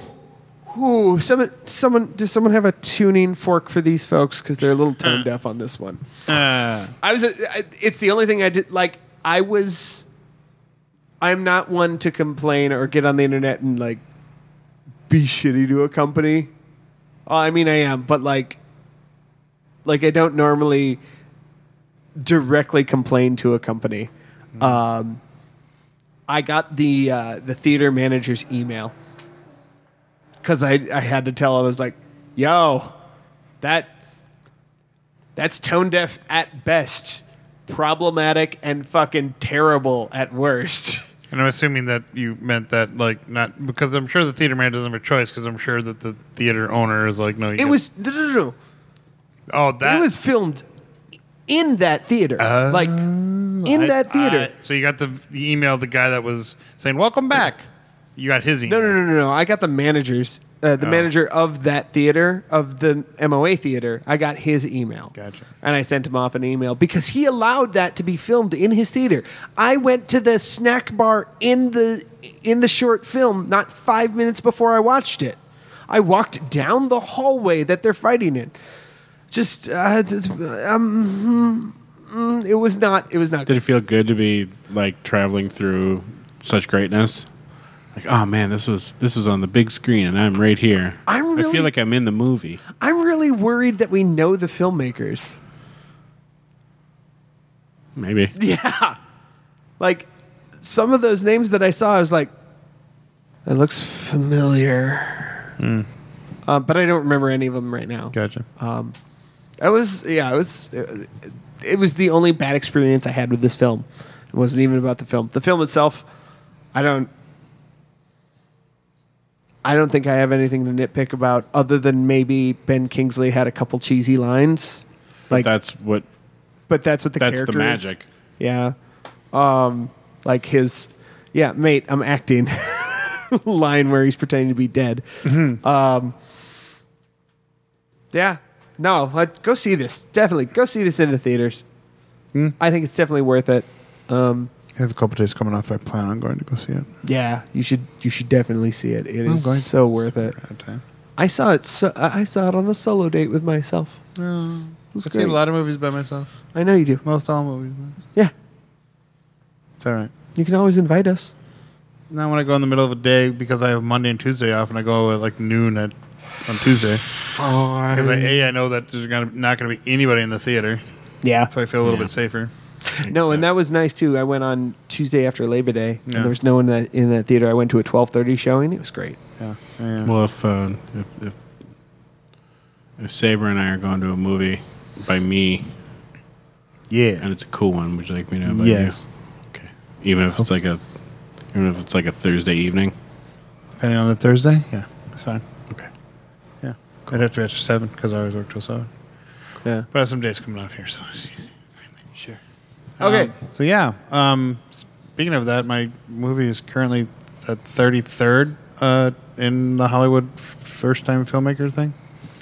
Speaker 2: who? Someone, someone, does someone have a tuning fork for these folks? Because they're a little tone deaf on this one.
Speaker 4: uh,
Speaker 2: I was. I- It's the only thing I did. Like I was. I'm not one to complain or get on the internet and like be shitty to a company. Oh, I mean, I am, but like, like I don't normally directly complain to a company.
Speaker 4: Mm-hmm.
Speaker 2: Um, I got the uh, the theater manager's email because I I had to tell him I was like, yo, that that's tone deaf at best, problematic and fucking terrible at worst.
Speaker 4: and I'm assuming that you meant that like not because I'm sure the theater man doesn't have a choice because I'm sure that the theater owner is like no. You
Speaker 2: It
Speaker 4: get-
Speaker 2: was no, no, no,
Speaker 4: oh
Speaker 2: no.
Speaker 4: that
Speaker 2: It was filmed in that theater, like in
Speaker 4: I-
Speaker 2: that theater.
Speaker 4: I- so you got the, the email of the guy that was saying welcome back. You got his email.
Speaker 2: no, no, no, no, no. I got the managers, uh, the manager of that theater of the MOA theater. I got his email.
Speaker 4: Gotcha.
Speaker 2: And I sent him off an email because he allowed that to be filmed in his theater. I went to the snack bar in the in the short film not 5 minutes before I watched it. I walked down the hallway that they're fighting in. Just uh, d- d- um, mm, mm, it was not it was not
Speaker 3: Did it feel good to be like traveling through such greatness? Like, oh man, this was this was on the big screen, and I'm right here.
Speaker 2: I'm
Speaker 3: I
Speaker 2: really-
Speaker 3: feel like I'm in the movie.
Speaker 2: I'm really worried that we know the filmmakers.
Speaker 3: Maybe.
Speaker 2: (laughs) Yeah. Like some of those names that I saw, I was like, that looks familiar.
Speaker 3: Hmm.
Speaker 2: Uh, but I don't remember any of them right now.
Speaker 4: Gotcha.
Speaker 2: Uh, I was, yeah, I was, it, it was the only bad experience I had with this film. It wasn't even about the film. The film itself, I don't, I don't think I have anything to nitpick about other than maybe Ben Kingsley had a couple cheesy lines. Like,
Speaker 3: That's what.
Speaker 2: but that's what the
Speaker 3: That's the
Speaker 2: character is.
Speaker 3: magic.
Speaker 2: Yeah. Um, like his, yeah, mate, I'm acting (laughs) line where he's pretending to be dead.
Speaker 4: Mm-hmm.
Speaker 2: Um, yeah. No, uh, go see this. Definitely go see this in the theaters.
Speaker 4: Hmm?
Speaker 2: I think it's definitely worth it.
Speaker 4: I have a couple days coming off. I plan on going to go see it.
Speaker 2: Yeah, you should you should definitely see it. It is
Speaker 4: I'm going to.
Speaker 2: so worth it.
Speaker 4: At a time.
Speaker 2: I saw it. So, I saw it on a solo date with myself.
Speaker 4: I
Speaker 2: It's
Speaker 4: see a
Speaker 2: Oh. great.
Speaker 4: lot of movies by myself.
Speaker 2: I know you do.
Speaker 4: Most all movies.
Speaker 2: Yeah,
Speaker 4: It's all right.
Speaker 2: you can always invite us.
Speaker 4: Now when I go in the middle of the day because I have Monday and Tuesday off, and I go at like noon at on Tuesday because I, a I know that there's gonna not gonna be anybody in the theater,
Speaker 2: Yeah.
Speaker 4: so I feel a little bit safer.
Speaker 2: (laughs) No, and that was nice too. I went on Tuesday after Labor Day,
Speaker 4: Yeah.
Speaker 2: and there was no one that, in that theater. I went to a twelve thirty showing. It was great.
Speaker 4: Yeah. yeah.
Speaker 3: Well, if, uh, if if if Saber and I are going to a movie by me
Speaker 4: yeah.
Speaker 3: and it's a cool one, would you like me to invite
Speaker 4: Yes.
Speaker 3: you? Okay. Even if it's like a even if it's like a Thursday evening.
Speaker 4: Depending on the Thursday, yeah, it's fine.
Speaker 3: Okay.
Speaker 4: Yeah, I'd have to be after seven because I always work till seven.
Speaker 2: Yeah.
Speaker 4: But I have some days coming off here, so it's easy.
Speaker 2: Sure.
Speaker 4: Um,
Speaker 2: Okay.
Speaker 4: so yeah, um, speaking of that, my movie is currently at thirty third uh, in the Hollywood f- first time filmmaker thing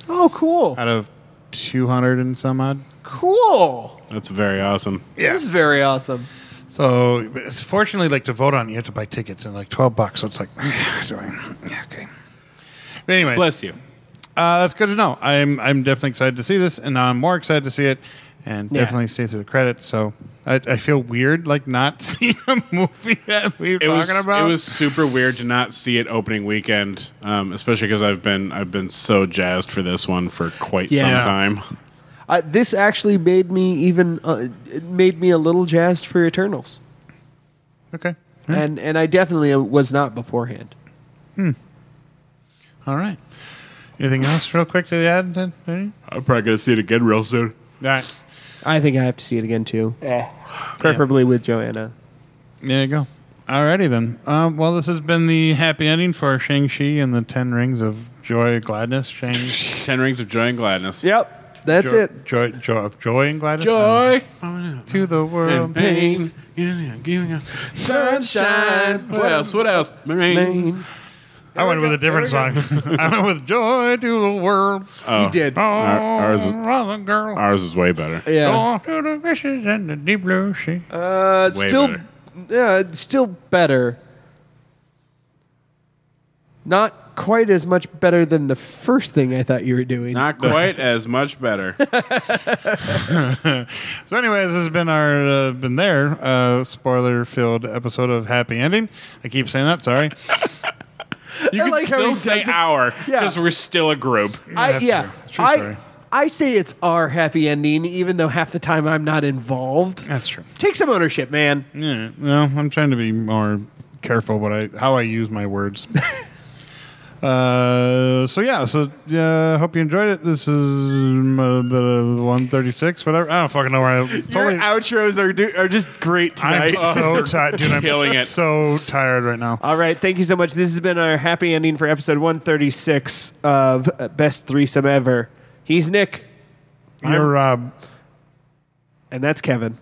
Speaker 2: Oh, cool.
Speaker 4: out of two hundred and some odd.
Speaker 2: Cool.
Speaker 3: That's very awesome.
Speaker 2: This is very awesome.
Speaker 4: So but it's fortunately, like to vote on, it, you have to buy tickets and like twelve bucks. So it's like, (laughs) yeah, okay. But anyways,
Speaker 3: Bless you.
Speaker 4: Uh, that's good to know. I'm I'm definitely excited to see this, and now I'm more excited to see it, and
Speaker 2: Yeah.
Speaker 4: definitely stay through the credits. So I, I feel weird like not (laughs) seeing a movie that we were
Speaker 3: It
Speaker 4: talking
Speaker 3: was
Speaker 4: about.
Speaker 3: it was super weird to not see it opening weekend, um, especially because I've been I've been so jazzed for this one for quite
Speaker 4: Yeah.
Speaker 3: some time.
Speaker 2: Uh, this actually made me even uh, it made me a little jazzed for Eternals,
Speaker 4: okay.
Speaker 2: and and I definitely was not beforehand.
Speaker 4: All right. Anything else, real quick to add? Ted? Any?
Speaker 3: I'm probably gonna see it again real soon.
Speaker 4: All right.
Speaker 2: I think I have to see it again too,
Speaker 3: Eh.
Speaker 2: preferably with Joanna.
Speaker 4: There you go. Alrighty then. Um, well, this has been the happy ending for Shang Chi and the Ten Rings of Joy and Gladness. Shang.
Speaker 3: Ten Rings of Joy and Gladness.
Speaker 2: Yep, (laughs) that's
Speaker 4: joy,
Speaker 2: it.
Speaker 4: Joy, joy, of joy and gladness.
Speaker 3: Joy
Speaker 4: to the world.
Speaker 3: and pain. Yeah, yeah, giving up sunshine. What else? What else? Rain.
Speaker 2: Maine.
Speaker 4: I went with a different song. (laughs) I went with joy to the world.
Speaker 2: You did.
Speaker 4: Oh,
Speaker 3: ours is-
Speaker 4: rather girl.
Speaker 3: Ours is way better.
Speaker 2: Yeah.
Speaker 4: Go to the fishes and the deep blue sea.
Speaker 2: Uh,
Speaker 3: Way
Speaker 2: still,
Speaker 3: better.
Speaker 2: yeah, it's still better. Not quite as much better than the first thing I thought you were doing.
Speaker 3: Not quite as much
Speaker 2: (laughs)
Speaker 3: better.
Speaker 4: So, anyways, this has been our uh, been there uh, spoiler filled episode of Happy Ending. I keep saying that. Sorry.
Speaker 3: You can
Speaker 2: like how he
Speaker 3: still
Speaker 2: does
Speaker 3: say
Speaker 2: it.
Speaker 3: hour
Speaker 2: Yeah.
Speaker 3: because we're still a group.
Speaker 2: I,
Speaker 4: that's
Speaker 2: yeah,
Speaker 4: true. True
Speaker 2: I,
Speaker 4: story.
Speaker 2: I say it's our happy ending, even though half the time I'm not involved.
Speaker 4: That's true.
Speaker 2: Take some ownership, man.
Speaker 4: Yeah. Well, I'm trying to be more careful what I how I use my words. Uh, so yeah, so uh, hope you enjoyed it. This is um, uh, the 136, whatever. I don't fucking know where I totally.
Speaker 2: outros are do, are just great
Speaker 4: I'm so tired, dude. I'm
Speaker 3: Killing it.
Speaker 4: so tired right now.
Speaker 2: All right, thank you so much. This has been our happy ending for episode 136 of uh, Best Threesome Ever. He's Nick,
Speaker 4: You're uh, Rob,
Speaker 2: and that's Kevin.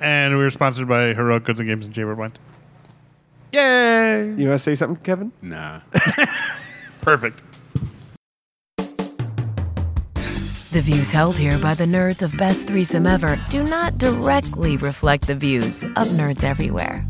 Speaker 4: and we were sponsored by Heroic Goods and Games and Jaybird Wines. Yay!
Speaker 2: You want to say something, Kevin?
Speaker 3: Nah.
Speaker 4: Perfect.
Speaker 1: The views held here by the nerds of Best Threesome Ever do not directly reflect the views of nerds everywhere.